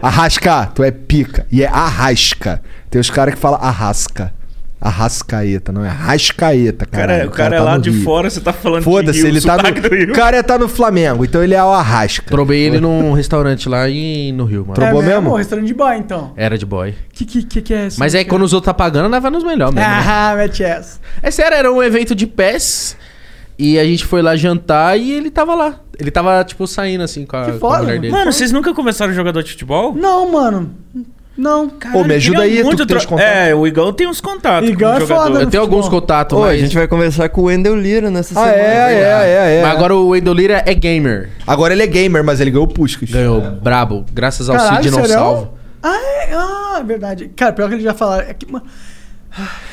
Arrasca, tu é pica. E é arrasca. Tem os caras que falam arrasca. Arrascaeta, não é arrascaeta,
Cara,
caralho.
o cara, é lá
no
de
Rio.
fora, você tá falando
Foda-se,
de
ele tá
sotaque do
no.
Rio.
O cara tá no Flamengo, então ele é o arrasca.
Trobei ele num restaurante lá em, no Rio, mano.
Trombou
é
mesmo?
Pô, restaurante de boy, então.
Era de boy.
Que que, que, que é isso?
Mas aí quando os outros tá pagando, nós vai nos melhores mesmo. né?
Ah, mete essa.
É sério, era um evento de pés. E a gente foi lá jantar e ele tava lá. Ele tava, tipo, saindo assim com a, com a
foda,
mulher
mano.
dele.
Mano, vocês nunca conversaram jogador de futebol?
Não, mano. Não.
Caralho,
me ajuda
queria
aí, tu
muito
que tem os
tro- É, o Igão tem uns contatos.
Igão
com
é
jogador.
foda,
Eu tenho alguns contatos,
Pô, a
mas...
gente vai conversar com o Wendel Lira nessa
Ah,
semana.
é, é, é, é.
mas agora o Wendel Lira é gamer.
Agora ele é gamer, mas ele ganhou o Puskas.
Ganhou, brabo. Graças ao
Caralho,
Cid não
serão?
salvo.
Ah, é, ah, é verdade. Cara, pior que ele já falaram. É que, mano,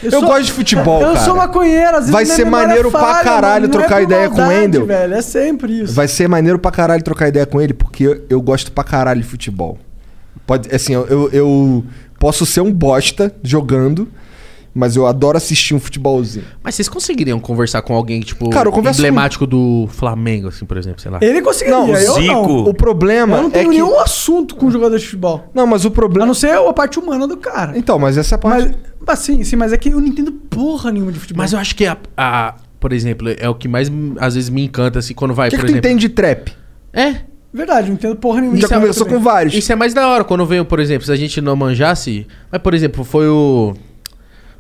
Eu gosto de futebol,
Eu
cara.
sou maconheiro, às vezes
Vai
minha
ser
memória
maneiro pra
falha,
caralho
mano, não é
trocar
por
ideia com o
maldade,
Wendel.
velho, é sempre isso.
Vai ser maneiro pra caralho trocar ideia com ele, porque eu, eu gosto pra caralho de futebol. Pode, assim, eu, eu, eu posso ser um bosta jogando, mas eu adoro assistir um futebolzinho.
Mas vocês conseguiriam conversar com alguém, tipo,
Cara, eu converso
emblemático do Flamengo, assim, por exemplo, sei lá.
Ele conseguiria,
Não,
eu não.
O problema
Eu não
é
tenho
que...
nenhum assunto com jogador de futebol.
Não, mas o problema...
A não ser a parte humana do cara.
Então, mas essa é a parte...
Mas, mas sim, sim, mas é que eu não entendo porra nenhuma de futebol.
Mas eu acho que a, a- Por exemplo, é o que mais hum, às vezes me encanta, assim, quando vai,
O que,
por
que tu
exemplo.
entende de trap?
É.
Verdade, não entendo porra nenhuma.
Já
Isso é-
conversou
tudo
com
bem.
vários.
Isso é mais da hora quando vem, por exemplo, se a gente não manjasse. Mas, por exemplo, foi o.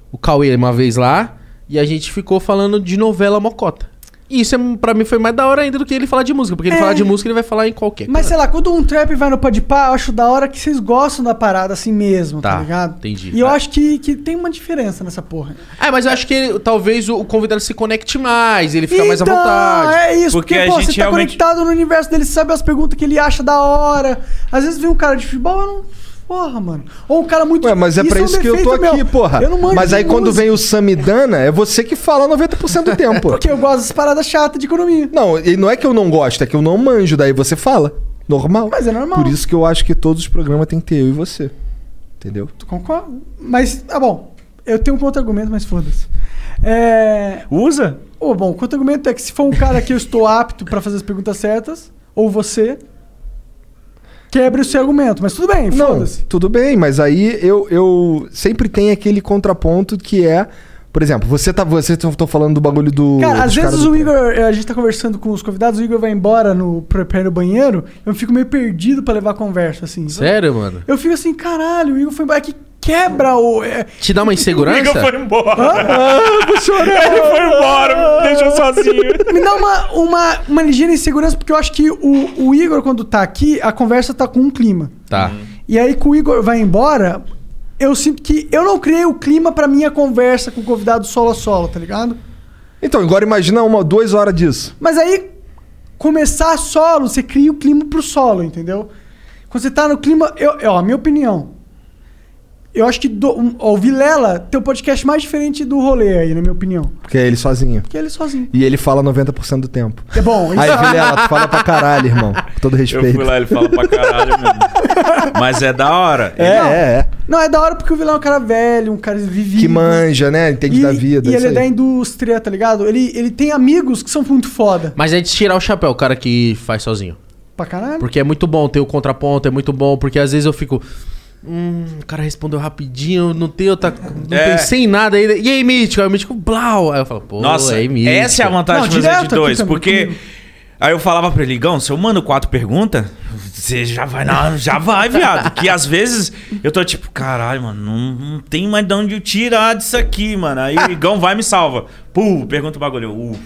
O Cauê uma vez lá e a gente ficou falando de novela mocota. E isso é, pra mim foi mais da hora ainda do que ele falar de música, porque ele
É.
falar de música ele vai falar em qualquer.
Mas sei lá, quando um trap vai no Podpah, eu acho da hora que vocês gostam da parada assim mesmo, tá,
Tá,
ligado?
entendi.
E eu
Tá.
acho que, que tem uma diferença nessa porra.
É, mas eu acho que ele- talvez o, o convidado se conecte mais, ele fica mais à
Então,
vontade.
É isso, porque, pô, você tá conectado no universo dele, sabe as perguntas que ele acha da hora. Às vezes vem um cara de futebol, eu não. Porra, mano. Ou um cara muito.
Ué, mas é pra
um
isso que eu tô
defeito
aqui,
meu.
porra.
Eu não manjo
mas
de
aí quando
música.
vem o Samidana, é você que fala 90% do tempo.
Porque eu gosto das paradas chatas de economia.
Não, e não é que eu não gosto, é que eu não manjo, daí você fala. Normal.
Mas é normal.
Por isso que eu acho que todos os programas tem que ter eu e você. Entendeu?
Concordo. Mas, tá bom. Eu tenho um contra-argumento, mas foda-se. É...
Usa?
Ô, bom, o contra-argumento é que se for um cara que eu estou apto pra fazer as perguntas certas, ou você, quebre o seu argumento. Mas tudo bem,
Não,
foda-se.
tudo bem, mas aí eu, eu sempre tem aquele contraponto que é, por exemplo, você tá você tô, tô falando do bagulho
Tipo,
do
Cara, às
dos caras
vezes
do-
o Igor, eh, a gente tá conversando com os convidados, o Igor vai embora no pra- pra ir no banheiro, eu fico meio perdido pra levar a conversa, assim.
Sério, mano?
Eu fico assim, caralho, o Igor foi embora. É que quebra o. é-
Te dá uma insegurança?
O Igor foi
embora.
Ah, vou chorar.
Ele foi embora, me deixou sozinho.
Me dá uma, uma, uma ligeira insegurança, porque eu acho que o, o Igor, quando tá aqui, a conversa tá com um clima.
Tá.
E aí, que o Igor vai embora, eu sinto que eu não criei o clima pra minha conversa com o convidado solo a solo, tá ligado?
Então, agora imagina uma, duas horas disso.
Mas aí, começar solo, você cria o clima pro solo, entendeu? Quando você tá no clima. Eu, eu- ó, minha opinião. Eu acho que do, um, ó, o Vilela tem o podcast mais diferente do rolê aí, na minha opinião.
Porque é ele sozinho.
Que ele sozinho.
E ele fala 90% do tempo.
É bom,
Aí, Vilela, tu fala pra caralho, irmão. Com todo respeito.
Eu fui lá, ele fala pra caralho mesmo. Mas é da hora.
É,
Não.
é, é.
Não, é da hora porque o vilão é um cara velho, um cara vivido.
Que manja, né? Entende da vida.
E
isso
ele é
aí.
da indústria, tá ligado? Ele, ele tem amigos que são muito foda.
Mas é de tirar o chapéu o cara que faz sozinho.
Pra caralho.
Porque é muito bom ter o contraponto, é muito bom, porque às vezes eu fico. Hum, o cara respondeu rapidinho, não tem outra. Não
É.
pensei em nada ainda. E aí, mítico? Aí o mítico, blau. Aí eu falo, pô,
Nossa,
aí, mítico.
essa é a vantagem de fazer de dois, porque. Aí eu falava pra ele, Ligão, se eu mando quatro perguntas, você já vai na. Já vai, viado. Que às vezes eu tô tipo, caralho, mano, não, não tem mais de onde eu tirar disso aqui, mano. Aí o Ligão vai e me salva. Puh, pergunta o bagulho. Uf,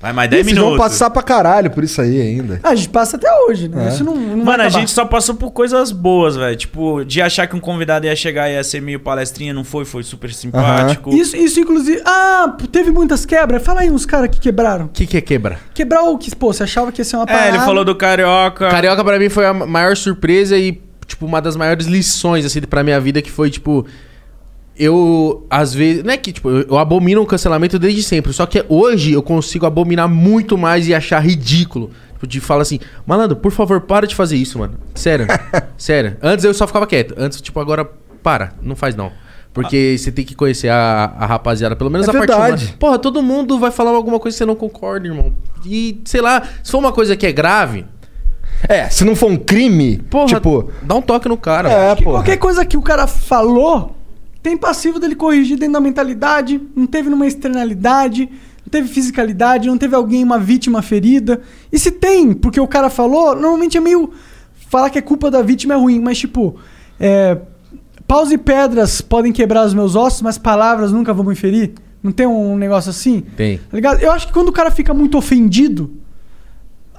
vai mais
Ih,
10
vocês
minutos.
vão passar um pra caralho por isso aí ainda.
Ah, A gente passa até hoje, né?
É.
Isso não, não vai
Mano, a
acabar.
gente só passou por coisas boas, velho. Tipo, de achar que um convidado ia chegar e ia ser meio palestrinha, não foi, foi super simpático.
Isso, isso, inclusive. Ah, teve muitas quebras. Fala aí uns caras que quebraram.
O que, que é quebra?
Quebrar o que, pô, você achava que ia ser uma parada.
É, ele falou do Carioca.
Carioca pra mim foi a maior surpresa e, tipo, uma das maiores lições, assim, pra minha vida, que foi, tipo. Eu, às vezes. Não é que, tipo, eu, eu abomino o cancelamento desde sempre. Só que hoje eu consigo abominar muito mais e achar ridículo. Tipo, de falar assim, malandro, por favor, para de fazer isso, mano. Sério. sério. Antes eu só ficava quieto. Antes, tipo, agora, para. Não faz não. Porque você tem que conhecer a, a rapaziada, pelo menos
Ah. É
a parte humana.
verdade.
Porra, todo mundo vai falar alguma coisa que você não concorda, irmão. E, sei lá, se for uma coisa que é grave,
É, se não for um crime, tipo.
Dá um toque no cara.
É,
Que
pô.
Qualquer coisa que o cara falou, tem passivo dele corrigir dentro da mentalidade, não teve numa externalidade, não teve fisicalidade, não teve alguém, uma vítima ferida. E se tem, porque o cara falou, normalmente é meio. Falar que é culpa da vítima é ruim, mas tipo. É, paus e pedras podem quebrar os meus ossos, mas palavras nunca vão me ferir. Não tem um negócio assim?
Tem.
Tá ligado? Eu acho que quando o cara fica muito ofendido,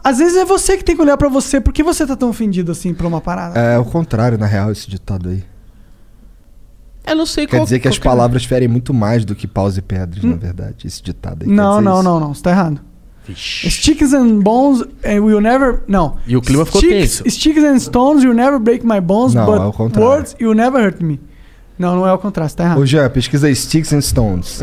às vezes é você que tem que olhar pra você. Por que você tá tão ofendido assim pra uma parada?
É o contrário, na real, esse ditado aí.
Eu não sei
Quer
qual-
dizer que
qual
as palavras ferem muito mais do que paus e pedras, na verdade. Esse ditado aí.
Hum. Não, não, não, não. Você tá errado. Sticks and bones and will never. Não.
E o clima ficou
sticks,
tenso.
Sticks and stones, you'll never break my bones,
Não,
but
é o contrário.
words, you'll never hurt me. Não, não é o contrário, você tá errado.
Ô, Jean, pesquisa aí, Sticks and Stones.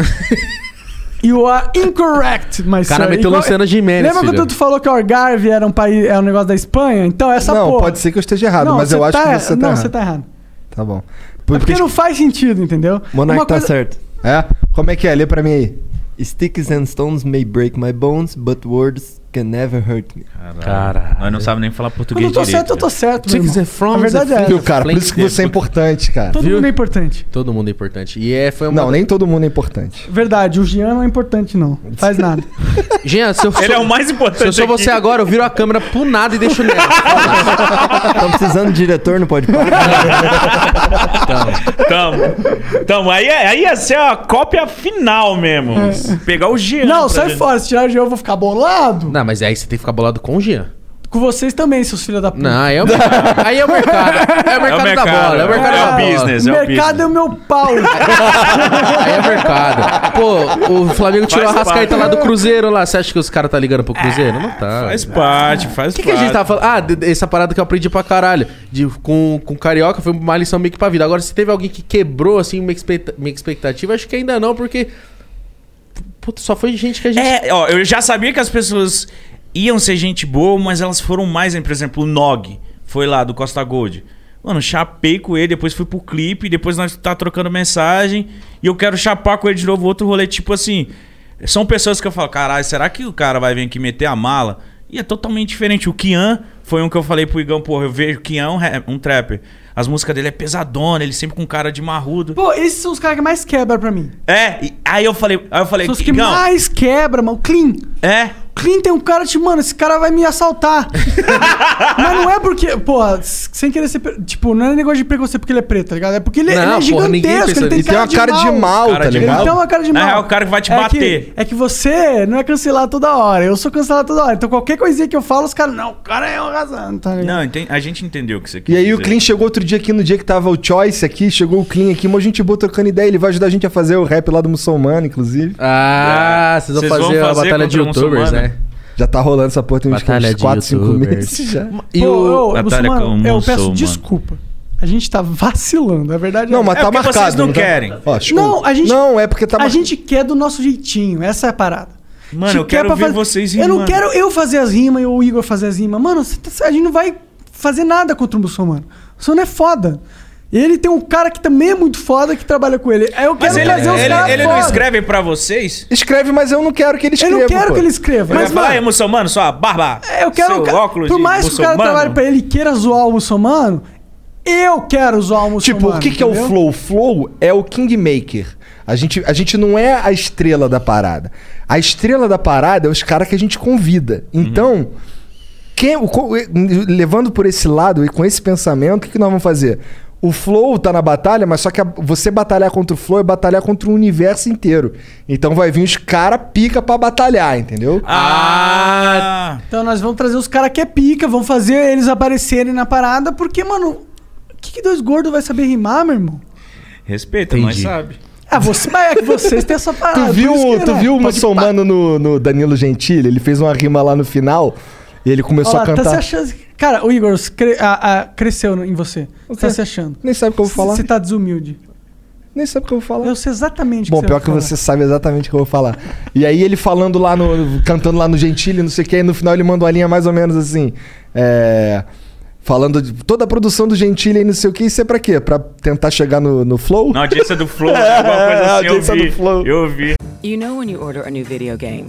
You are incorrect, my
Cara,
sir.
meteu Luciana Gimenez,
Lembra
filho.
quando tu falou que Algarve era um país, é um negócio da Espanha? Então essa
não,
porra.
pode ser que eu esteja errado, mas
você
eu acho
tá
que
er-
você tá
Não,
errado.
você tá errado.
Tá bom.
É porque não faz sentido, entendeu?
Monark
Uma
tá
coisa-
certo. É? Como é que é? Lê pra mim aí.
Sticks and stones may break my bones, but words can never hurt me.
Cara, nós não sabemos nem falar português
Quando eu tô
direito. né?
certo, eu tô certo.
Tigres
meu irmão.
é from
A verdade
the
é
field.
essa.
Cara, por isso que você é importante, cara.
Todo mundo é importante.
Todo mundo é importante. E é, foi uma.
Não, nem todo mundo é importante.
Verdade, o Jean não é importante, não. Faz nada.
Jean, se eu sou,
Ele é o mais importante
Se eu sou
aqui.
você agora, eu viro a câmera pro nada e deixo nela.
Tá precisando de diretor, não pode parar.
Tamo. Tamo. Aí, é- aí ia ser a cópia final mesmo. Pegar o Jean.
É. Não,
pra
sai
gente-
fora. Se tirar o Jean, eu vou ficar bolado.
Não, mas aí você tem que ficar bolado com o Jean.
Com vocês também, seus filhos da puta.
Não, aí é o mercado. Aí é o mercado. É o mercado, da
mercado,
bola. É o mercado
é o
da bola.
business,
Ah, O
é o
mercado é o meu pau.
Aí é mercado. Pô, o Flamengo tirou
Faz
a rascaeta lá
parte. É,
do Cruzeiro lá. Você acha que os caras tá ligando pro Cruzeiro? Não tá.
Faz
Ah.
parte, faz
O que, que a gente tava falando? Ah, de- de- essa parada que eu aprendi pra caralho. De, com, com carioca foi uma lição meio que pra vida. Agora, se teve alguém que quebrou, assim, minha, expecta- minha expectativa, acho que ainda não, porque. Puta, só foi gente que a gente.
É, ó, eu já sabia que as pessoas iam ser gente boa, mas elas foram mais, hein? por exemplo, o Nog foi lá do Costa Gold. Mano, chapei com ele, depois fui pro clipe, depois nós tá trocando mensagem e eu quero chapar com ele de novo outro rolê, tipo assim, são pessoas que eu falo, caralho, será que o cara vai vir aqui meter a mala? E é totalmente diferente. O Kian foi um que eu falei pro Igão, porra, eu vejo o Kian é um, rap- um trapper. As músicas dele é pesadona, ele sempre com cara de marrudo.
Pô, esses são os caras que mais quebram pra mim.
É, e- aí eu falei, aí eu falei,
São os que
Igão,
mais quebra, mano. Clean.
é,
Clean tem um cara tipo, mano, esse cara vai me assaltar. Mas não é porque, porra, s- sem querer ser. pre- Tipo, não é negócio de preconceito porque ele é preto, tá ligado? É porque
Não,
ele, ele é
porra, ninguém
gigantesco,
pensa
ele tem,
nisso.
cara,
Ele tem uma cara de mal, Cara tá de ligado?
Ele tem uma cara de
Na
mal.
real, o cara que vai te bater.
Que, é que você não é cancelado toda hora. Eu sou cancelado toda hora. Então qualquer coisinha que eu falo, os caras, não, o cara é um arrasando, tá ligado?
Não, enten- a gente entendeu o que você quer
E aí o
dizer.
Clean chegou outro dia aqui, no dia que tava o Choice aqui, chegou o Clean aqui, uma gente boa trocando ideia, ele vai ajudar a gente a fazer o rap lá do muçulmano, inclusive.
Ah,
É.
vocês vão
Vocês vão
fazer, a
fazer
batalha de
contra o
youtubers,
muçulmano?
né?
Já tá rolando essa porra tem uns
Batalha de
4, 5
youtubers.
meses já.
É
E
Pô,
o.
eu,
Batalha
muçulmano,
com o
eu peço
muçulmano.
desculpa. A gente tá vacilando, a verdade
Não,
é.
mas
É
tá
porque
marcado.
vocês não
tá?
querem.
Ó, desculpa.
Não, a gente-
Não, é porque tá
a
marcado.
gente quer do nosso jeitinho, essa é a parada.
Mano,
A gente
eu quero
pra
ver vocês
Eu não
rimando.
quero eu fazer as rimas e o Igor fazer as rimas. Mano, cê tá- a gente não vai fazer nada contra o muçulmano. O muçulmano é foda. Ele tem um cara que também é muito foda que trabalha com ele. Aí Eu quero
Mas ele,
trazer os
ele-
caras
ele não
foda.
escreve pra vocês?
Escreve, mas eu não quero que ele
Eu
escreva.
não quero
pô.
que ele escreva.
Mas
Mas,
vai falar, "Ei,
mano, é,
muçulmano, sua barba.
eu quero.
seu
o cara-
óculos
por
de
mais que o cara
muçulmano."
trabalhe pra ele e queira zoar o muçulmano, eu quero zoar o muçulmano.
Tipo, o que, que é o
entendeu?
Flow? O Flow é o Kingmaker. A gente, a gente não é a estrela da parada. A estrela da parada é os caras que a gente convida.
Uhum.
Então, quem, o co- e- levando por esse lado e com esse pensamento, o que, que nós vamos fazer? O Flow tá na batalha, mas só que a- você batalhar contra o Flow é batalhar contra o universo inteiro. Então vai vir os cara pica pra batalhar, entendeu?
Ah!
Então nós vamos trazer os caras que é pica, vamos fazer eles aparecerem na parada, porque, mano, o que, que dois gordos vai saber rimar, meu irmão?
Respeita, nós
Entendi.
sabe.
Ah, você, mas é que vocês têm essa parada.
Tu
por
viu,
isso que,
tu
né?
viu o muçulmano no, no Danilo Gentili? Ele fez uma rima lá no final e ele
Olha
começou
lá,
a
tá
cantar.
se achando. Cara, o Igor você cre- a- a- cresceu no- em você. Você tá
quê?
se achando.
Nem sabe o que eu vou falar.
Você tá desumilde.
Nem sabe o que eu vou falar.
Eu sei exatamente o
Bom, pior
vai
que
falar.
você sabe exatamente o que eu vou falar. E aí ele falando lá no. cantando lá no Gentile, não sei o que, aí no final ele manda uma linha mais ou menos assim. É. Falando de toda a produção do Gentile e não sei o que, isso é pra quê? Pra tentar chegar no, no flow?
Na audiência do Flow, alguma
É,
coisa
a
assim, eu
audiência
vi.
do Flow.
Eu vi.
You know when you order a new video game,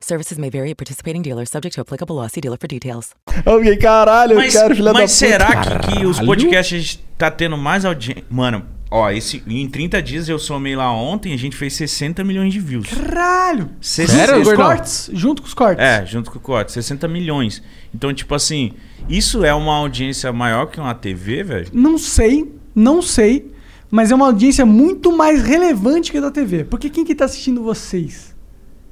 Services may vary at participating dealers, subject to applicable law. See dealer for details.
Eu fiquei, caralho,
Mas,
eu quero, filha da
mas
puta.
será que, que os
Caralho.
podcasts tá tendo mais audiência? Mano, ó, esse, em 30 dias eu somei lá ontem, a gente fez 60 milhões de views.
Caralho!
Sério,
Sério, os
gordão?
cortes? Junto com os cortes.
É, junto com o corte, 60 milhões. Então, tipo assim, isso é uma audiência maior que uma TV, velho?
Não sei, não sei, mas é uma audiência muito mais relevante que a da TV. Porque quem que tá assistindo vocês?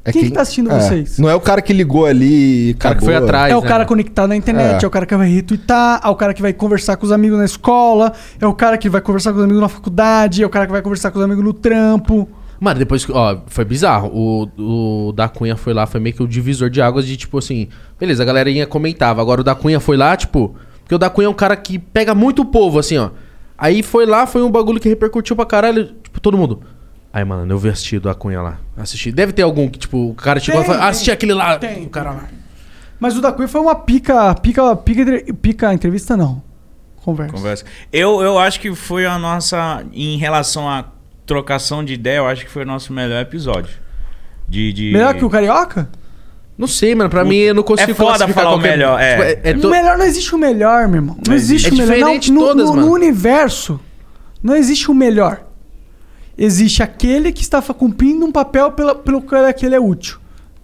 É
quem que tá assistindo vocês?
Não é o cara que ligou ali e
cara que
acabou.
foi atrás.
É o
né?
cara conectado na internet, é.
É.
o cara que vai retweetar, é o cara que vai conversar com os amigos na escola, é o cara que vai conversar com os amigos na faculdade, é o cara que vai conversar com os amigos no trampo.
Mano, depois que. Ó, foi bizarro. O, o da Cunha foi lá, foi meio que o divisor de águas de tipo assim. Beleza, a galerinha comentava. Agora o da Cunha foi lá, tipo. Porque o da Cunha é um cara que pega muito o povo, assim, ó. Aí foi lá, foi um bagulho que repercutiu pra caralho. Tipo, todo mundo. Aí, mano, eu vi assistido a Cunha lá. Assisti. Deve ter algum que, tipo, o cara chegou
Tem,
e falou,
tem.
assisti aquele lá.
Tem.
O cara lá.
Mas o da Cunha foi uma pica, pica, pica, entre- pica entrevista não. Conversa.
Conversa. Eu, eu acho que foi a nossa. Em relação à trocação de ideia, eu acho que foi o nosso melhor episódio. De, de...
Melhor que o Carioca?
Não sei, mano. Pra mim, eu não consigo
É foda
classificar
falar o
qualquer-
melhor, é.
Tipo,
O melhor não existe o melhor, meu irmão. Não,
Não
existe
existe.
o
É
melhor.
diferente
não, no,
todas,
no-
mano.
no universo, não existe o melhor. Existe aquele que está fa- cumprindo um papel pela, pelo qual aquele é útil.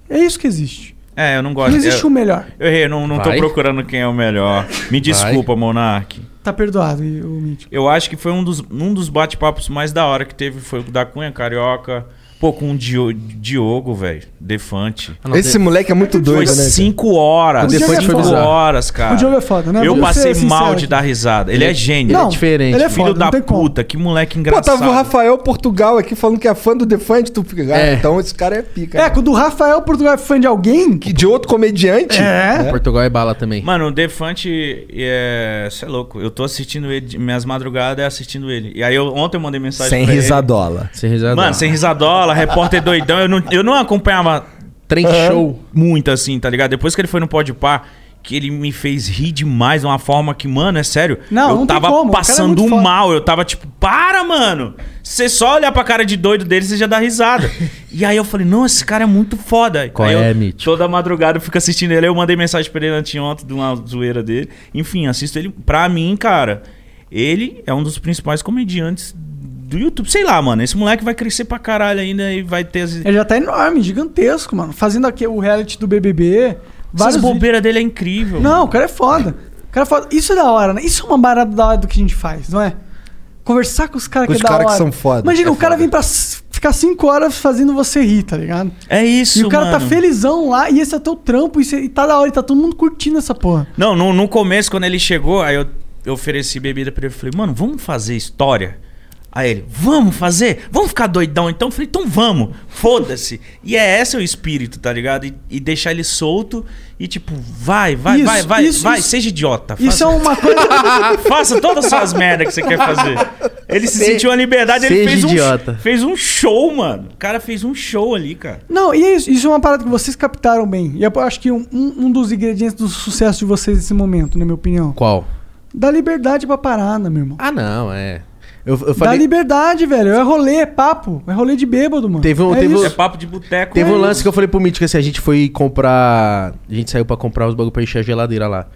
É isso que existe.
É, eu não gosto.
Não existe um o
eu...
melhor.
Eu errei, eu não, não tô
Vai.
procurando quem é o melhor. Me desculpa, Monark.
Tá perdoado, e- o Mítico.
Eu acho que foi um dos, um dos bate-papos mais da hora que teve. Foi o da Cunha Carioca. Pô, com o Dio- Diogo, velho. Defante.
Esse moleque é muito doido,
Foi
né?
cinco horas.
O Diogo é
cinco
foda.
horas, cara.
O Diogo é foda, né?
Eu
Vamos ser
passei mal
sincero
de
aqui.
dar risada. Ele, é gênio.
Não, Ele é diferente. ele é foda,
Filho da
não tem como.
puta, que moleque
Pô,
engraçado.
tava o Rafael Portugal aqui falando que é fã do Defante, tu fica. ah,
É.
Então esse cara é pica.
É, quando o Rafael Portugal é fã de alguém.
Que de outro comediante.
É.
Portugal é bala também.
Mano, o Defante, é. Você é louco. Eu tô assistindo ele, de- minhas madrugadas é assistindo ele. E aí eu, ontem eu mandei mensagem
Sem
pra ele.
risadola.
Sem risadola.
Mano, sem risadola, repórter doidão. Eu não, eu não acompanhava.
Trem show.
Muito assim, tá ligado? Depois que ele foi no Pode Par, que ele me fez rir demais de uma forma que, mano, é sério.
Não,
eu
não tem
tava
como, o cara é
passando
muito foda.
mal. Eu tava tipo, para, mano. Você só olhar pra cara de doido dele, você já dá risada. e aí eu falei, não, esse cara é muito foda.
Qual
Aí eu-
é, Mítico?
Toda madrugada eu fico assistindo ele. Aí eu mandei mensagem pra ele anteontem de uma zoeira dele. Enfim, assisto ele. Pra mim, cara, ele é um dos principais comediantes do YouTube. Sei lá, mano. Esse moleque vai crescer pra caralho ainda e vai ter as.
Ele já tá enorme, gigantesco, mano. Fazendo aqui o reality do BBB.
As
Vários vídeos.
bobeiras dele é incrível.
Não, o cara é foda. O cara é foda. Isso é da hora, né? Isso é uma barata da hora do que a gente faz, não é? Conversar com os caras
Com
que
os
é da hora.
caras que são foda.
Imagina,
É
o cara vem pra s- ficar cinco horas fazendo você rir, tá ligado?
É isso,
E o cara tá
mano.
felizão lá e esse é o teu trampo e, cê- e tá da hora e tá todo mundo curtindo essa porra.
Tá
Não, no, no começo, quando ele chegou, aí eu, eu ofereci bebida pra ele. Eu falei, mano, vamos fazer história? Aí ele, vamos fazer? Vamos ficar doidão então? Eu falei, então vamos, foda-se. E é esse o espírito, tá ligado? E, e deixar ele solto e tipo, vai, vai,
Isso,
vai, vai,
isso,
vai,
isso.
seja idiota.
Isso é uma coisa.
faça todas as suas merdas que você quer fazer. Ele se
Se-
sentiu a liberdade, ele
seja
fez um,
idiota.
fez um show, mano. O cara fez um show ali, cara.
Não, e é isso, isso é uma parada que vocês captaram bem. E eu acho que um, um um dos ingredientes do sucesso de vocês nesse momento, na minha opinião.
Qual?
Dá liberdade pra parada, meu irmão.
Ah, não, é. Eu, eu
Dá
falei.
liberdade, velho. É rolê, é papo. É rolê de bêbado, mano.
Teve um-
é
teve um-
isso.
É papo de boteco.
Teve
né?
um lance que eu falei pro Mítico assim, a gente foi comprar. A gente saiu pra comprar os bagulho pra encher a geladeira lá.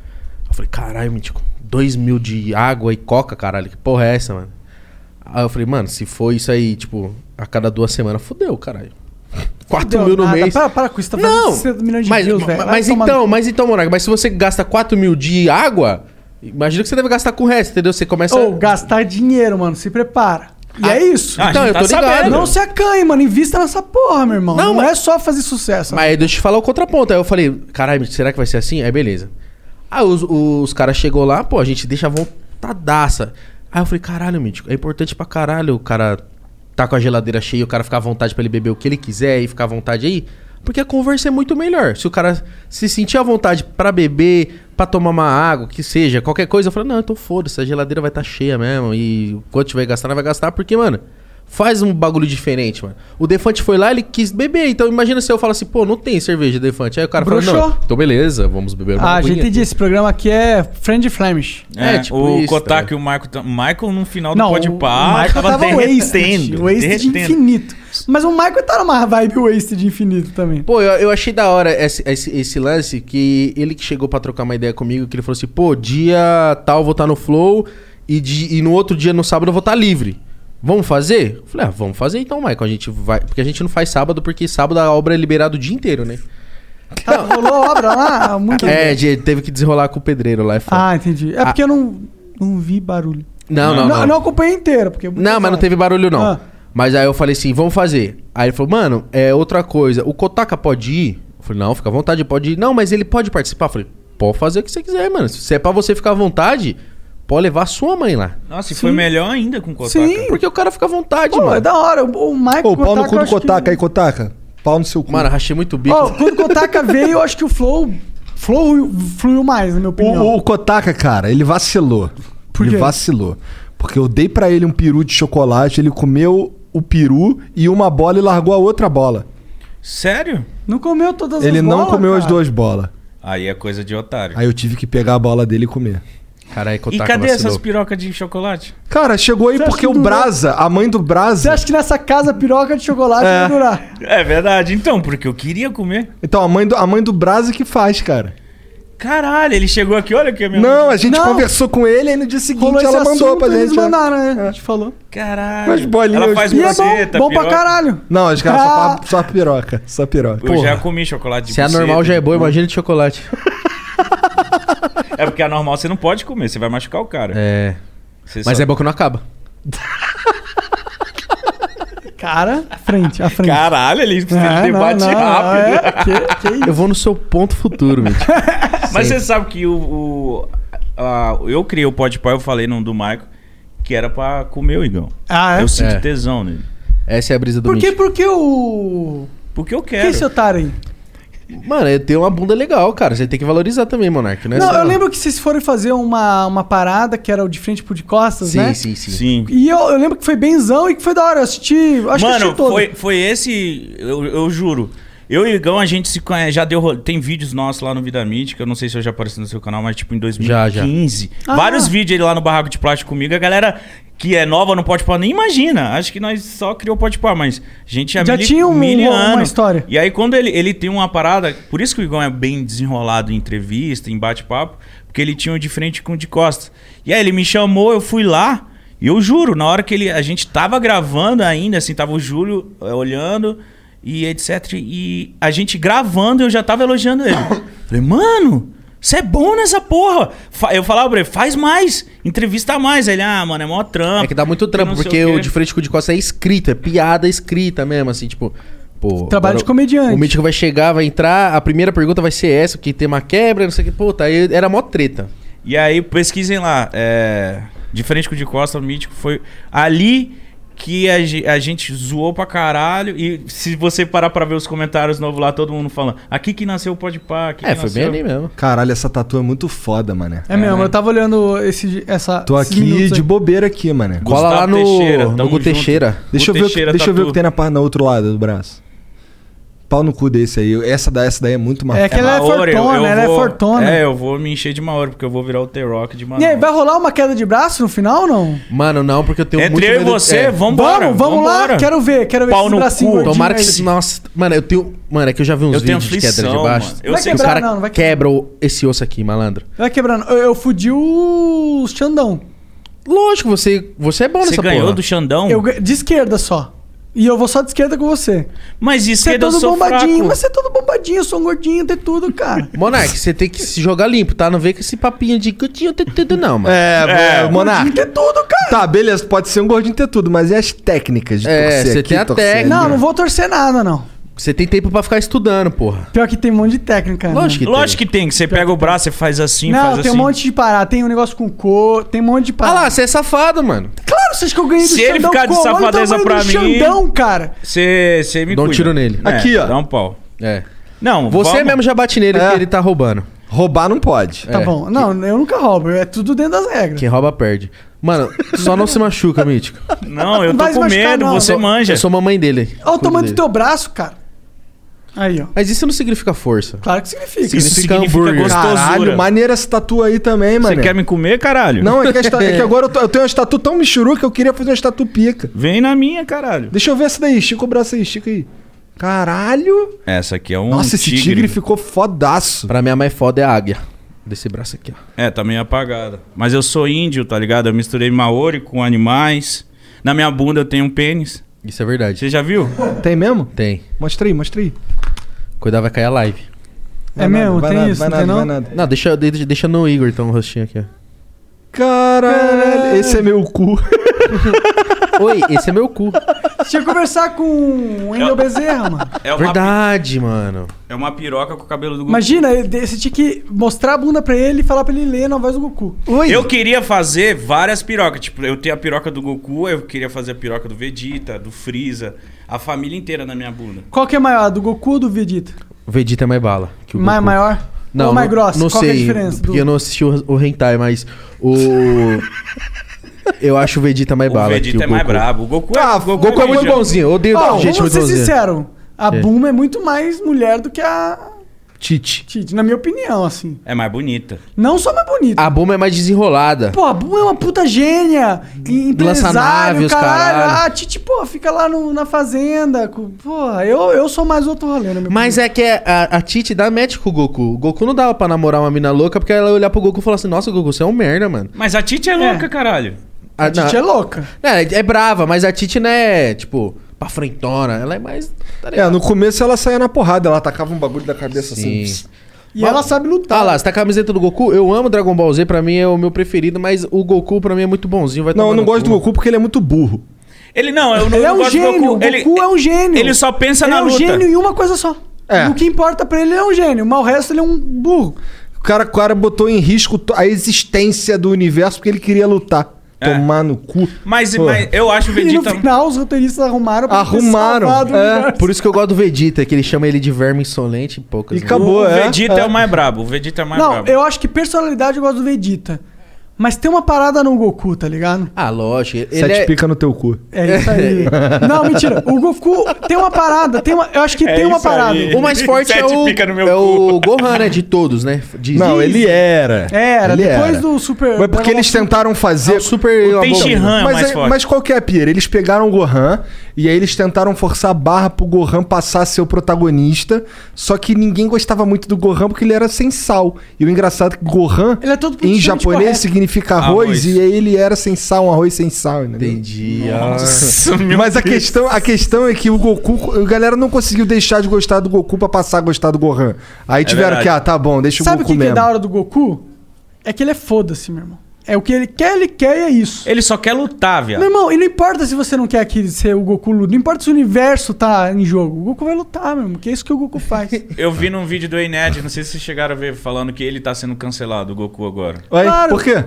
Eu falei, caralho, Mítico, dois mil de água e coca, caralho, que porra é essa, mano? Aí eu falei, mano, se for isso aí, tipo, a cada duas semanas, fudeu, caralho. Quatro
Deu
mil no
nada.
mês.
Para, para com isso, tá fazendo
Não,
60 milhões de
Mas,
views,
ma-
velho. Vai
mas
tomar
então, mas então, Monarca, mas se você gasta 4 mil de água, imagina que você deve gastar com o resto, entendeu? Você começa.
Ou gastar dinheiro, mano. Se prepara. E é isso.
Ah, a Então, gente eu tá tô ligado. sabendo.
Não se acanhe, mano. Invista nessa porra, meu irmão. Não, é só fazer sucesso.
Mas aí deixa eu te falar o contraponto. Aí eu falei, caralho, será que vai ser assim? Aí beleza. Aí os, os caras chegou lá, pô, a gente deixa vontadaça. Aí eu falei, caralho, Mítico, é importante pra caralho o cara tá com a geladeira cheia, o cara ficar à vontade pra ele beber o que ele quiser e ficar à vontade aí. Porque a conversa é muito melhor. Se o cara se sentir à vontade pra beber, pra tomar uma água, que seja, qualquer coisa, eu falei, não, então foda-se, a geladeira vai estar cheia mesmo. E quanto tiver gastar, não vai gastar, porque, mano, faz um bagulho diferente, mano. O Defante foi lá, ele quis beber. Então imagina se eu falo assim, pô, não tem cerveja, Defante. Aí o cara fala,
Bruxou.
não, então beleza, vamos beber uma
Ah, já
aguinha.
entendi. Esse programa aqui é Friend Flemish.
É, o
isso,
Kotak e o Michael. tam- Michael no final do
Não,
Pode
o-
Pá
o Michael tava wasted.
derretendo.
Wasted de
derretendo.
infinito. Mas o Michael tá numa vibe wasted de infinito também.
Pô, eu, eu achei da hora esse, esse- esse lance que ele que chegou pra trocar uma ideia comigo, que ele falou assim, pô, dia tal eu vou estar no Flow e, de- e no outro dia, no sábado, eu vou estar livre. Vamos fazer? Eu falei, ah, vamos fazer então, Michael. A gente vai. Porque a gente não faz sábado, porque sábado a obra é liberada o dia inteiro, né?
Tá, rolou a obra lá? Muito
É, de- teve que desenrolar com o pedreiro lá. É foda.
Ah, entendi. É porque eu não, não vi barulho.
Não, não,
não.
não.
Eu não acompanhei inteira. Porque é
Não, mas não teve barulho, não.
Ah.
Mas aí eu falei assim, vamos fazer. Aí ele falou, mano, é outra coisa. O Kotaka pode ir? Eu falei, não, fica à vontade, pode ir. Não, mas ele pode participar? Eu falei, pode fazer o que você quiser, mano. Se é pra você ficar à vontade, pode levar a sua mãe lá.
Nossa, e foi melhor ainda com o Kotak.
Sim, porque o cara fica à vontade, mano.
É da hora. O o Michael.
Pô, pau no
Kotaka,
cu
eu
do
acho que-
Kotaka aí, Kotaka. Pau no seu cu.
Mano, rachei muito o bico.
Ó, quando o Kotaka veio, eu acho que o Flow, flow fluiu mais, na minha opinião.
O, o Kotaka, cara, ele vacilou. ele vacilou. Porque eu dei pra ele um peru de chocolate, ele comeu o peru e uma bola e largou a outra bola.
Sério?
Não comeu todas
ele
as
não
bolas,
comeu as
cara.
duas bolas.
Aí é coisa de otário.
Aí eu tive que pegar a bola dele e comer.
Caralho,
E cadê essas pirocas de chocolate?
Cara, chegou aí
Você acha
porque
que
o
durou?
Brasa, a mãe do
Você
Brasa.
acha que nessa casa a piroca de chocolate
É.
vai durar?
É verdade, então, porque eu queria comer.
Então, a mãe do, a mãe do Brasa que faz, cara.
Caralho, ele chegou aqui, olha que a minha
Não,
mãe-
a gente conversou com ele e no dia seguinte
Rolou
ela
esse
mandou
assunto,
pra gente.
eles
né?
mandaram, né? A gente falou.
Caralho.
Umas bolinhas.
Ela faz
E é bom,
buceta,
bom pra
piroca.
caralho.
Não, os caras só,
Ah.
pa- só piroca. Só piroca.
Eu já comi chocolate de
Se é
buceta.
normal já é boa, imagina de chocolate.
É porque a normal você não pode comer, você vai machucar o cara.
É.
Você
Mas
só-
é bom que não acaba.
Cara, à frente, à frente.
Caralho, ele ele
Ah, não,
debate
não,
rápido.
é, que- que isso?
Eu vou no seu ponto futuro, Mitch.
Mas
Sempre.
você sabe que o. o- a- eu criei o Pode Pai, eu falei no do Maico, que era pra comer o Igão.
Ah, é?
Eu sinto
É.
tesão nele.
Essa é a brisa do
Por que,
Mitch.
por que o...
Porque eu
Que
quero.
esse otário aí?
Mano, ele tem uma bunda legal, cara. Você tem que valorizar também, Monark. Não, é
Não,
só-
eu lembro que vocês foram fazer uma, uma parada que era o de frente pro de costas,
Sim,
né?
sim, sim.
Sim.
E eu, eu lembro que foi benzão e que foi da hora. Eu assisti. eu Acho que eu
Mano,
assisti todo.
foi, foi esse. Eu, eu juro. Eu e o Igão, a gente se conhece. Já deu rolê. Tem vídeos nossos lá no Vida Mítica. Eu não sei se eu já apareci no seu canal, mas tipo em 2015.
já.
Vários
Ah.
vídeos ele lá no Barraco de Plástico comigo. A galera que é nova no Pode Pá nem imagina. Acho que nós só criou o Pode Pá, mas a gente já,
Já
mili-
tinha um-
miliano.
uma história.
E aí quando ele, ele tem uma parada. Por isso que o Igão é bem desenrolado em entrevista, em bate-papo. Porque ele tinha um de frente com o de costas. E aí ele me chamou, eu fui lá. E eu juro, na hora que ele, a gente tava gravando ainda, assim, tava o Júlio é, olhando e etc. E a gente gravando, eu já tava elogiando ele. Falei, mano, você é bom nessa porra. Fa- Eu falava pra ele, faz mais, entrevista mais. Aí ele, ah, mano, é mó trampo.
É que dá muito
não
trampo,
sei
porque
o quê.
o de frente com o de costas é escrita, é piada escrita mesmo, assim, tipo. Pô,
Trabalho
agora
de comediante.
O Mítico vai chegar, vai entrar, a primeira pergunta vai ser essa, que tem uma quebra, não sei o que. Puta, aí era mó treta.
E aí, pesquisem lá. É... Diferente com o de Costa, o Mítico foi ali que a, ge- a gente zoou pra caralho. E se você parar pra ver os comentários novos lá, todo mundo falando, aqui que nasceu o Pode Pá. aqui
É,
que
foi bem
nasceu."
ali mesmo.
Caralho, essa tatu é muito foda, mané.
É mesmo, eu tava olhando esse, essa.
Tô
esses
aqui
minutos
de
aí.
bobeira aqui, mané.
Gustavo
Cola lá no-
Teixeira,
no
tamo
Gu
junto.
Teixeira.
Deixa,
Gu
eu ver, o que-
Teixeira tá
deixa eu ver o
Tatu.
que tem na, par- na outro lado do braço. Pau no cu desse aí. Essa, da, essa daí é muito
É
marcada.
que ela é
Maori, eu-
fortona,
eu
ela
vou-
é fortona.
É, eu vou me encher de Maori, porque eu vou virar o T-Rock de
E
Manaus.
aí, vai rolar uma queda de braço no final ou não?
Mano, não, porque eu tenho muito
Entre eu e
medo-
você,
é.
vambora.
vamos, vamos lá,
vambora.
quero ver, quero ver
Pau no cu.
gordinho
Tomara
aí.
que. Nossa, mano, eu tenho. Mano, é que eu já vi uns
Eu tenho
vídeos de queda de
aflição,
baixo.
mano.
que
Eu
Vai
sei
o
que
quebrar,
cara
não, não vai quebrar.
quebra o- esse osso aqui, malandro.
Vai quebrando. Eu, eu fudi o Xandão.
Lógico, você, você é bom
você
nessa
ganhou
porra.
do Xandão?
Eu, gan- de esquerda só. E eu vou só de esquerda com você.
Mas
Você
de
é
esquerda eu
todo
sou
bombadinho,
fraco.
mas você é todo bombadinho, eu sou um gordinho, tem tudo, cara.
Monark, você tem que se jogar limpo, tá? Não vem com esse papinho de que eu tinha tudo, não, mano.
É, é
Gordinho
Monarca.
tem tudo, cara.
Tá, beleza, pode ser um gordinho ter tudo, mas e as técnicas de
É,
torcer
você
aqui,
tem a
torcer ali?
técnica.
Não, não vou torcer nada, não.
Você tem tempo pra ficar estudando, porra.
Pior que tem um monte de técnica. né?
Lógico que
Lógico que tem, que você pega o braço, você faz assim,
Não,
faz
tem
assim.
um monte de parada. Tem um negócio com cor, tem um monte de
Ah
parada.
lá, você é safado, mano.
claro, vocês que eu ganhei do
Se ele
Xandão,
ficar de
pô, olha o
safadeza
tamanho
pra
do
mim-
Xandão, cara.
Você, você me
Dá um
cuida.
tiro nele.
É,
Aqui, ó.
Dá um pau.
É.
Não,
Você
vamos-
mesmo já bate nele
É.
porque ele tá roubando.
Roubar não pode.
Tá
É.
bom. Não, eu nunca roubo. É tudo dentro das regras.
Quem rouba, perde. Mano, só não se machuca, Mítico.
Não, eu
Não
tô
vai
com
machucar,
medo,
não.
você
Eu-
manja.
Eu sou mamãe dele.
Olha o
Cuido
tamanho do
dele.
teu braço, cara. Aí, ó.
Mas isso não significa força.
Claro que significa.
Isso significa,
hambúrguer.
É. gostosura.
Caralho, maneira essa tatu aí também,
Você
mano.
quer me comer, caralho?
Não, é que, a esta- é que agora eu, tô- eu tenho uma tatu tão michuru que eu queria fazer uma tatu pica.
Vem na minha, caralho.
Deixa eu ver essa daí, estica o braço aí, estica aí. Caralho!
Essa aqui é um
Nossa, esse tigre, ficou fodaço.
Pra minha mãe foda é a águia. Desse braço aqui, ó.
É, tá meio apagada. Mas eu sou índio, tá ligado? Eu misturei maori com animais. Na minha bunda eu tenho um pênis.
Isso é verdade.
Você já viu?
Tem mesmo?
Tem.
Mostra aí, mostra aí.
Cuidado, vai cair a live.
É mesmo, tem isso,
vai
não
nada,
tem
vai
não?
nada.
Não, deixa, de- deixa no Igor, então, o rostinho aqui, ó.
Caralho, esse é meu cu.
Oi, esse é meu cu.
Tinha que conversar com o Engel Bezerra, mano.
É uma,
Verdade, mano.
pi- é uma piroca com o cabelo do Goku.
Imagina, ele- você tinha que mostrar a bunda pra ele e falar pra ele ler na voz do Goku. Oi.
Eu queria fazer várias pirocas. Tipo, eu tenho a piroca do Goku, eu queria fazer a piroca do Vegeta, do Freeza. A família inteira na minha bunda.
Qual que é maior, a do Goku ou do Vegeta?
O Vegeta é mais bala. que o
Mais
Goku.
maior?
Não,
ou mais
não-
grossa?
Não
Qual é
sei,
que é a diferença?
porque eu não assisti o, o Hentai, mas o... Eu acho o Vegeta mais bala.
O Vegeta
que
é mais
Goku.
brabo. O Goku é,
Ah,
Goku
Goku é
ninja.
muito bonzinho. Eu odeio
Ó,
gente
vamos
muito
ser
bonzinho.
sincero. A
É.
Buma é muito mais mulher do que a
Tite.
Tite, na minha opinião, assim.
É mais bonita.
Não só mais bonita.
A Buma é mais desenrolada.
Pô, a Buma é uma puta gênia. e
Lança nave,
Empresário, caralho.
os caralho.
Ah, Tite, pô, fica lá no- na fazenda. com- Porra, eu, eu sou mais outro rolê, né, meu
Mas é que a, a Titi dá match com o Goku. O Goku não dava pra namorar uma mina louca porque ela ia olhar pro Goku e falar assim: Nossa, Goku, você é um merda, mano.
Mas a Tite é louca, caralho.
A,
Titi é
louca.
É, é brava, mas a Titi não é, tipo, pra frentona. Ela é mais.
É, no começo ela saía na porrada, ela atacava um bagulho da cabeça
Sim.
assim.
E ela sabe lutar.
Ah lá, você tá com a camiseta do Goku? Eu amo Dragon Ball Z, pra mim é o meu preferido, mas o Goku pra mim é muito bonzinho. Vai
Não, eu não gosto do Goku porque ele é muito burro.
Ele não, eu não
Ele é
eu
um
gosto do
gênio.
Goku.
O Goku é um gênio.
Ele só pensa
Ele
na
é um
luta.
gênio em uma coisa só. O que importa pra ele ele é um gênio, mas o resto ele é um burro.
O cara, o cara botou em risco to- a existência do universo porque ele queria lutar. Tomar no cu.
Mas,
Pô.
mas eu acho o
E no
Vegeta.
final os roteiristas arrumaram pra ter
Arrumaram,
salvado o
é.
universo.
Por isso que eu gosto do Vegeta, que ele chama ele de verme insolente e poucas.
o- o Vegeta é. o mais brabo. O Vegeta é o mais
Não,
brabo.
eu acho que personalidade eu gosto do Vegeta. Mas tem uma parada no Goku, tá ligado?
Ah, lógico. Ele
Sete
é...
pica no teu cu.
É isso aí. Não, mentira. O Goku tem uma parada. Tem uma, eu acho que tem uma parada.
O mais forte é o, é o Gohan, né? De todos, né? Dizem.
Não, ele é. era.
Era,
Ele
depois
era.
do é um Super.
Mas é porque eles tentaram fazer.
super.
Tenshinhan é
mas,
mais
é-
forte.
mas qual que é a pira? Eles pegaram o Gohan e aí eles tentaram forçar a barra pro Gohan passar a ser o protagonista. Só que ninguém gostava muito do Gohan porque ele era sem sal. E o engraçado é que Gohan,
Ele é todo
em
politicamente
japonês,
correto.
significa arroz,
Arroz.
e aí ele era sem sal, um arroz sem sal. Entendeu?
Entendi. Ah,
Nossa, meu
mas a
Deus.
questão, a questão é que o Goku, a galera não conseguiu deixar de gostar do Goku pra passar a gostar do Gohan. Aí
É
tiveram
verdade.
que, ah, tá bom, deixa o
Sabe o
Goku
que, que é
mesmo.
da hora do Goku? É que ele é foda-se, meu irmão. É o que ele quer, ele quer e é isso.
Ele só quer lutar,
Meu
viado.
irmão, e não importa se você não quer aqui ser o Goku luta, não importa se o universo tá em jogo, o Goku vai lutar, meu irmão, que é isso que o Goku faz.
Eu vi num vídeo do Ened, não sei se vocês chegaram a ver, falando que ele tá sendo cancelado, o Goku agora.
Ué, por quê?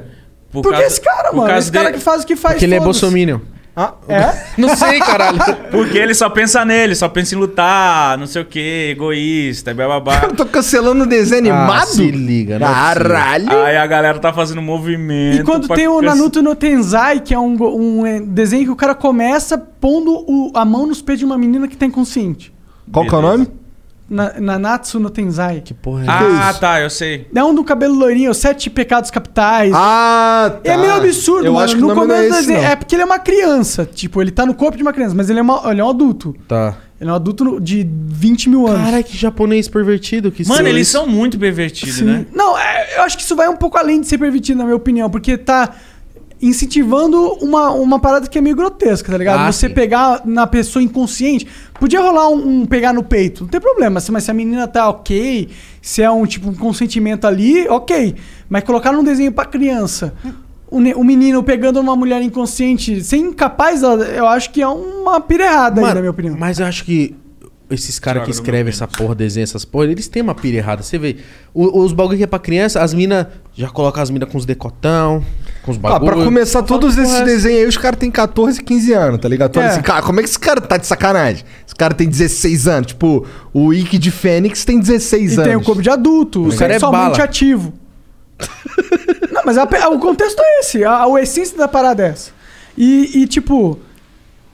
Por
Porque
causa-
esse cara,
por
mano,
causa
esse cara
dele-
que faz o que faz.
Porque ele é
foda-se.
bolsominion.
Ah,
É?
Não sei, caralho.
Porque ele só pensa nele, só pensa em lutar, não sei o que, egoísta, bababá.
Tô cancelando o desenho animado?
se liga, não é possível.
Caralho.
Aí a galera tá fazendo movimento.
E quando
pra
tem o
cance-
Naruto no Tenzai, que é um, go- um, eh, desenho que o cara começa pondo o- a mão nos pés de uma menina que tá inconsciente.
Qual que é o nome?
Na, Nanatsu no Tenzai. Que
porra
Ah, tá, eu sei.
É um do cabelo loirinho, os sete pecados capitais.
Ah,
É meio absurdo,
Eu
mano.
acho que
no
o nome
começo
não é
do
esse,
desenho-
não.
é porque ele é uma criança. Tipo, ele tá no corpo de uma criança, mas ele é, uma- ele é um adulto.
Tá.
Ele é um adulto no- de 20 mil anos.
Caralho, que japonês pervertido que
Mano,
são
eles
isso.
são muito pervertidos, né?
Não, é, eu acho que isso vai um pouco além de ser permitido, na minha opinião, porque tá incentivando uma, uma parada que é meio grotesca, tá ligado?
Ah,
Você
sim.
pegar na pessoa inconsciente. Podia rolar um, um pegar no peito, não tem problema. se- Mas se a menina tá ok, se é um tipo um consentimento ali, ok. Mas colocar num desenho pra criança. O, ne- o menino pegando uma mulher inconsciente, sem incapaz, eu acho que é uma pira errada aí,
Mano,
na minha opinião.
Mas eu acho que esses caras que escrevem essa porra, desenham essas porra, eles têm uma pira errada. Você vê, o- os bagulho que é pra criança, as minas já colocam as minas com os decotão, com os
Ah,
bagulho.
pra começar todos esses
é
Porra,
desenhos aí, os caras têm 14, 15 anos, tá ligado? Tu olha
É.
assim, cara, como é que esse cara tá de sacanagem? Esse cara tem 16 anos. Tipo, o Ikki de Fênix tem 16
E
anos.
tem o corpo de adulto,
O cara é
sexualmente
bala.
ativo. Não, mas a pe- o contexto é esse. A, a essência da parada é essa. E, e, tipo,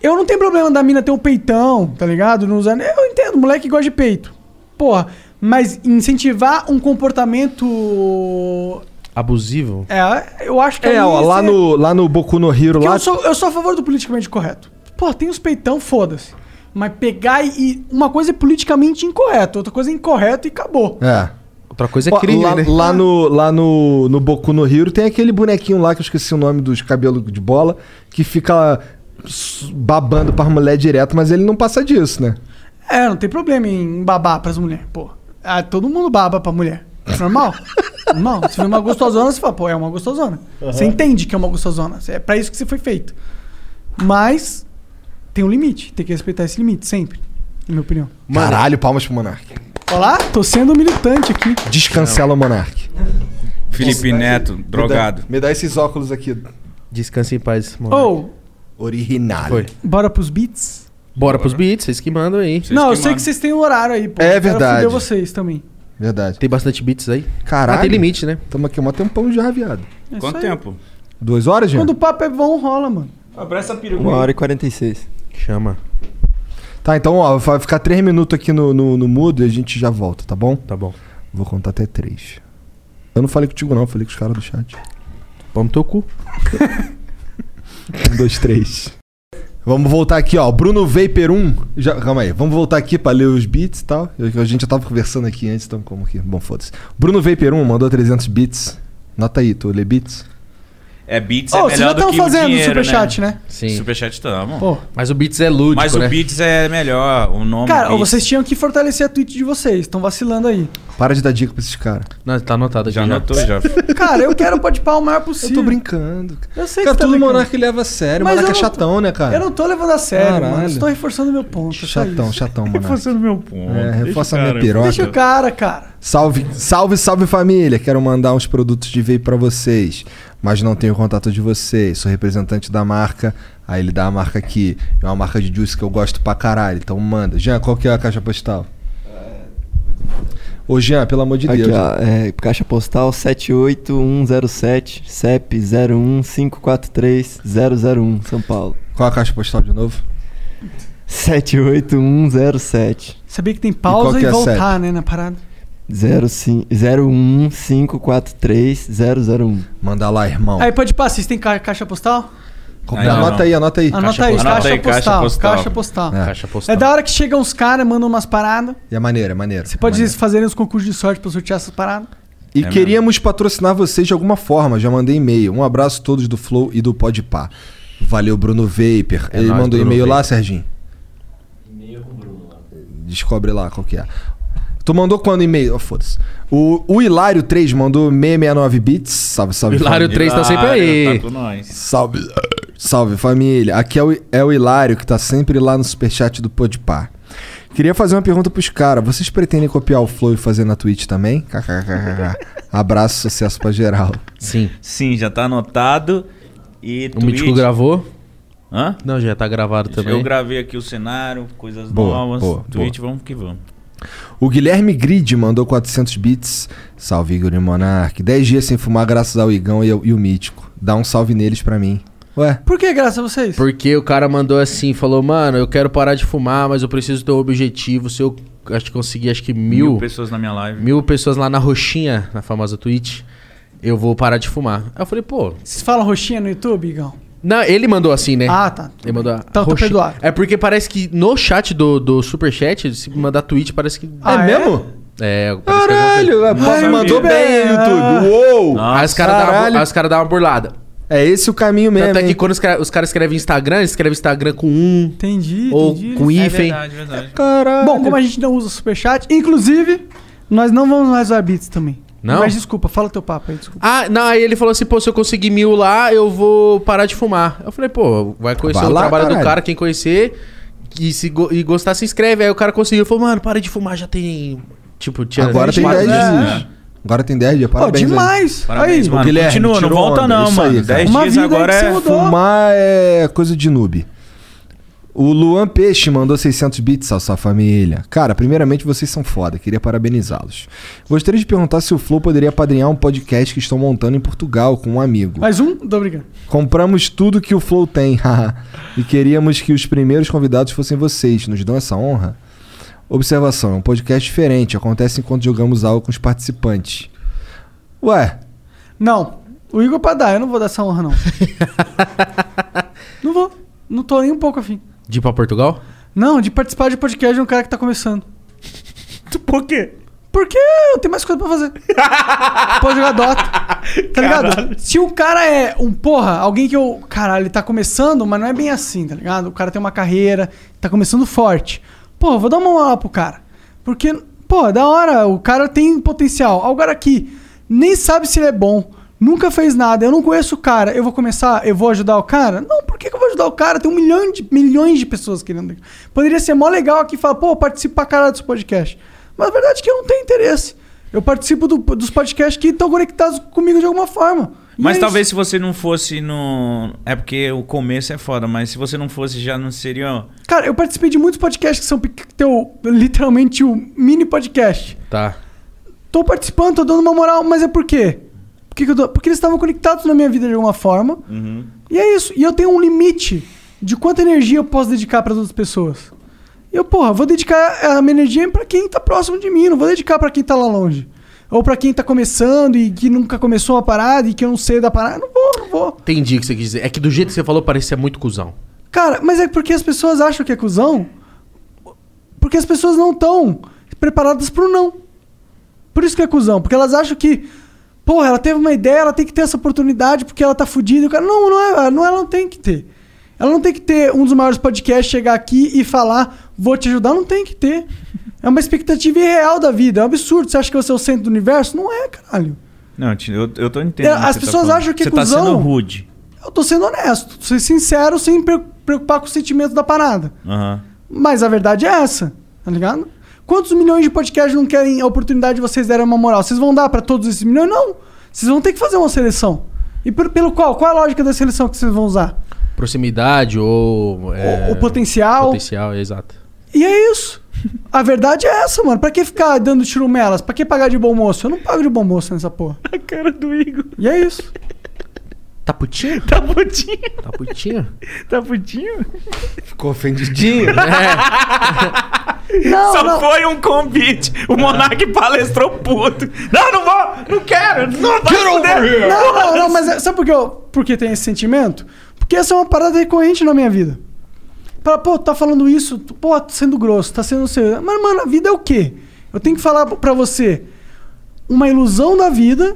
eu não tenho problema da mina ter um peitão, tá ligado? Não usar- Eu entendo, moleque gosta de peito. Porra, mas incentivar um comportamento.
Abusivo.
É, eu acho que aí
É, ó, lá
você-
no, lá no Boku no Hero,
Porque
lá...
Eu, sou, eu sou a favor do politicamente correto. Pô, tem os peitão, foda-se. Mas pegar e, e. Uma coisa é politicamente incorreto, outra coisa é incorreto e acabou.
É.
Outra coisa
é crime,
lá,
né?
Lá, no, lá no, no Boku no Hero tem aquele bonequinho lá, que eu esqueci o nome dos cabelos de bola, que fica s- babando pra mulher direto, mas ele não passa disso, né?
É, não tem problema em babar pras mulheres, pô. Ah, todo mundo baba pra mulher. Normal. Normal. Se vê uma gostosona, você fala, pô, é uma gostosona.
Aham.
Você entende que é uma gostosona. É pra isso que você foi feito. Mas tem um limite. Tem que respeitar esse limite, sempre. Na minha opinião.
Caralho, palmas pro Monark.
Olá, tô sendo militante aqui.
Descancela o Monark.
Felipe Neto,
é
drogado.
Me dá esses óculos aqui.
Descanse em paz, mano.
Oh.
Ou,
Originário.
Foi.
bora pros beats?
Bora pros beats, vocês que mandam aí.
não, eu sei que vocês têm um horário aí, pô.
É
Eu quero
verdade.
fuder vocês também.
Verdade.
Tem bastante beats aí.
Caralho.
Ah, tem limite, né?
Tamo aqui um tempão já, viado.
É
Quanto
isso aí.
tempo?
Duas horas, gente?
Quando o papo é bom, rola, mano.
Ah,
Abraça a peruca.
Uma hora e 46.
Chama.
Tá, então, ó, vai ficar três minutos aqui no, no, no mudo e a gente já volta, tá bom? Tá
bom.
Vou contar até três. Eu não falei contigo, não, eu falei com os caras do chat.
Vamos teu cu.
um, dois, três. Vamos voltar aqui, ó. Bruno Vapor 1. Já, calma aí. Vamos voltar aqui pra ler os beats e tal. Eu- A gente já tava conversando aqui antes, então como que. Bom, foda-se. Bruno Vapor 1 mandou 300 beats. Nota aí, tu lê beats?
É Beats
Ô,
é
vocês já
melhor do
tão
que o
fazendo
dinheiro,
Superchat, né?
Sim. Superchat tamo.
Pô.
Mas o Beats é lúdico,
Mas
né?
o Beats é melhor, o nome
Cara,
Beats.
vocês tinham que fortalecer a tweet de vocês. Estão vacilando aí.
Para de dar dica pra esses caras.
Não, tá anotado aqui.
Já anotou, já.
Cara, eu quero pode o maior possível.
Eu tô brincando.
Eu sei
Cara,
que você tá
tudo
brincando.
monarca leva a sério.
Mas
monarca é
eu não tô-
chatão, né, cara?
Eu não tô levando a sério, mano.
Caralho.
Eu Estou reforçando meu ponto. é só
Chatão,
isso.
chatão, mano.
Reforçando meu ponto.
É,
Deixa
reforça
o
a minha
cara,
piroca.
Deixa o cara, cara.
Salve, salve, salve família! Quero mandar uns produtos de vape pra vocês, mas não tenho contato de vocês. Sou representante da marca, aí ele dá a marca aqui. É uma marca de juice que eu gosto pra caralho, então manda. Jean, qual que é a caixa postal? Ô Jean, pelo amor de
Aqui,
Deus.
ó, é, caixa postal 78107, CEP 01543-001, São Paulo.
Qual a caixa postal de novo?
78107.
Sabia que tem
E qual
pausa
que
e,
é a
voltar, né, na parada.
01543-001.
Manda lá, irmão.
Aí pode passar, vocês têm ca- caixa postal?
Aí não, Anota não. aí, anota aí.
Anota
Caixa
aí,
postal.
caixa,
Anota aí, caixa
postal,
postal.
Caixa postal.
Ah.
É. Caixa postal.
É da hora que chegam uns caras, mandam umas paradas.
E é maneiro, é maneiro.
Você pode fazer uns concursos de sorte pra sortear essas paradas.
É
E queríamos patrocinar vocês de alguma forma, já mandei e-mail. Um abraço a todos do Flow e do Podpah. Valeu, Bruno Vapor.
É
Ele
nóis,
mandou
Bruno
e-mail lá,
Vapor.
Serginho? Descobre lá qual que é. Tu mandou quando e-mail? Ó, foda-se. O, o Hilário 3 mandou 669 bits. Salve, salve.
Hilário
família.
3 tá sempre aí.
Salve. Salve, família. Aqui é o, é o Hilário que tá sempre lá no superchat do Podpah. Queria fazer uma pergunta pros caras. Vocês pretendem copiar o Flow e fazer na Twitch também? KKKKK. Abraço, sucesso pra geral.
Sim.
Sim, já tá anotado. E
O Mítico
Twitch-
gravou?
Hã?
Não, já tá gravado também.
Eu gravei aqui o cenário, coisas
Boa,
novas.
boa,
Twitch, vamos que vamos.
O Guilherme Grid mandou 400 bits. Salve, Igor e Monark. 10 dias sem fumar graças ao Igão e, ao- e o Mítico. Dá um salve neles pra mim. Ué?
Por que, graças a vocês?
Porque o cara mandou assim, falou, mano, eu quero parar de fumar, mas eu preciso ter um objetivo. Se eu acho que conseguir, acho que mil,
Mil pessoas na minha live.
mil pessoas lá na roxinha, na famosa Twitch, eu vou parar de fumar. Aí eu falei, pô.
Vocês falam roxinha no YouTube, Igão?
Não, ele mandou assim,
É.
né?
Ah, tá.
Ele mandou.
Então tá
roxinha.
perdoado.
É porque parece que no chat do, do superchat, se mandar tweet, parece que.
Ah, é? mesmo?
É,
Caralho, é, pô,
Nossa,
mandou
meu.
bem, YouTube. Uou!
Aí os caras dão
Caralho.
uma- aí os caras dão uma burlada.
É esse o caminho mesmo.
Tanto é que
hein?
quando os caras cara escrevem Instagram, eles escrevem Instagram com um.
Entendi,
Ou
entendi.
com
É
hífen.
Caralho.
Bom, como a gente não usa o superchat, inclusive, nós não vamos mais usar bits também.
Não?
Mas desculpa, fala teu papo aí, desculpa.
Ah, não, aí ele falou assim, pô, se eu conseguir mil lá, eu vou parar de fumar. Eu falei, pô, vai conhecer
Vai
o
lá,
trabalho do
caralho.
cara, quem conhecer e, se go- e gostar, se inscreve. Aí o cara conseguiu, falou, mano, para de fumar, já tem, tipo, tinha...
Agora tem 10
24
dias. Agora tem 10 dias, parabéns.
demais.
Aí.
Parabéns, Aí. mano.
Ô, Guilherme,
Continua, não
tirou
volta
onda.
não,
Isso
mano.
cara.
10 Uma dias vida aí agora que se é- mudou.
Fumar é coisa de noob. O Luan Peixe mandou 600 bits à sua família. Cara, primeiramente vocês são foda, queria parabenizá-los. Gostaria de perguntar se o Flow poderia padrinhar um podcast que estão montando em Portugal com um amigo.
Mais um? Tô brincando.
Compramos tudo que o Flow tem, haha. e queríamos que os primeiros convidados fossem vocês. Nos dão essa honra? Observação: é um podcast diferente, acontece enquanto jogamos algo com os participantes. Ué,
Não, o Igor é pra dar, eu não vou dar essa honra, não. não vou. Não tô nem um pouco afim.
De ir pra Portugal?
Não, de participar de podcast de um cara que tá começando. Por quê? Porque eu tenho mais coisa pra fazer. Pode jogar Dota. Tá ligado? Se o cara é um porra, alguém que eu. Caralho, ele tá começando, mas não é bem assim, tá ligado? O cara tem uma carreira, tá começando forte. Pô, eu vou dar uma moral pro cara. Porque, pô, é da hora, o cara tem potencial. Agora aqui, nem sabe se ele é bom, nunca fez nada, eu não conheço o cara, eu vou começar, eu vou ajudar o cara? Não, por que, que eu vou ajudar o cara? Tem um milhão de, milhões de pessoas querendo. Poderia ser mó legal aqui falar, pô, eu participo pra caralho desse podcast. Mas a verdade é que eu não tenho interesse. Eu participo do- dos podcasts que estão conectados comigo de alguma forma. E
Mas
é
talvez se você não fosse no. É porque o começo é foda, mas se você não fosse já não seria.
isso. Cara, eu participei de muitos podcasts que são pe- que tem o- literalmente o mini podcast.
Tá.
Tô participando, tô dando uma moral, mas é por quê? Por que que eu tô- Porque eles estavam conectados na minha vida de alguma forma.
Uhum.
E é isso. E eu tenho um limite de quanta energia eu posso dedicar para outras pessoas. E eu, porra, vou dedicar a minha energia para quem tá próximo de mim, não vou dedicar para quem tá lá longe. Ou para quem tá começando e que nunca começou uma parada e que eu não sei da parada. Não vou, não vou.
Entendi o que você quis dizer. É que do jeito que você falou, parece ser muito cuzão.
Cara, mas é porque as pessoas acham que é cuzão porque as pessoas não estão preparadas pro não. Por isso que é cuzão. Porque elas acham que, porra, ela teve uma ideia, ela tem que ter essa oportunidade porque ela tá fudida. O cara, não, não é, não, ela não tem que ter. Ela não tem que ter um dos maiores podcasts chegar aqui e falar, vou te ajudar. Não tem que ter. É uma expectativa irreal da vida. É um absurdo. Você acha que você é o centro do universo? Não é, caralho.
Não, Tino, eu, eu tô entendendo.
É,
o que
as
você
pessoas
falando.
acham que é
Você tá
cuzão.
sendo rude.
Eu tô sendo honesto, tô sendo sincero, sem pre- preocupar com o sentimento da parada.
Aham.
Mas a verdade é essa, tá ligado? Quantos milhões de podcasts não querem a oportunidade de vocês derem uma moral? Vocês vão dar pra todos esses milhões? Não. Vocês vão ter que fazer uma seleção. E por- pelo qual? Qual a lógica da seleção que vocês vão usar?
Proximidade ou. é,
o potencial.
Potencial, é, exato.
E é isso. A verdade é essa, mano. Pra que ficar dando tirumelas? Pra que pagar de bom moço? Eu não pago de bom moço nessa porra. A cara do Igor. E é isso.
Tá putinho?
Tá putinho.
Tá putinho?
Tá putinho?
Ficou ofendidinho?
Não, É.
Só foi um convite. O Monark palestrou puto. Não, não vou, não quero. Não quero
Não, não, não, mas é- sabe por que, eu, por que tem esse sentimento? Porque essa é uma parada recorrente na minha vida. Fala, pô, tá falando isso, tu- pô, tá sendo grosso, tá sendo seu. Mas, mano, a vida é o quê? Eu tenho que falar pra você uma ilusão da vida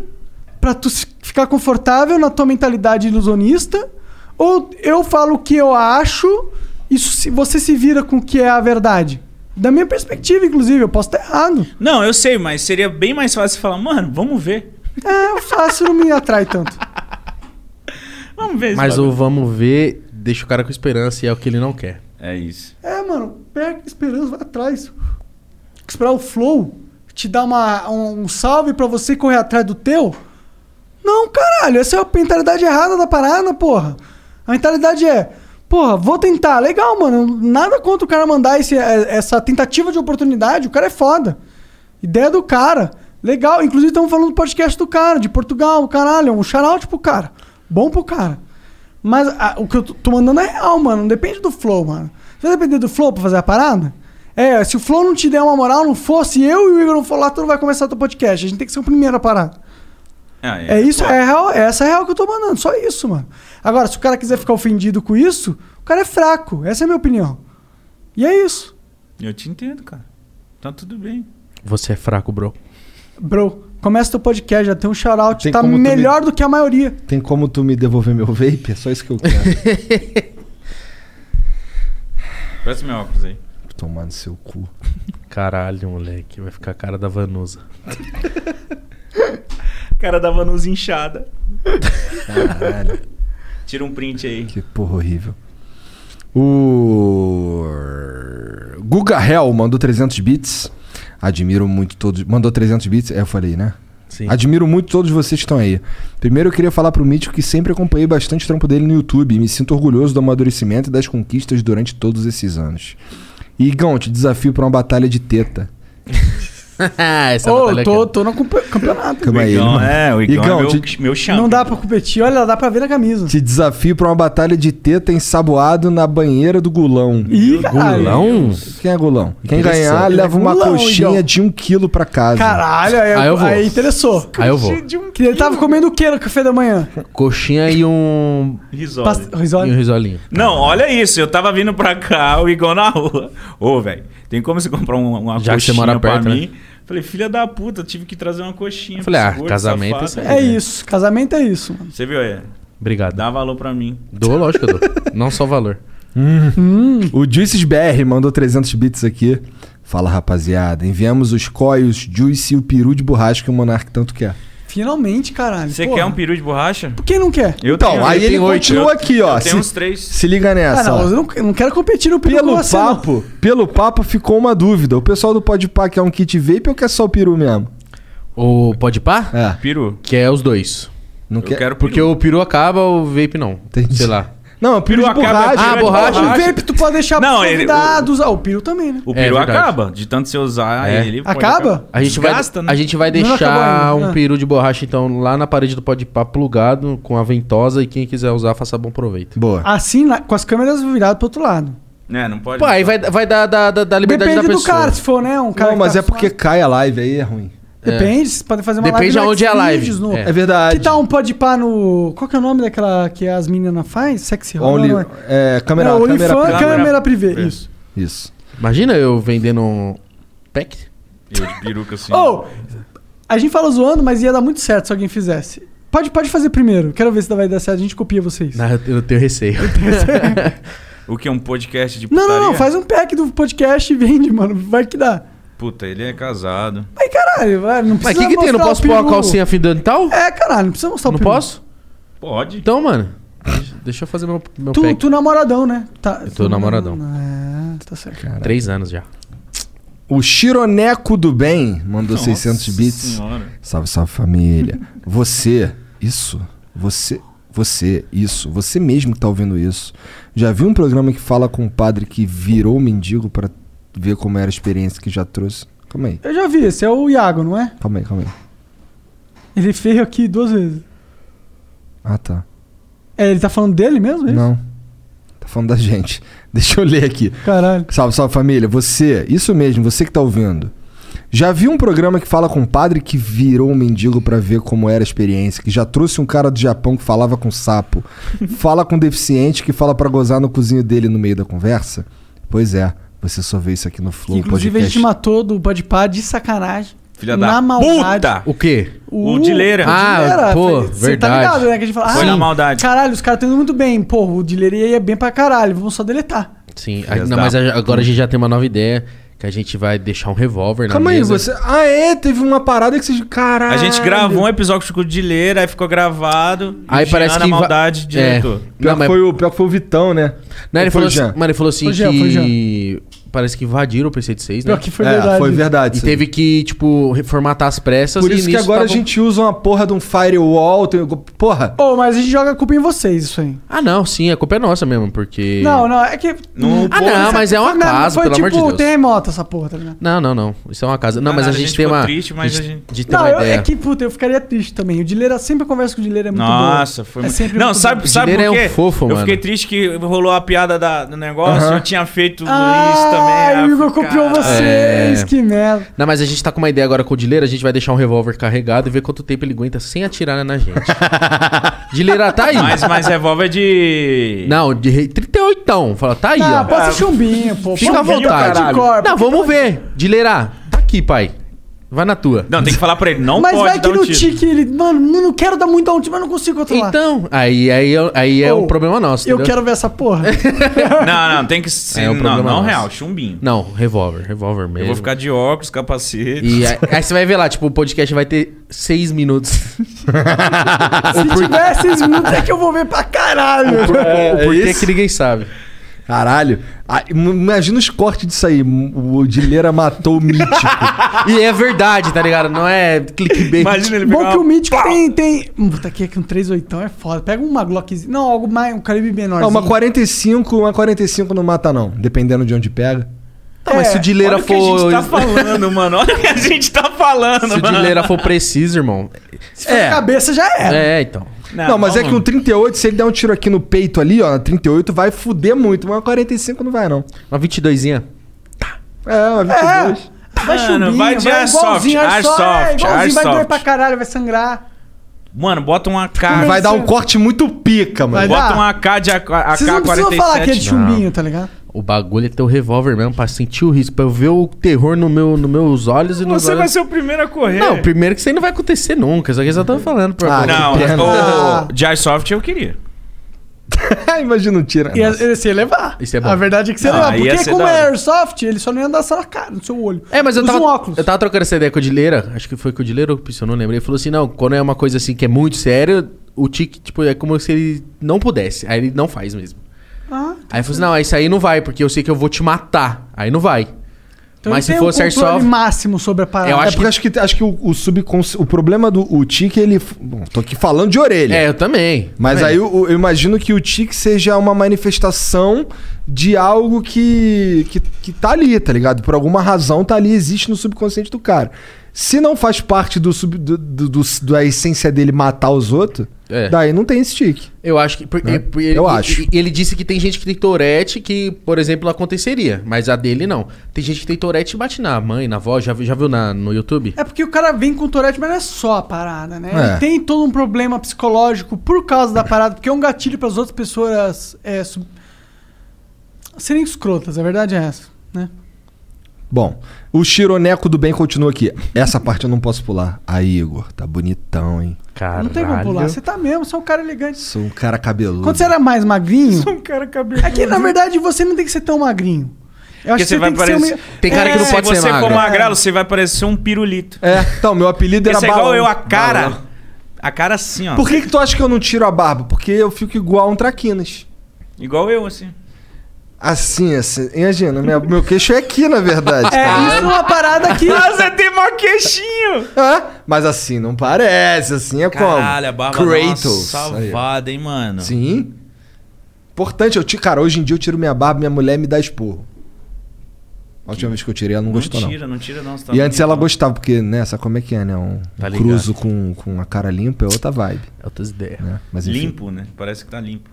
pra tu se- ficar confortável na tua mentalidade ilusionista? Ou eu falo o que eu acho e se- você se vira com o que é a verdade? Da minha perspectiva, inclusive, eu posso estar errado.
Não, eu sei, mas seria bem mais fácil falar, mano, vamos ver.
É, fácil não me atrai tanto.
Vamos ver esse
Mas
bagulho.
o vamos ver deixa o cara com esperança e é o que ele não quer.
É isso.
É, mano, pega esperança, vai atrás. Esperar o flow te dar uma, um, um salve pra você correr atrás do teu? Não, caralho, essa é a mentalidade errada da parada, porra. A mentalidade é, porra, vou tentar. Legal, mano, nada contra o cara mandar esse- é, essa tentativa de oportunidade, o cara é foda. Ideia do cara. Legal, inclusive estamos falando do podcast do cara, de Portugal, caralho, um shout pro cara. Bom pro cara. Mas ah, o que eu tô- tô mandando é real, mano. Não depende do flow, mano. Você vai depender do flow pra fazer a parada? É, se o flow não te der uma moral, não fosse eu e o Igor não for lá, tu não vai começar teu podcast. A gente tem que ser o primeiro a parar.
Ah,
É isso, é real, essa é a real que eu tô mandando, só isso, mano. Agora, se o cara quiser ficar ofendido com isso, o cara é fraco. Essa é a minha opinião. E é isso,
Eu te entendo, cara. Tá tudo bem.
Você é fraco, bro.
bro. Começa teu podcast, já tem um shout-out.
Tem
Tá
como tu me-
melhor do que a maioria.
Tem como tu me devolver meu vape? É só isso que eu quero.
Presta meu óculos aí.
Tomar no seu cu.
Caralho, moleque. Vai ficar a cara da Vanusa.
Cara da Vanusa inchada.
Caralho.
Tira um print aí.
Que porra horrível. O Guga Hell mandou 300 bits. Admiro muito todos. Mandou 300 bits, é, eu falei, né?
Sim.
Admiro muito todos vocês que estão aí. Primeiro eu queria falar pro Mítico que sempre acompanhei bastante o trampo dele no YouTube e me sinto orgulhoso do amadurecimento e das conquistas durante todos esses anos. E Igão, te desafio pra uma batalha de teta.
Essa
Ô,
batalha aqui, é ó.
tô, tô no campe- campeonato.
Calma aí,
Igão,
ele não-
é, o Igão é meu-
te-
meu
Não dá pra competir, olha, dá pra ver na camisa.
Te desafio pra uma batalha de teta ensaboado na banheira do Gulão.
Ih, caralho.
Gulão?
Quem é Gulão? Quem
Interessante.
ganhar leva uma
é Gulão,
coxinha
Igão.
de um quilo pra casa.
Caralho, aí,
Aí eu vou.
aí interessou.
Aí eu vou.
Que ele tava comendo o que no café da manhã?
Coxinha e um.
Risório.
E um risolinho.
Não, olha isso. Eu tava vindo pra cá, o Igor na rua. Ô, velho, tem como você comprar um- uma
Já que você
coxinha
mora
pra
perto, né?
mim? Falei, filha da puta, eu tive que trazer uma coxinha.
Falei,
pra
ah,
esse gordo
casamento é
safado.
isso
É isso, casamento é isso, mano.
Você viu aí?
Obrigado.
Dá valor pra mim.
Dou, lógico, que eu dou. Não só valor.
O Juices BR mandou 300 bits aqui. Fala, rapaziada. Enviamos os coios, Juice e o peru de borracha que o Monark tanto quer.
Finalmente, caralho.
Você
porra.
quer um peru de borracha?
Quem não quer?
Eu
então,
tenho,
aí
eu
ele
tenho oito.
continua
Eu-
aqui, ó.
eu tenho
se,
uns três.
Se liga nessa.
Ah, não,
ó.
eu não, eu não quero competir no peru
Pelo
com você, não.
papo, pelo papo ficou uma dúvida. O pessoal do Podpah quer um kit vape ou quer só o peru mesmo?
O pode pá?
É.
Peru.
Que é os dois.
Não
Eu quero
Porque o peru acaba, o vape não. Sei lá.
Não, é peru,
Peru
de
acaba-
borracha.
Ah,
Ah,
borracha.
borracha.
O vape tu pode deixar
Não,
pros
ele-
convidados. Ah, o peru também, né?
O peru
É verdade.
acaba. De tanto você usar,
É.
ele
Acaba?
A gente, vai,
Desgasta, né?
a gente vai
Não, não
deixar
acabou ainda.
um
Ah.
peru de borracha, então, lá na parede do Pode Pá plugado com a ventosa e quem quiser usar, faça bom proveito.
Boa.
Assim, na- com as câmeras viradas pro outro lado.
É, não pode.
Pô, aí vai, vai dar da, da, da liberdade
Depende
da
do
pessoa.
cara, se for, né? Um cara
Não,
que
mas
tá
é porque cai a live, aí é ruim.
Depende, vocês podem fazer uma
Depende
live no
aonde é a live.
Xvideos
É.
É verdade.
Que tal um pode pá no. Qual que é o nome daquela que as meninas fazem? Sexy Home?
Only,
não é?
é, câmera,
Não,
câmera,
OnlyFans,
privada.
é câmera privê,
É.
isso.
Isso.
Imagina eu vendendo um pack.
Eu de peruca assim.
Ou, Oh, a gente fala zoando, mas ia dar muito certo se alguém fizesse. Pode, pode fazer primeiro, quero ver se vai dar certo, a gente copia vocês.
Né?
Não, eu eu tenho receio.
O que? Um podcast de
Não,
putaria?
não, não, faz um pack do podcast e vende, mano, vai que dá.
Puta, ele é casado.
Mas caralho, vai, não
Mas
precisa.
o que, que tem? Não
mostrar
posso
o
pôr uma
peru.
calcinha afidental?
É, caralho, não precisa mostrar
Não
o peru.
posso?
Pode.
Então, mano, deixa- deixa eu fazer meu, meu
Tu,
pack.
tu namoradão, né? Tá,
Eu tô namoradão.
É, tá certo.
Três anos já.
O Chironeco do Bem mandou 600 bits.
senhora.
Salve, salve família. Você, isso, você, você, isso, você mesmo que tá ouvindo isso. Já viu um programa que fala com um padre que virou mendigo pra ver como era a experiência que já trouxe? Calma aí,
Eu já vi, esse é o Iago, não é?
calma aí, calma aí.
Ele fez aqui duas vezes.
Ah, tá.
É, ele tá falando dele mesmo? é isso?
Não. Tá falando da gente. Deixa eu ler aqui.
Caralho.
Salve, salve família. Você, isso mesmo, você que tá ouvindo. Já viu um programa que fala com um padre que virou um mendigo pra ver como era a experiência, que já trouxe um cara do Japão que falava com sapo, fala com deficiente que fala pra gozar no cozinho dele no meio da conversa? Pois é, você só vê isso aqui no Flow
Inclusive, a
Podcast.
gente matou do Podpah de sacanagem.
Filha
na
da
maldade.
puta!
O quê?
O Dileira.
Ah,
Era,
pô,
foi- Você tá
verdade.
ligado, né? Que a gente fala,
Foi
ah,
na maldade.
Caralho, os caras estão indo muito bem. Pô, o Dileira ia é bem pra caralho. Vamos só deletar.
Sim,
Filhas
a- não,
da
mas a-
puta.
agora a gente já tem uma nova ideia, que a gente vai deixar um revólver na
Calma aí,
mesa.
você. Ah, é? Teve uma parada que vocês. Caralho.
A gente gravou um episódio com o Dileira, aí ficou gravado.
Aí
e o
parece
Jean
que
na
inva-
maldade,
É.
diretor.
Pior,
Não,
que
mas-
foi o, pior que foi o Vitão, né?
Não, ele
Ou foi
falou
o Jean?
assim, mano, ele falou assim
Foi o Jean, foi o
que... Parece que invadiram o PC-26, né?
Pior que foi
É,
verdade.
foi verdade.
E
sim.
teve que, tipo, reformatar as pressas.
Por
e
isso que
nisso
agora
tava-
a gente usa uma porra de um firewall. Tem... Porra.
Ô, mas a gente joga a culpa em vocês, isso aí.
Ah, não, sim, a culpa é nossa mesmo, porque...
Não, não, é que.
Não,
Ah,
pô,
não, mas é um
Foi mesmo,
acaso,
foi
pelo
tipo
amor de Deus.
terremoto essa porra, tá ligado?
Não, não, não. Isso é uma casa. Não,
Não,
mas a
nada,
gente,
a gente
tem
ficou
uma.
triste, mas a gente-
de ter
Não,
uma
eu,
ideia.
é que, puta, eu ficaria triste também. O Dileira, sempre a conversa com o Dileira é muito boa.
Nossa, foi
é
muito...
sempre
Não,
muito
sabe,
boa.
sabe
Dileira
por quê?
é um fofo,
eu
mano.
fiquei triste que rolou a piada da- do negócio,
Aham.
eu tinha feito isso também.
Ah,
aí
o
eu
Igor
fui,
copiou
cara,
vocês,
É.
que merda.
Não, mas a gente tá com uma ideia agora com o Dileira, a gente vai deixar um revólver carregado e ver quanto tempo ele aguenta sem atirar né, na gente. Dileira, tá aí.
Mas, mas revólver de...
Não, de re- 38. Fala, tá aí,
Ah,
ó.
passa chumbinho, pô.
Fica à
Chumbinho,
vontade.
cara de corpo.
Não, vamos ver. Dileira, tá aqui, pai. Vai na tua.
Não, tem que falar pra ele, não
Mas
pode
vai que
dar um
no
tiro.
tique ele. Mano, não não quero dar muito down time, mas não consigo controlar.
Então, aí, aí, é- aí é
Ou,
um problema nosso,
eu
entendeu?
quero ver essa porra.
Não, não, tem que ser...
É um
não,
problema
não
nosso.
real, chumbinho.
Não, revólver, revólver mesmo.
Eu vou ficar de óculos, capacete.
E aí, aí você vai ver lá, tipo, o podcast vai ter seis
É,
minutos.
Se tiver esses minutos é que eu vou ver pra caralho.
o
é
porquê
É, isso?
que ninguém sabe.
Caralho. Ah, im- imagina os cortes disso aí. O Dileira matou o mítico.
E é verdade, tá ligado? Não é clickbait.
Imagina ele pegar
Bom que o
uma-
Mítico tem. tem... Hum, Puta, aqui, aqui um 3 oitão é foda. Pega uma Glockzinha. Não, algo mais, um calibre menor.
Não, uma 45, uma 45 não mata não. Dependendo de onde pega.
Tá, mas se o
é, Olha
Dileira
o que a gente
for.
tá falando, mano. Olha o que a gente tá falando,
Se o
mano.
Dileira for preciso, irmão.
Se for na cabeça já é.
É, então.
Não, mas é que um 38, se ele der um tiro aqui no peito ali, ó, na 38 vai fuder muito. Mas um uma 45 não vai não.
Uma 22zinha.
É, uma 22.
Vai
Mano,
chumbinho,
vai de airsoft,
igualzinho, airsoft,
airsoft,
é, igualzinho, vai doer
airsoft.
pra caralho, vai sangrar.
Mano, bota um AK.
E vai
Vai
dar
ser-
um corte muito pica, mano.
Vai
Bota
dar.
um AK de AK-
Vocês não precisam
AK-47.
falar que é de
não.
chumbinho, tá ligado?
O bagulho é ter o revólver mesmo, pra sentir o risco, pra eu ver o terror no meu, nos meus olhos e nos
Você
olhos.
vai ser o primeiro a correr.
Não, primeiro que isso aí não vai acontecer nunca. Isso aqui eu só tô falando. Pra...
Ah,
Não,
é
que pena.
o de Airsoft eu queria.
imagina um tiro.
E ele se ia levar.
Isso é bom.
A verdade é que você ia
Ah,
levar.
ia
Porque
ser
como
da
é
hora.
airsoft, ele só não ia andar só na cara, no seu olho.
É, mas eu
Usa
tava,
um óculos.
eu tava trocando essa ideia com o Dileira, acho que foi com o Dileira ou com o Pisson, não lembro. Ele falou assim, não, quando é uma coisa assim que é muito séria, o tique, tipo, é como se ele não pudesse. Aí ele não faz mesmo.
Ah,
Aí ele falou assim, não, isso aí não vai, porque eu sei que eu vou te matar. Aí não vai.
Então
Mas
ele
se
tem um
fosse
controle
airsoft-
máximo sobre a parada.
é porque acho que, acho que o, o subcons... O problema do o tique, ele... Bom, tô aqui falando de orelha.
É, eu também.
Mas
Também.
aí eu, eu imagino que o tique seja uma manifestação de algo que, que, que tá ali, tá ligado? Por alguma razão tá ali, existe no subconsciente do cara. Se não faz parte do, sub, do, do- do- da essência dele matar os outros,
É.
daí não tem esse tique.
Eu acho que. por-
Né?
e- por- ele,
Eu acho.
e- e Ele disse que tem gente que tem Tourette que, por exemplo, aconteceria, mas a dele não. Tem gente que tem Tourette e bate na mãe, na avó, já, vi- já viu na, no YouTube?
É porque o cara vem com o Tourette, mas não é só a parada, né?
É.
Ele tem todo um problema psicológico por causa da parada, porque é um gatilho para as outras pessoas é, sub- serem escrotas, a verdade é essa, né?
Bom, o Chironeco do Bem continua aqui. Essa parte eu não posso pular. Aí, Igor, tá bonitão, hein?
Caralho.
Não tem como pular, você tá mesmo, você é um cara elegante.
Sou um cara cabeludo.
Quando você era mais magrinho,
um cara cabeludo.
é que na verdade você não tem que ser tão magrinho. Eu
Porque
acho que
você
você
vai
tem que ser um
parecer.
meio-
É, Se você for magrelo, você vai parecer um pirulito.
É, então, meu apelido era
Esse é igual
Balão.
eu, a cara.
Balão.
A cara assim, ó.
Por que, que tu acha que eu não tiro a barba? Porque eu fico igual a um traquinas.
Igual eu, assim.
Assim, assim. Imagina, minha- meu queixo é aqui, na verdade. tá?
É,
ligado?
isso é uma parada que- Nossa,
tem mó queixinho!
Mas assim, não parece. Assim é como?
Caralho, a barba dá uma
Kratos. Aí, ó.
salvada, hein, mano.
Sim. Importante, eu tiro, cara, hoje em dia eu tiro minha barba, minha mulher me dá esporro. A última vez que eu tirei, ela não,
Não
gostou,
tira, não tira não, você tá
e antes
bonito,
ela
não.
gostava, porque, né, sabe como é que é, né? Um,
Tá
um
ligado.
cruzo com, com a cara limpa é outra vibe.
Outras ideias.
Né? Mas enfim,
limpo, né? Parece que tá limpo.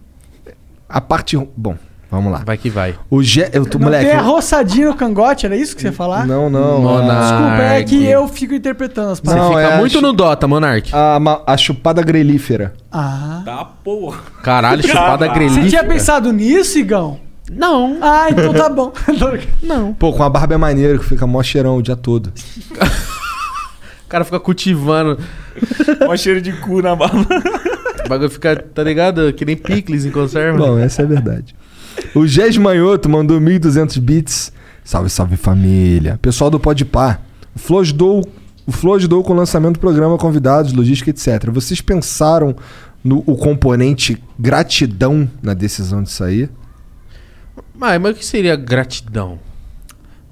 a parte. ru- Bom, vamos
É.
lá.
Vai que vai.
O Gé. Eu tô,
Não
moleque.
tem a roçadinha no cangote, era isso que você ia falar?
Não, Ah, não.
Desculpa, é que eu fico interpretando as
Você
palavras.
fica
é,
muito no Dota, Monark.
A, ma- a chupada grelífera.
Ah.
Tá, porra.
Caralho, chupada grelífera.
Você tinha pensado nisso, Igão?
Não.
Ah, então tá bom. não.
Pô, com a barba é maneiro, que fica mó cheirão o dia todo.
O cara fica cultivando.
Mó cheiro de cu na bala.
O bagulho fica, tá ligado? Que nem picles em conserva.
Bom, essa é a verdade. O Gés Manhoto mandou 1.200 bits. Salve, salve família. Pessoal do Podpar. O Flo ajudou, o Flo ajudou com o lançamento do programa, convidados, logística, etc. Vocês pensaram no o componente gratidão na decisão de sair?
Mas, mas o que seria gratidão?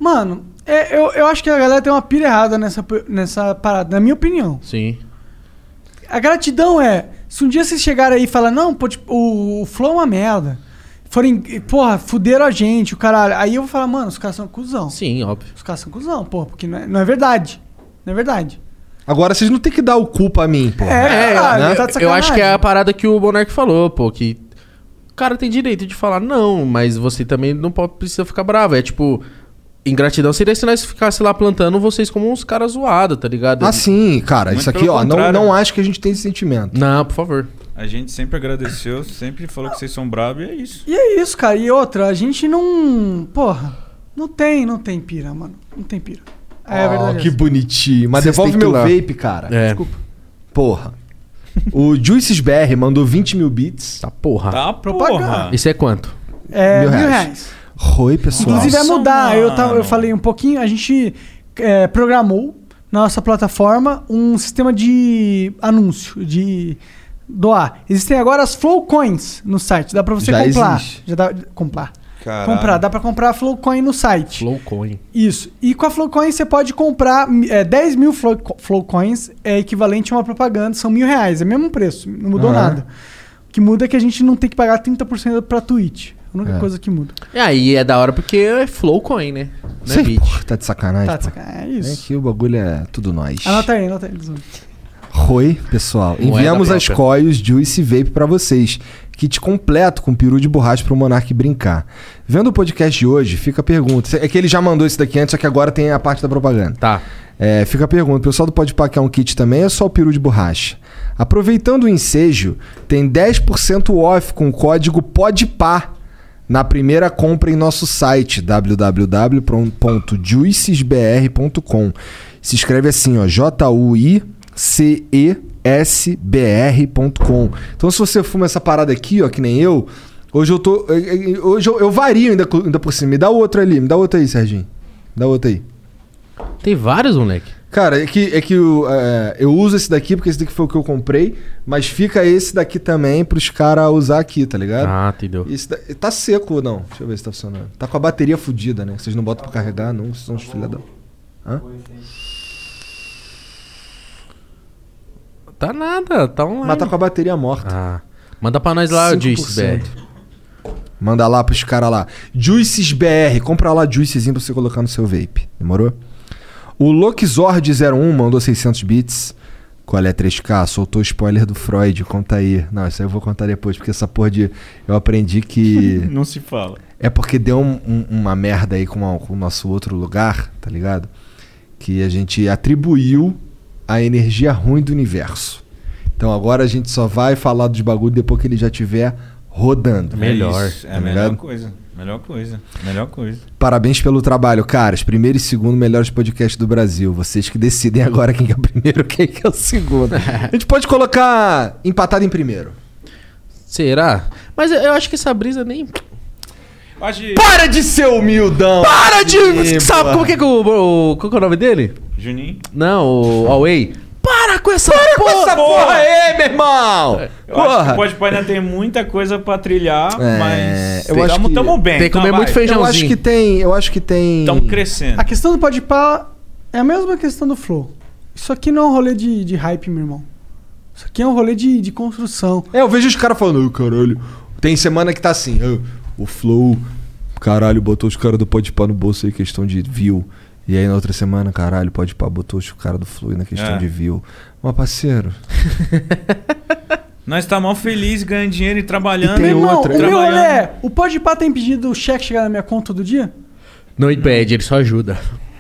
Mano, é, eu, eu acho que a galera tem uma pilha errada nessa, p- nessa parada, na minha opinião.
Sim.
A gratidão é, se um dia vocês chegarem aí e falar, não, pô, tipo, o, o Flow é uma merda. Forem, porra, fuderam a gente, o caralho. Aí eu vou falar, mano, os caras são cuzão.
Sim, óbvio.
Os caras são cuzão, porra, porque não é, não é verdade. Não é verdade.
Agora vocês não têm que dar o culpa a mim, pô.
É,
eu-
tá de
eu, acho que é a
sacanagem.
parada que o Monark falou, pô, que o cara tem direito de falar não, mas você também não pode, precisa ficar bravo. É tipo, ingratidão seria se nós ficasse lá plantando vocês como uns caras zoados, tá ligado?
Ah, sim, cara,
Muito
isso aqui,
pelo
ó, não,
contrário.
não acho que a gente tem esse sentimento.
Não, por favor.
A gente sempre agradeceu, sempre falou que vocês são bravos e é isso.
E é isso, cara. E outra, a gente não. Porra, não tem, não tem pira, mano. Não tem pira. É
Ó,
verdade.
Que bonitinho. Mas
Vocês
devolve
têm que
meu
ir lá.
vape, cara.
É. Desculpa.
Porra. O Juices BR mandou 20 mil bits.
Tá porra.
Tá
porra.
Isso é quanto?
É, mil reais.
Oi, pessoal.
Inclusive vai mudar. Eu, tava- eu
mano.
falei um pouquinho, a gente é, programou na nossa plataforma um sistema de anúncio, de doar. Existem agora as Flow Coins no site. Dá pra você
Já
comprar.
existe.
Já dá comprar.
Caralho.
Comprar, dá pra comprar a Flowcoin no site.
Flowcoin.
Isso. E com a Flowcoin você pode comprar é, 10 mil Flow, Flowcoins, é equivalente a uma propaganda, são mil reais, é o mesmo preço, não mudou
Aham.
nada. O que muda é que a gente não tem que pagar 30% pra Twitch. A única
É.
coisa que muda.
E aí é da hora porque é Flowcoin, né? Não é
Cê,
beat.
porra, tá de sacanagem.
Tá de
pô.
Tipo,
sacanagem, tá- é isso.
É que o bagulho é tudo nós.
Anota aí, anota aí. Luzão.
Oi, pessoal.
Moeda
Enviamos as
própria.
coios Juice e Vape pra vocês. Kit completo com peru de borracha pro Monark brincar. Vendo o podcast de hoje, fica a pergunta. É que ele já mandou isso daqui antes, só que agora tem a parte da propaganda.
Tá.
É, fica a pergunta. O pessoal do Podpah quer um kit também ou é só o peru de borracha? Aproveitando o ensejo, tem 10% off com o código PODPAR na primeira compra em nosso site www.juicesbr.com. Se escreve assim, ó, J U I C E S B R.com. Então se você fuma essa parada aqui, ó, que nem eu, hoje eu tô eh, eh, hoje eu, eu vario ainda, co- ainda por cima. Me dá outra ali, me dá outra aí, Serginho. Me dá outra aí.
Tem vários, moleque.
Cara, é que, é que o, é, eu uso esse daqui porque esse daqui foi o que eu comprei, mas fica esse daqui também pros caras usar aqui, tá ligado?
Ah, entendeu.
Esse da- Tá seco ou não? Deixa eu ver se tá funcionando. Tá com a bateria fodida, né? Vocês não botam pra carregar, não? Vocês são os filha da... Hã?
Tá nada, tá online. Ah,
Mas tá com a bateria morta.
Manda pra nós lá, é Juice
5%.
BR.
Manda lá pros caras lá. Juices BR. Compra lá Juicezinho pra você colocar no seu vape. Demorou? O Lokizord01 mandou 600 bits. Qual é 3K? Soltou o spoiler do Freud. Conta aí. Não, isso aí eu vou contar depois, porque essa porra de. Eu aprendi que.
Não se fala.
É porque deu um- um- uma merda aí com, a- com o nosso outro lugar, tá ligado? Que a gente atribuiu a energia ruim do universo. Então agora a gente só vai falar dos bagulho depois que ele já estiver rodando.
É, isso, é
tá
a melhor
ligado?
coisa. Melhor coisa. Melhor coisa.
Parabéns pelo trabalho, caras. Primeiro e segundo melhores podcasts do Brasil. Vocês que decidem agora quem que é o primeiro, quem que é o segundo. A gente pode colocar empatado em primeiro.
Será? Mas eu- eu acho que essa brisa nem.
Para de ser humildão!
Para de.
Sim,
sabe
porra.
como que é que o. o- Qual que é o nome dele?
Juninho?
Não, o Huawei. Para com essa É.
porra! É. essa porra aí, meu irmão!
Eu acho que o Pode ainda tem muita coisa pra trilhar, mas
eu acho
tamo,
que-
tamo bem. tá, vai.
Eu acho que tem, eu acho que tem.
Tamo crescendo.
A questão do Podpah é a mesma questão do Flow. Isso aqui não é um rolê de, de hype, meu irmão. Isso aqui é um rolê de, de construção.
É, eu vejo os caras falando, "Ô, caralho. Tem semana que tá assim, "Ô, o Flow, caralho, botou os caras do Pode Pá no bolso aí, questão de view. E aí na outra semana, caralho, Pode Pá botou os caras do Flow aí na questão
É.
de view. Mas parceiro,
Nós tá mal feliz ganhando dinheiro e trabalhando.
meu irmão, o meu rolê
trabalhando.
é... O Podpah tem pedido o cheque chegar na minha conta todo dia?
Não impede, ele só ajuda.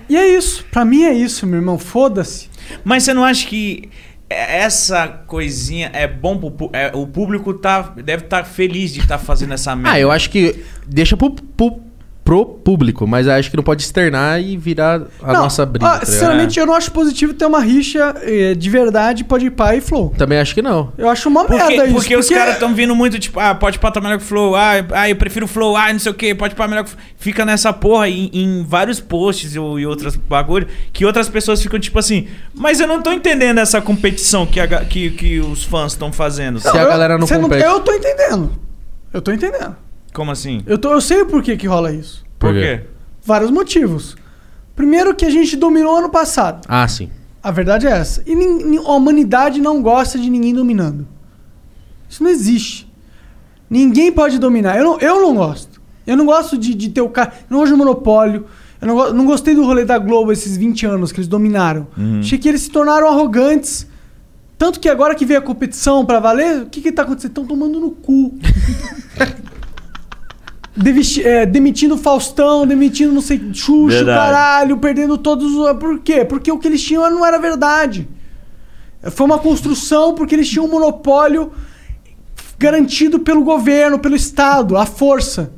E é isso. Pra mim é isso, meu irmão. Foda-se.
Mas você não acha que essa coisinha é bom pro pu- é, o público tá deve estar feliz de estar fazendo essa merda.
Ah, eu acho que deixa pro, pro, pro público, mas acho que não pode externar e virar a
Não,
nossa briga.
ah,
tá ligado?
sinceramente, eu não acho positivo ter uma rixa eh, de verdade Podpah e Flow.
Também acho que não.
Eu acho uma
porque,
merda isso.
porque os caras estão vindo muito tipo, ah, pode pá tá melhor que o Flow, ah, eu- ah, eu prefiro o Flow, ah, não sei o que, pode pá melhor que o Flow. Fica nessa porra em, em vários posts ou, e outras bagulho que outras pessoas ficam tipo assim, mas eu não tô entendendo essa competição que, a ga- que, que os fãs estão fazendo.
Não,
sabe?
eu- você eu tô entendendo. Eu tô entendendo.
Como assim?
Eu, tô, eu sei o porquê que rola isso.
Por quê?
Vários motivos. Primeiro que a gente dominou ano passado.
Ah, sim.
A verdade é essa. E nin- nin- a humanidade não gosta de ninguém dominando. Isso não existe. Ninguém pode dominar. Eu não, eu não gosto. Eu não gosto de, de ter o cara. Eu não gosto de monopólio. Eu não, go- não gostei do rolê da Globo esses 20 anos que eles dominaram.
Uhum.
Achei que eles se tornaram arrogantes. Tanto que agora que veio a competição pra valer, o que que tá acontecendo? Estão tomando no cu. Devesti- é, demitindo Faustão, demitindo não sei, Xuxa, o
Verdade.
caralho, perdendo todos os. Por quê? Porque o que eles tinham não era verdade. Foi uma construção porque eles tinham um monopólio garantido pelo governo, pelo Estado, a força.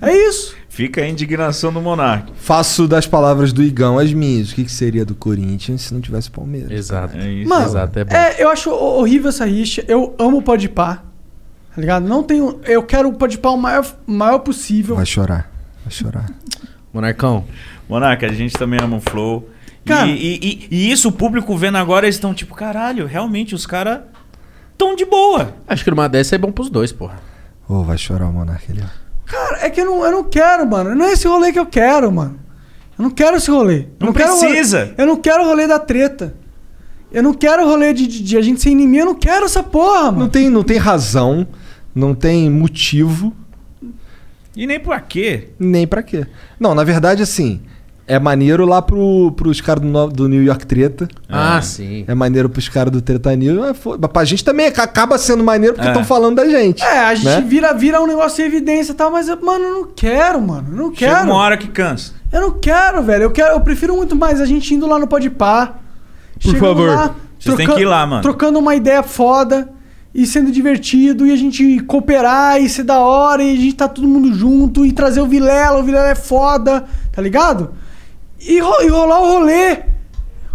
É isso.
Fica a indignação do Monark.
faço das palavras do Igão as minhas. O que, que seria do Corinthians se não tivesse Palmeiras?
Exato.
É isso.
Mano, é, eu acho ho- horrível essa rixa. Eu amo o Podpah, tá ligado? Não tenho... Eu quero o Podpah o maior, maior possível.
Vai chorar. Vai chorar. é-
Monarcão.
Monarca, a gente também ama o Flow. E-
Cara-
e, e- e isso o público vendo agora, eles estão tipo, caralho, realmente os caras tão de boa.
Acho que numa dessa é bom pros dois, porra.
Ô, vai chorar o Monark ali, ó.
Cara, é que eu não, eu não quero, mano. Não é esse rolê que eu quero, mano. Eu não quero esse rolê. Eu
Não
quero o rolê-
precisa.
eu não quero o rolê da treta. Eu não quero o rolê de, de- de a gente ser inimigo. Eu não quero essa porra, mano.
Não tem, não tem razão, não tem motivo,
E nem pra quê?
nem pra quê. Não, na verdade, assim, é maneiro lá pro, pros caras do, no- do New York Treta.
Ah, sim.
É maneiro pros caras do Treta News. É, fo- pra gente também ac- acaba sendo maneiro porque
É.
estão falando da gente.
É, a gente
né?
vira, vira um negócio em evidência e tal, mas, eu- mano, eu não quero, mano. Eu não quero.
Chega uma hora que cansa.
Eu não quero, velho. Eu, quero, eu prefiro muito mais a gente indo lá no Podpah.
Por
chegando
favor. Vocês têm que ir lá, mano.
Trocando uma ideia foda e sendo divertido e a gente cooperar e ser da hora e a gente tá todo mundo junto e trazer o Vilela. O Vilela é foda, tá ligado? E, ro- e rolar o rolê.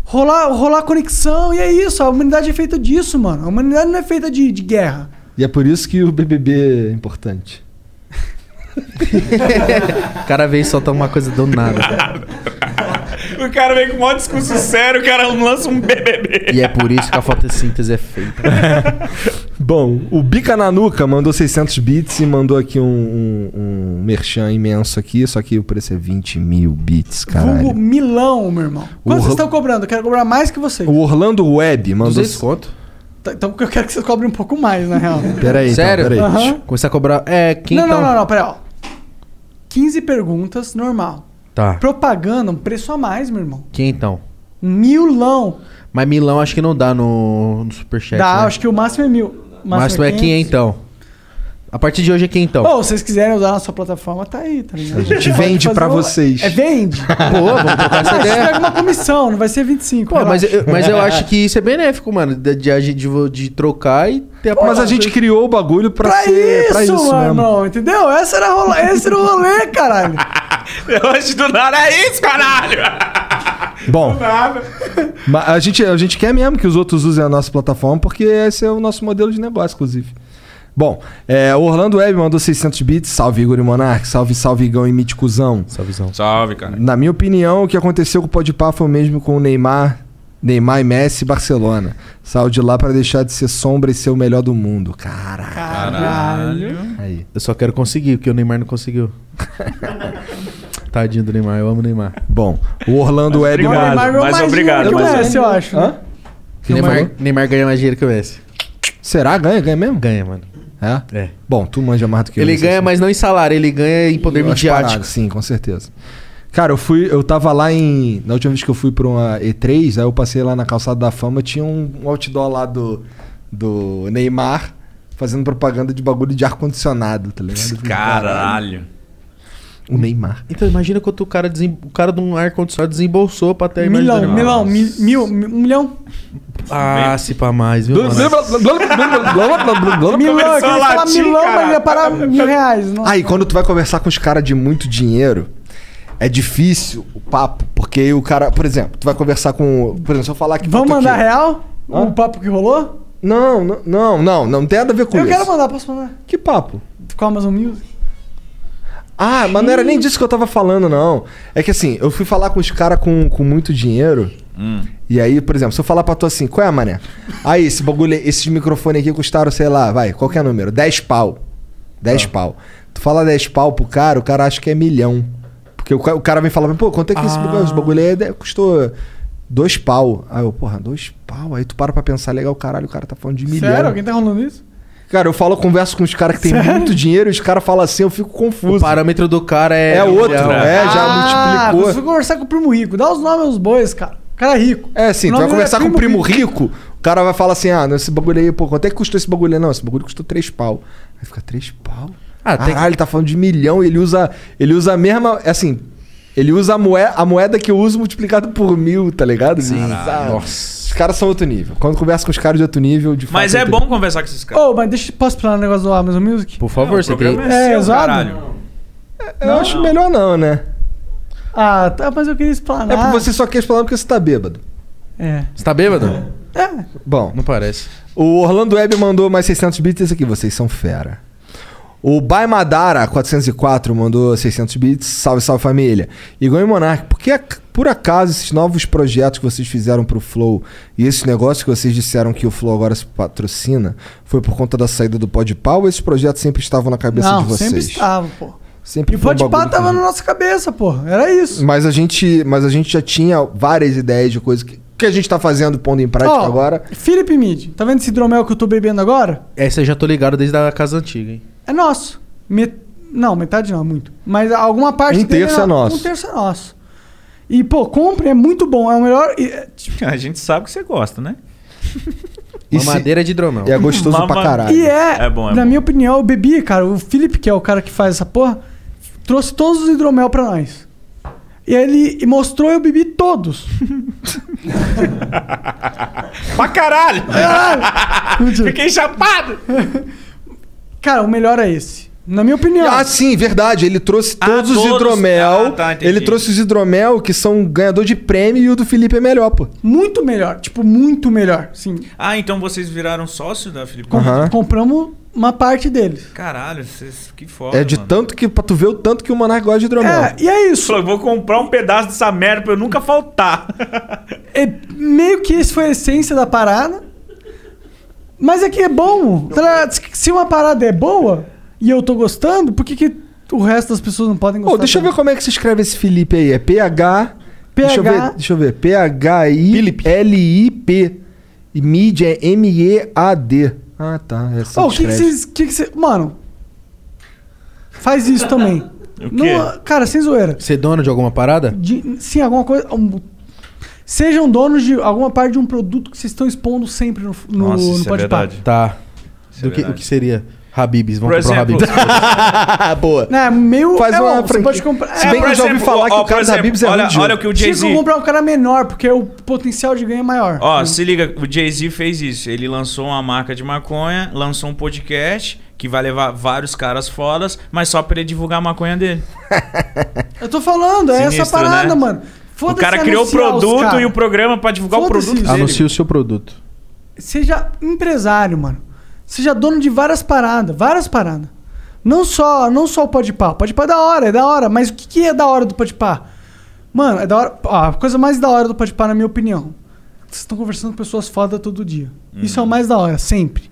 Rolar, rolar a conexão e é isso. A humanidade é feita disso, mano. A humanidade não é feita de, de guerra.
E é por isso que o BBB é importante.
O cara veio soltar uma coisa do nada.
O cara vem com um discurso sério, o cara lança um BBB.
E é por isso que a fotossíntese é feita.
Bom, o Bica Nanuca mandou 600 bits e mandou aqui um, um, um merchan imenso aqui, só que o preço é 20 mil bits,
Vulgo
caralho.
Milão, meu irmão. Quanto
Orla-
vocês estão cobrando? Eu quero cobrar mais que vocês.
O Orlando Web mandou...
200 conto?
Tá- Então eu quero que vocês cobrem um pouco mais, na real.
Peraí, então,
Sério?
peraí.
Aham.
Começar a cobrar. É, quem
não,
então?
não, não, não, peraí, ó. 15 perguntas, normal.
Tá.
Propaganda, um preço a mais, meu irmão. Um
Quem então?
Milão.
Mas milão acho que não dá no, no superchat. né?
Dá, acho que o máximo é mil. O
Máximo é quem então? A partir de hoje é quem então?
Ou se vocês quiserem usar a nossa plataforma, tá aí, tá ligado?
A gente
pode
vende
fazer
pra
um-
vocês.
É, vende.
Pô, vamos trocar essa
Mas
ideia.
Você pega uma comissão, não vai ser 25.
Pô, mas eu, mas eu acho que isso é benéfico, mano. De, de, de, de trocar e ter a
Mas a gente criou o bagulho pra,
Pra
ser...
isso,
pra isso
mano,
mesmo.
entendeu? Essa era rola, esse era o rolê, caralho.
Hoje do nada é isso, caralho!
Bom,
Nada.
ma- a gente, a gente quer mesmo que os outros usem a nossa plataforma, porque esse é o nosso modelo de negócio, inclusive. Bom, é, o Orlando Web mandou 600 bits. Salve, Igor e Monark. Salve, salve, Igão e Miticuzão.
Salvezão.
Salve, cara.
Na minha opinião, o que aconteceu com o Podpah foi o mesmo com o Neymar, Neymar e Messi e Barcelona. Saiu de lá pra deixar de ser sombra e ser o melhor do mundo. Caralho.
Caralho.
Aí.
Eu só quero conseguir, porque o Neymar não conseguiu. Tadinho do Neymar, eu amo o Neymar.
Bom, o Orlando Web
obrigado,
mandou-
mas Mais obrigado,
dinheiro um que
mas
o Messi, eu acho. né?"
Hã?
Neymar, Neymar ganha mais dinheiro que o Messi.
Será? Ganha? Ganha mesmo?
Ganha, mano.
É?
É.
Bom, tu manja mais do que eu,
ele
isso,
ganha,
assim.
mas não em salário, ele ganha em poder
Eu acho
midiático.
parado, Sim, com certeza. Cara, eu fui, eu tava lá em. Na última vez que eu fui pra uma E3, aí eu passei lá na calçada da fama, tinha um um outdoor lá do, do Neymar fazendo propaganda de bagulho de ar-condicionado, tá ligado? Eu falei,
Caralho.
O Neymar.
Então imagina quanto o cara, desem- o cara de um ar-condicionado desembolsou pra ter a imagem
Milão,
do Neymar.
milão, mi- mil, mi- um milhão.
Ah, se pra mais, viu, mano?
Milão, eu queria falar
latim,
milão,
cara.
mas ia parar mil reais. Não.
Aí, quando tu vai conversar com os caras de muito dinheiro, é difícil o papo, porque o cara, por exemplo, tu vai conversar com. Por exemplo, se eu falar que.
Vamos
puta
mandar
que-
real? O
um Hã?
papo que rolou?
Não, não, não, não, não tem nada a ver com
Eu
isso.
quero mandar, posso mandar?
Que papo?
Com a Amazon Music?
Ah, mas não era
Hum.
nem disso que eu tava falando, não. É que assim, eu fui falar com os caras com, com muito dinheiro. E aí, por exemplo, se eu falar pra tu assim, qual é, mané? Aí, esse bagulho, esses microfones aqui custaram, sei lá, vai, qualquer número, 10 pau. 10 pau. Tu fala 10 pau pro cara, o cara acha que é milhão. Porque o, ca- o cara vem falar, pô, quanto é que esse bagulho, esse bagulho aí de- custou 2 pau? Aí eu, porra, 2 pau? Aí tu para pra pensar, legal, caralho, o cara tá falando de milhão.
Sério? Alguém tá rolando isso?
Cara, eu falo, converso com os caras que tem
Sério?
muito dinheiro e os caras falam assim, eu fico
O
confuso.
parâmetro do cara é.
É outro,
mundial.
é, já
Ah, você
multiplicou.
foi conversar com o primo rico. Dá os nomes aos bois, cara. O cara é rico.
É, sim,
O
tu vai
nome dele
conversar
é
com o primo rico, o cara vai falar assim, ah, não, esse bagulho aí, pô, quanto é que custou esse bagulho aí? Não, esse bagulho custou 3 pau. Aí fica 3 pau?
Ah, tem-
Caralho, ele tá falando de milhão e ele usa, ele uisa a mesma, assim, ele usa a moeda, a moeda que eu uso multiplicado por mil, tá ligado? Sim.
Nossa.
Os caras são outro nível. Quando conversa com os caras de outro nível, de
Mas
fato,
é
outro
bom conversar com esses caras.
Ô, mas deixa eu posso falar um negócio do Amazon Music?
Por favor,
o
você tem.
programa
É,
é, seu,
exato.
caralho.
nível. Eu acho melhor não, né?
Ah, tá, mas eu queria explanar.
É porque você só quer falar porque você tá bêbado.
É.
Você tá bêbado?
Bom,
Não parece.
O Orlando Web mandou mais 600 bits. Esse aqui, vocês são fera. O Baimadara 404 mandou 600 bits. Salve, salve família. Igor e Monark, por, que, ac- por acaso esses novos projetos que vocês fizeram pro Flow e esses negócios que vocês disseram que o Flow agora se patrocina foi por conta da saída do Podpah ou esses projetos sempre estavam na cabeça
Não,
de vocês?
sempre estava, pô.
Sempre
E
foi um
pode pá
bagulho
tava
que- Hum,
na nossa cabeça, pô. Era isso.
Mas a gente, mas a gente já tinha várias ideias de coisas que, que a gente tá fazendo, pondo em prática
Ó,
agora.
Felipe Mid, tá vendo esse hidromel que eu tô bebendo agora?
Essa eu já tô ligado desde a casa antiga, hein?
É nosso. Met- Não, metade não, é muito. Mas alguma parte
Um
dele
terço é nosso.
Um terço é nosso. E, pô, compre, é muito bom. É o melhor. e- é,
A gente sabe que você gosta, né?
E
Uma
se-
madeira de hidromel.
E é gostoso pra
Mama-
caralho.
E é,
É bom, é
na
bom.
minha opinião, eu bebi, cara. O Felipe, que é o cara que faz essa porra, trouxe todos os hidromel pra nós. E ele mostrou eu bebi todos.
Pra caralho!
Ah!
Fiquei chapado!
Cara, o melhor é esse. Na minha opinião.
Ah, sim, verdade. Ele trouxe
Ah,
todos os
todos.
hidromel.
Ah, tá, entendi.
ele trouxe os hidromel que são ganhador de prêmio e o do Felipe é melhor, pô.
Muito melhor. Tipo, muito melhor. Sim.
Ah, então vocês viraram sócio da Felipe?
Com- Compramos Uma parte deles.
Caralho, vocês- que foda.
É de
mano.
tanto que. Pra tu ver o tanto que o Monark gosta de hidromel.
e é isso.
Falou, vou comprar um pedaço dessa merda pra eu nunca faltar.
É, meio que isso foi a essência da parada. Mas é que é bom. Tra- Se uma parada é boa e eu tô gostando, por que, que o resto das pessoas não podem
Ô,
gostar?
deixa eu ver como é que se escreve esse Felipe aí. É PH.
PH.
Deixa eu ver. Deixa eu ver. P-H-I-L-I-P. E mid é M-E-A-D. Ah, tá. É assim
Ô, o que que vocês. que que cê- Mano. Faz isso também. Não, cara, sem zoeira.
Ser dono de alguma parada?
De- sim, alguma coisa. um- sejam donos de alguma parte de um produto que vocês estão expondo sempre no, no,
Nossa,
no
isso é
Podpah.
verdade. Tá. Do que, o que seria? Habibs, vamos comprar
é exemplo-
um Habibs. Boa.
Não, é meio.
Faz
é
uma
bom, você
franquia.
pode comprar.
Se bem
por
que eu já ouvi
exemplo,
falar que
ó,
o cara
por
da
exemplo,
Bibs é
olha-
ruim de
olha
jogo.
o que o
Tinha
Jay-Z.
que comprar um cara menor, porque o potencial de ganho é maior.
Ó, se liga, o Jay-Z fez isso. Ele lançou uma marca de maconha, lançou um podcast que vai levar vários caras fodas, mas só pra ele divulgar a maconha dele.
Eu tô falando, é essa
Sinistro,
parada,
né?
mano.
O
Foda-se
cara criou o
anunciar os
produto
cara.
e o programa pra divulgar o
Foda-se
produto
isso.
dele.
Anuncia o seu produto.
Seja empresário, mano. Seja dono de várias paradas, várias paradas. Não só, não só o Podpah. O Podpah é da hora, é da hora. Mas o que, que é da hora do Podpah? Mano, é da hora... ó, a coisa mais da hora do Podpah, na minha opinião. Vocês estão conversando com pessoas foda todo dia. Isso é o mais da hora, sempre.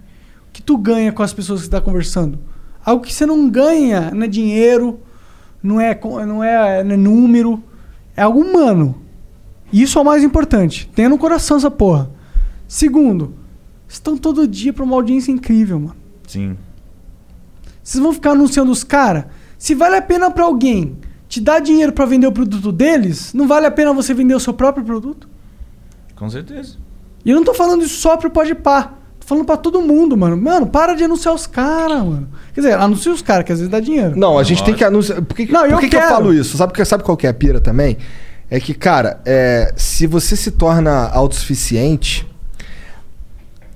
O que tu ganha com as pessoas que você tá conversando? Algo que você não ganha, não é dinheiro, não é, co- não é, não é número. É algo humano. Isso é o mais importante. Tenha no coração essa porra. Segundo, vocês estão todo dia pra uma audiência incrível, mano.
Sim.
Vocês vão ficar anunciando os caras? Se vale a pena pra alguém te dar dinheiro pra vender o produto deles, não vale a pena você vender o seu próprio produto?
Com certeza.
E eu não tô falando isso só pro Podpah. Tô falando pra todo mundo, mano. Mano, para de anunciar os caras, mano. Quer dizer, anuncia os caras, que às vezes dá dinheiro.
Não, a gente tem que anunciar. Por que,
Não,
por
eu
que, que eu
quero.
falo isso? Sabe, que- sabe qual que é a pira também? É que, cara, é, se você se torna autossuficiente,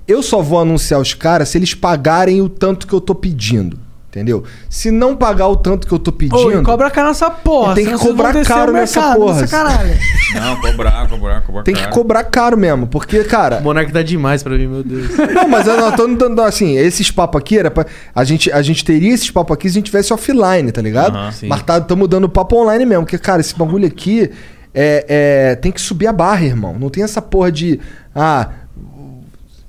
eu só vou anunciar os caras se eles pagarem o tanto que eu tô pedindo. Entendeu? Se não pagar o tanto que eu tô pedindo.
Ô, e cobra caro nessa porra.
E tem que
senão vocês vão
cobrar
descer
caro
o
nessa
mercado,
porra. assim.
sacanagem.
Não, cobrar, cobrar, cobrar.
Tem que
caro.
cobrar caro mesmo, porque, cara. O
Monark tá demais pra mim, meu Deus.
Não, mas eu não tô dando assim, esses papos aqui era pra. A gente, a gente teria esses papos aqui se a gente tivesse offline, tá ligado? mas tá, tamo dando papo online mesmo, porque, cara, esse bagulho aqui é, é- tem que subir a barra, irmão. Não tem essa porra de. Ah,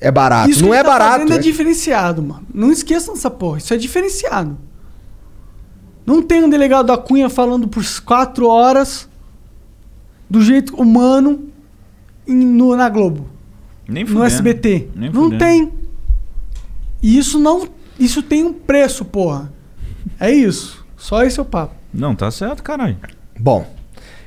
é barato.
Isso
não
que
é
ele tá
barato.
fazendo é
é-
diferenciado, mano. Não esqueçam dessa porra. Isso é diferenciado. Não tem um delegado da Cunha falando por quatro horas do jeito humano em- no, na Globo,
Nem
no
fudendo.
SBT.
Nem
Não
fudendo.
tem. E isso não. Isso tem um preço, porra. É isso. Só esse é o papo.
Não, tá certo, caralho.
Bom.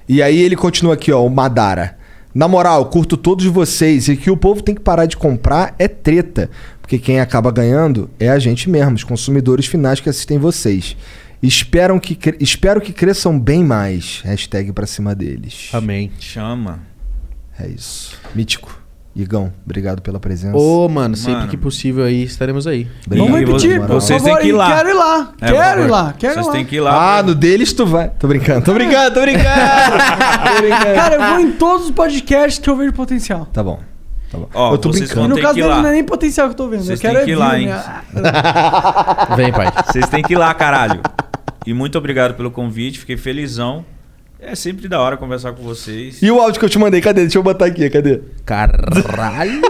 E aí ele continua aqui, ó, o Madara. Na moral, curto todos vocês e que o povo tem que parar de comprar é treta, porque quem acaba ganhando é a gente mesmo, os consumidores finais que assistem vocês. Esperam que cre- espero que cresçam bem mais. Hashtag pra cima deles.
Amém.
Chama.
É isso. Mítico. Igão, obrigado pela presença.
Ô, mano, sempre
Mano.
que possível aí, estaremos aí.
Obrigado pela moral.
Quero ir lá.
É, por
quero
favor.
ir lá. Quero ir lá.
que ir
lá. Ah, no deles tu vai. Tô brincando, tô brincando, tô brincando.
Cara, eu vou em todos os podcasts que eu vejo potencial.
Tá bom. Tá bom.
Ó, vocês
E
vão
no
ter
caso
que ir
dele
lá.
não é nem potencial que eu tô vendo.
Vocês
eu quero
têm que
é
ir lá,
view,
hein?
né?
Vem, pai.
Vocês têm que ir lá, caralho. E muito obrigado pelo convite, fiquei felizão. É sempre da hora conversar com vocês.
E o áudio que eu te mandei, cadê? Deixa eu botar aqui, cadê?
Caralho.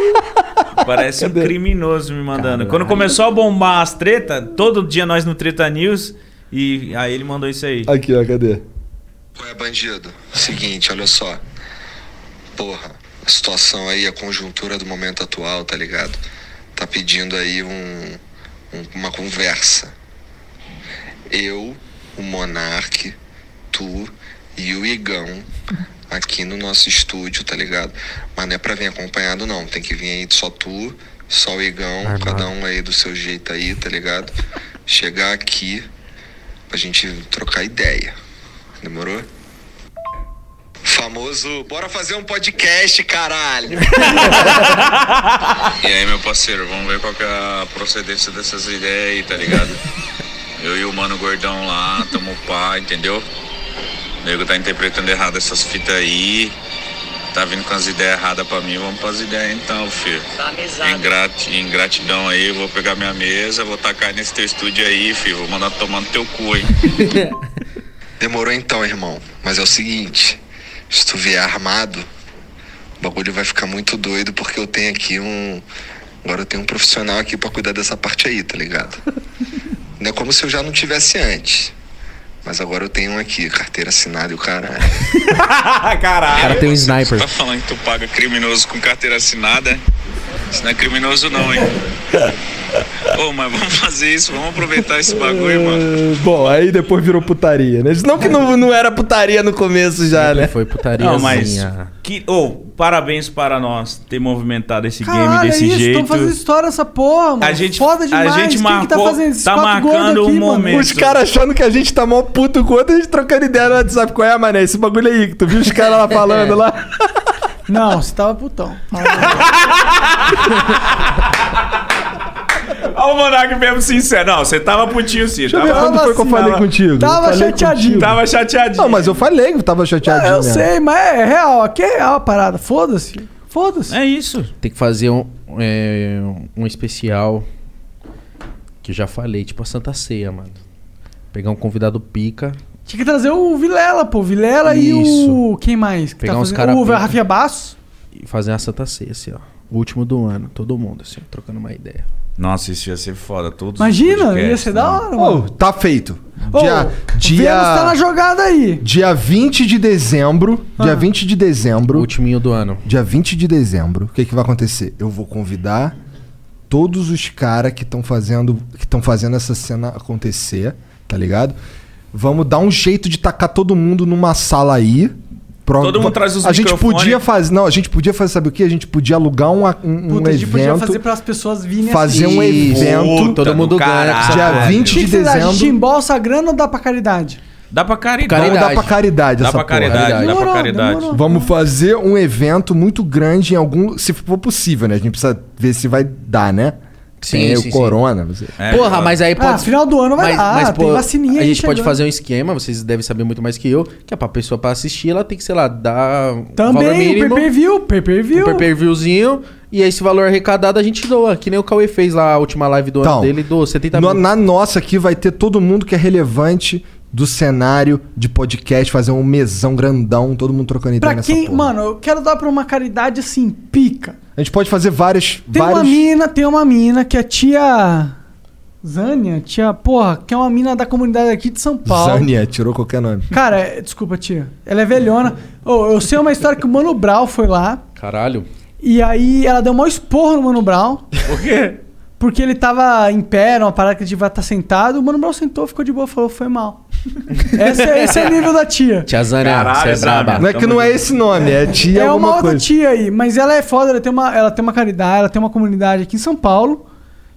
Parece um criminoso me mandando. Quando começou a bombar as treta, todo dia nós no Treta News, e aí ele mandou isso aí.
Aqui, ó, cadê?
Qual é, bandido? Seguinte, olha só. Porra, a situação aí, a conjuntura do momento atual, tá ligado? Tá pedindo aí um, um- uma conversa. Eu, o Monark, tu e o Igão aqui no nosso estúdio, tá ligado? Mas não é pra vir acompanhado, não. Tem que vir aí só tu, só o Igão,
Armado.
cada um aí do seu jeito aí, tá ligado? Chegar aqui pra gente trocar ideia. Demorou? Famoso, bora fazer um podcast, caralho!
E aí, meu parceiro, vamos ver qual que é a procedência dessas ideias aí, tá ligado? Eu e o mano gordão lá, tamo pá, entendeu? O nego tá interpretando errado essas fitas aí.
tá vindo com as ideias erradas pra mim, vamos pras ideias então, filho.
Tá amizade.
Ingrat, ingratidão aí, vou pegar minha mesa, vou tacar nesse teu estúdio aí, filho. Vou mandar tomar no teu cu, hein?
Demorou então, irmão. Mas é o seguinte, se tu vier armado, o bagulho vai ficar muito doido porque eu tenho aqui um. Agora eu tenho um profissional aqui pra cuidar dessa parte aí, tá ligado? Não é como se eu já não tivesse antes. Mas agora eu tenho um aqui, carteira assinada e o caralho.
Caralho. O cara tem um sniper.
Tá falando que tu paga criminoso com carteira assinada? Isso não é criminoso não, hein? Ô, mas vamos fazer isso, vamos aproveitar esse bagulho, mano.
Eh, Bom, aí depois virou putaria, né? Não que não, não era putaria no começo já, né? Foi
putaria.
Não, mas. Que, oh, parabéns para nós ter movimentado esse
Caralho,
game desse
é isso,
jeito.
Tão fazendo história essa porra, mano.
A gente-
Foda
a
demais. Quem
gente
que tá
marcou-
fazendo esses
tá
quatro gordos
marcando
aqui,
um
mano?
momento.
Os caras achando que a gente tá mal puto com o outro, a gente trocando ideia no WhatsApp. Qual é, mané? Esse bagulho aí que tu viu os caras lá falando lá?
Não, você tava putão.
Olha o Monark mesmo sincero. Não, você tava putinho, sim.
Deixa eu ver quando foi que eu falei contigo. Falei contigo.
Tava chateadinho.
Não, mas eu falei que eu tava chateadinho.
Eu
mesmo.
sei, mas é real. Aqui é real a parada. Foda-se. Foda-se.
É isso.
Tem que fazer um, é, um especial que eu já falei, tipo a Santa Ceia, mano. Pegar um convidado pica,
Tinha que trazer o Vilela, pô. Vilela e o. Quem mais? Que tá
Pegar uns
fazendo?
cara
O
pica.
Rafinha Basso.
e fazer uma Santa Ceia, assim, ó. O último do ano, todo mundo, assim, trocando uma ideia.
Nossa, isso ia ser foda. Todos os
Imagina, ia
podcasts,
ser da
né?
hora, mano.
Tá feito. Dia,
Ô,
dia,
Vênus tá na Ah. jogada aí.
dia 20 de dezembro. Dia 20 de dezembro.
Ultiminho do ano.
Dia 20 de dezembro. O que, que vai acontecer? Eu vou convidar todos os caras que estão fazendo que estão fazendo essa cena acontecer, tá ligado? Vamos dar um jeito de tacar todo mundo numa sala aí. Pro-
Todo mundo
va-
traz os
A gente
microfone.
podia fazer, não, a gente podia fazer, sabe o que? A gente podia alugar um, a- um, um
Puta, a gente
evento
podia fazer pras pessoas virem assim.
fazer um evento. Dia 20 de
A gente
dezembro.
embolsa a grana ou dá pra caridade?
Dá pra caridade.
Vamos dar pra caridade
Dá
essa
pra
porra. né?
caridade, dá pra Demorou, caridade. demorou.
Vamos fazer um evento muito grande em algum... Se for possível, né? A gente precisa ver se vai dar, né?
Sim,
Tem aí
sim,
o
sim.
corona. Você...
Porra, mas aí pode.
Ah, final do ano vai dar, tem vacininha
A
aí
gente pode
chegando.
fazer um esquema, vocês devem saber muito mais que eu, que é pra pessoa pra assistir, ela tem que, sei lá, dar. um valor
Também,
mínimo,
o pay-per-view,
Um
pay-per-view.
pay-per-viewzinho. E aí, esse valor arrecadado a gente doa. Que nem o Cauê fez lá a última live do
Então,
ano dele, doou 70
No-
mil.
na nossa aqui vai ter todo mundo que é relevante do cenário de podcast, fazer um mesão grandão, todo mundo trocando ideia
Pra
nessa
quem,
porra.
mano, eu quero dar pra uma caridade assim, pica.
A gente pode fazer várias...
Tem uma
vários...
mina, tem uma mina que é tia Zânia, tia, porra, que é uma mina da comunidade aqui de São Paulo.
Zânia, tirou qualquer nome.
Cara, é- desculpa, tia. Ela é velhona. Ô, eu sei uma história que o Mano Brown foi lá
Caralho.
e aí ela deu maior esporro no Mano Brown.
Por quê?
Porque ele tava em pé, numa parada que a gente vai estar sentado. O Mano Brown sentou, ficou de boa, falou, foi mal. esse, é, esse é o nível da tia.
Tia Zânia,
Caralho,
você é
Zânia.
braba.
Não é que não é esse nome, é tia
Ah, é uma
alguma
outra
coisa.
tia aí, mas ela é foda, ela tem, uma, ela tem uma caridade, ela tem uma comunidade aqui em São Paulo.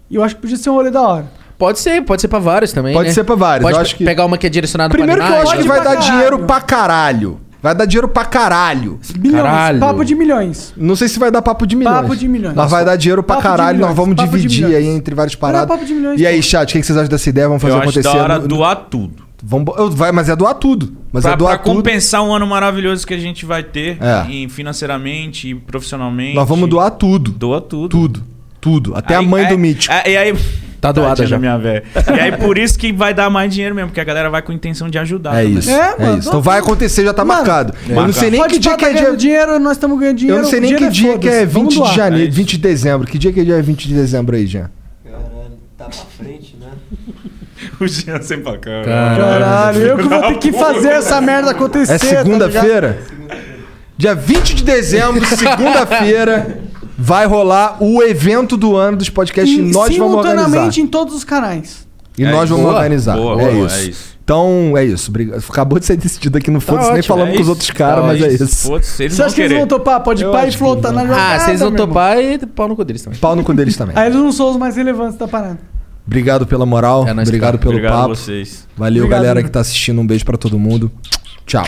E eu acho que podia ser um rolê da hora.
Pode ser, pode ser pra vários também.
Pode
né?
ser pra vários,
Pode
eu
pe-
acho que-
pegar uma que é direcionada
Primeiro
pra
Ah,
que eu acho
Nike,
que vai dar dinheiro pra caralho. Vai dar dinheiro pra caralho.
Bilhões. Papo de milhões.
Não sei se vai dar papo de milhões.
Papo de milhões.
Mas vai dar dinheiro pra
Papo de
caralho,
milhões,
nós vamos
papo de
dividir
milhões.
aí entre várias
Não é
paradas.
papo de milhões,
E aí, chat, o que que vocês acham dessa ideia? Vamos fazer
Eu acho
acontecer.
da hora
No-
doar tudo.
Vamos, eu- vai, mas é doar tudo. Mas
pra
é doar
pra
tudo.
compensar um ano maravilhoso que a gente vai ter
É.
em financeiramente e profissionalmente.
Nós vamos doar tudo. Doa
tudo.
Tudo. Tudo. Até
Aí-
a mãe
é-
do Mítico.
é- e aí.
Tá
doada já.
Minha
véia. E aí por isso que vai dar mais dinheiro mesmo, porque a galera vai com intenção de ajudar. né?
É
também.
isso. É, isso. Então vai acontecer, já tá marcado. Eu não sei nem
Pode
que dia
tá
que é
ganhando
dia.
dinheiro, nós estamos ganhando dinheiro.
Eu não sei nem que dia
dinheiro
que é
foda-se, vamos
20 de
doar.
janeiro, 20 de dezembro. Que dia que é dia 20 de dezembro aí, Jean?
Tá pra frente, né?
O Jean sem bacana.
Caralho, eu que vou ter que fazer essa merda acontecer.
É
tá
segunda-feira? Dia 20 de dezembro, segunda-feira, vai rolar o evento do ano dos podcasts e,
ligado? E
nós vamos organizar.
simultaneamente em todos os canais.
E
É
nós
isso.
vamos
Boa,
organizar.
boa,
é,
boa,
isso.
é isso.
Então, é isso. Obrigado. Acabou de ser decidido aqui no Foda-se, nem
ótimo,
falamos
é
com os
isso.
outros caras,
Tá
mas é
ótimo.
isso.
Foda-se, eles
Você acha que eles vão topar? Pode
Eu
pai e
acho que
flotar na
não.
jogada.
Ah, se eles
meu
vão
irmão.
topar e pau no cu deles também.
Pau no cu deles também.
Aí eles não são os mais relevantes da parada.
Obrigado pela moral. obrigado pelo
É, tá. Obrigado a
papo.
vocês.
Valeu,
Obrigado,
né?
galera
meu.
que tá assistindo. Um beijo pra todo mundo. Tchau.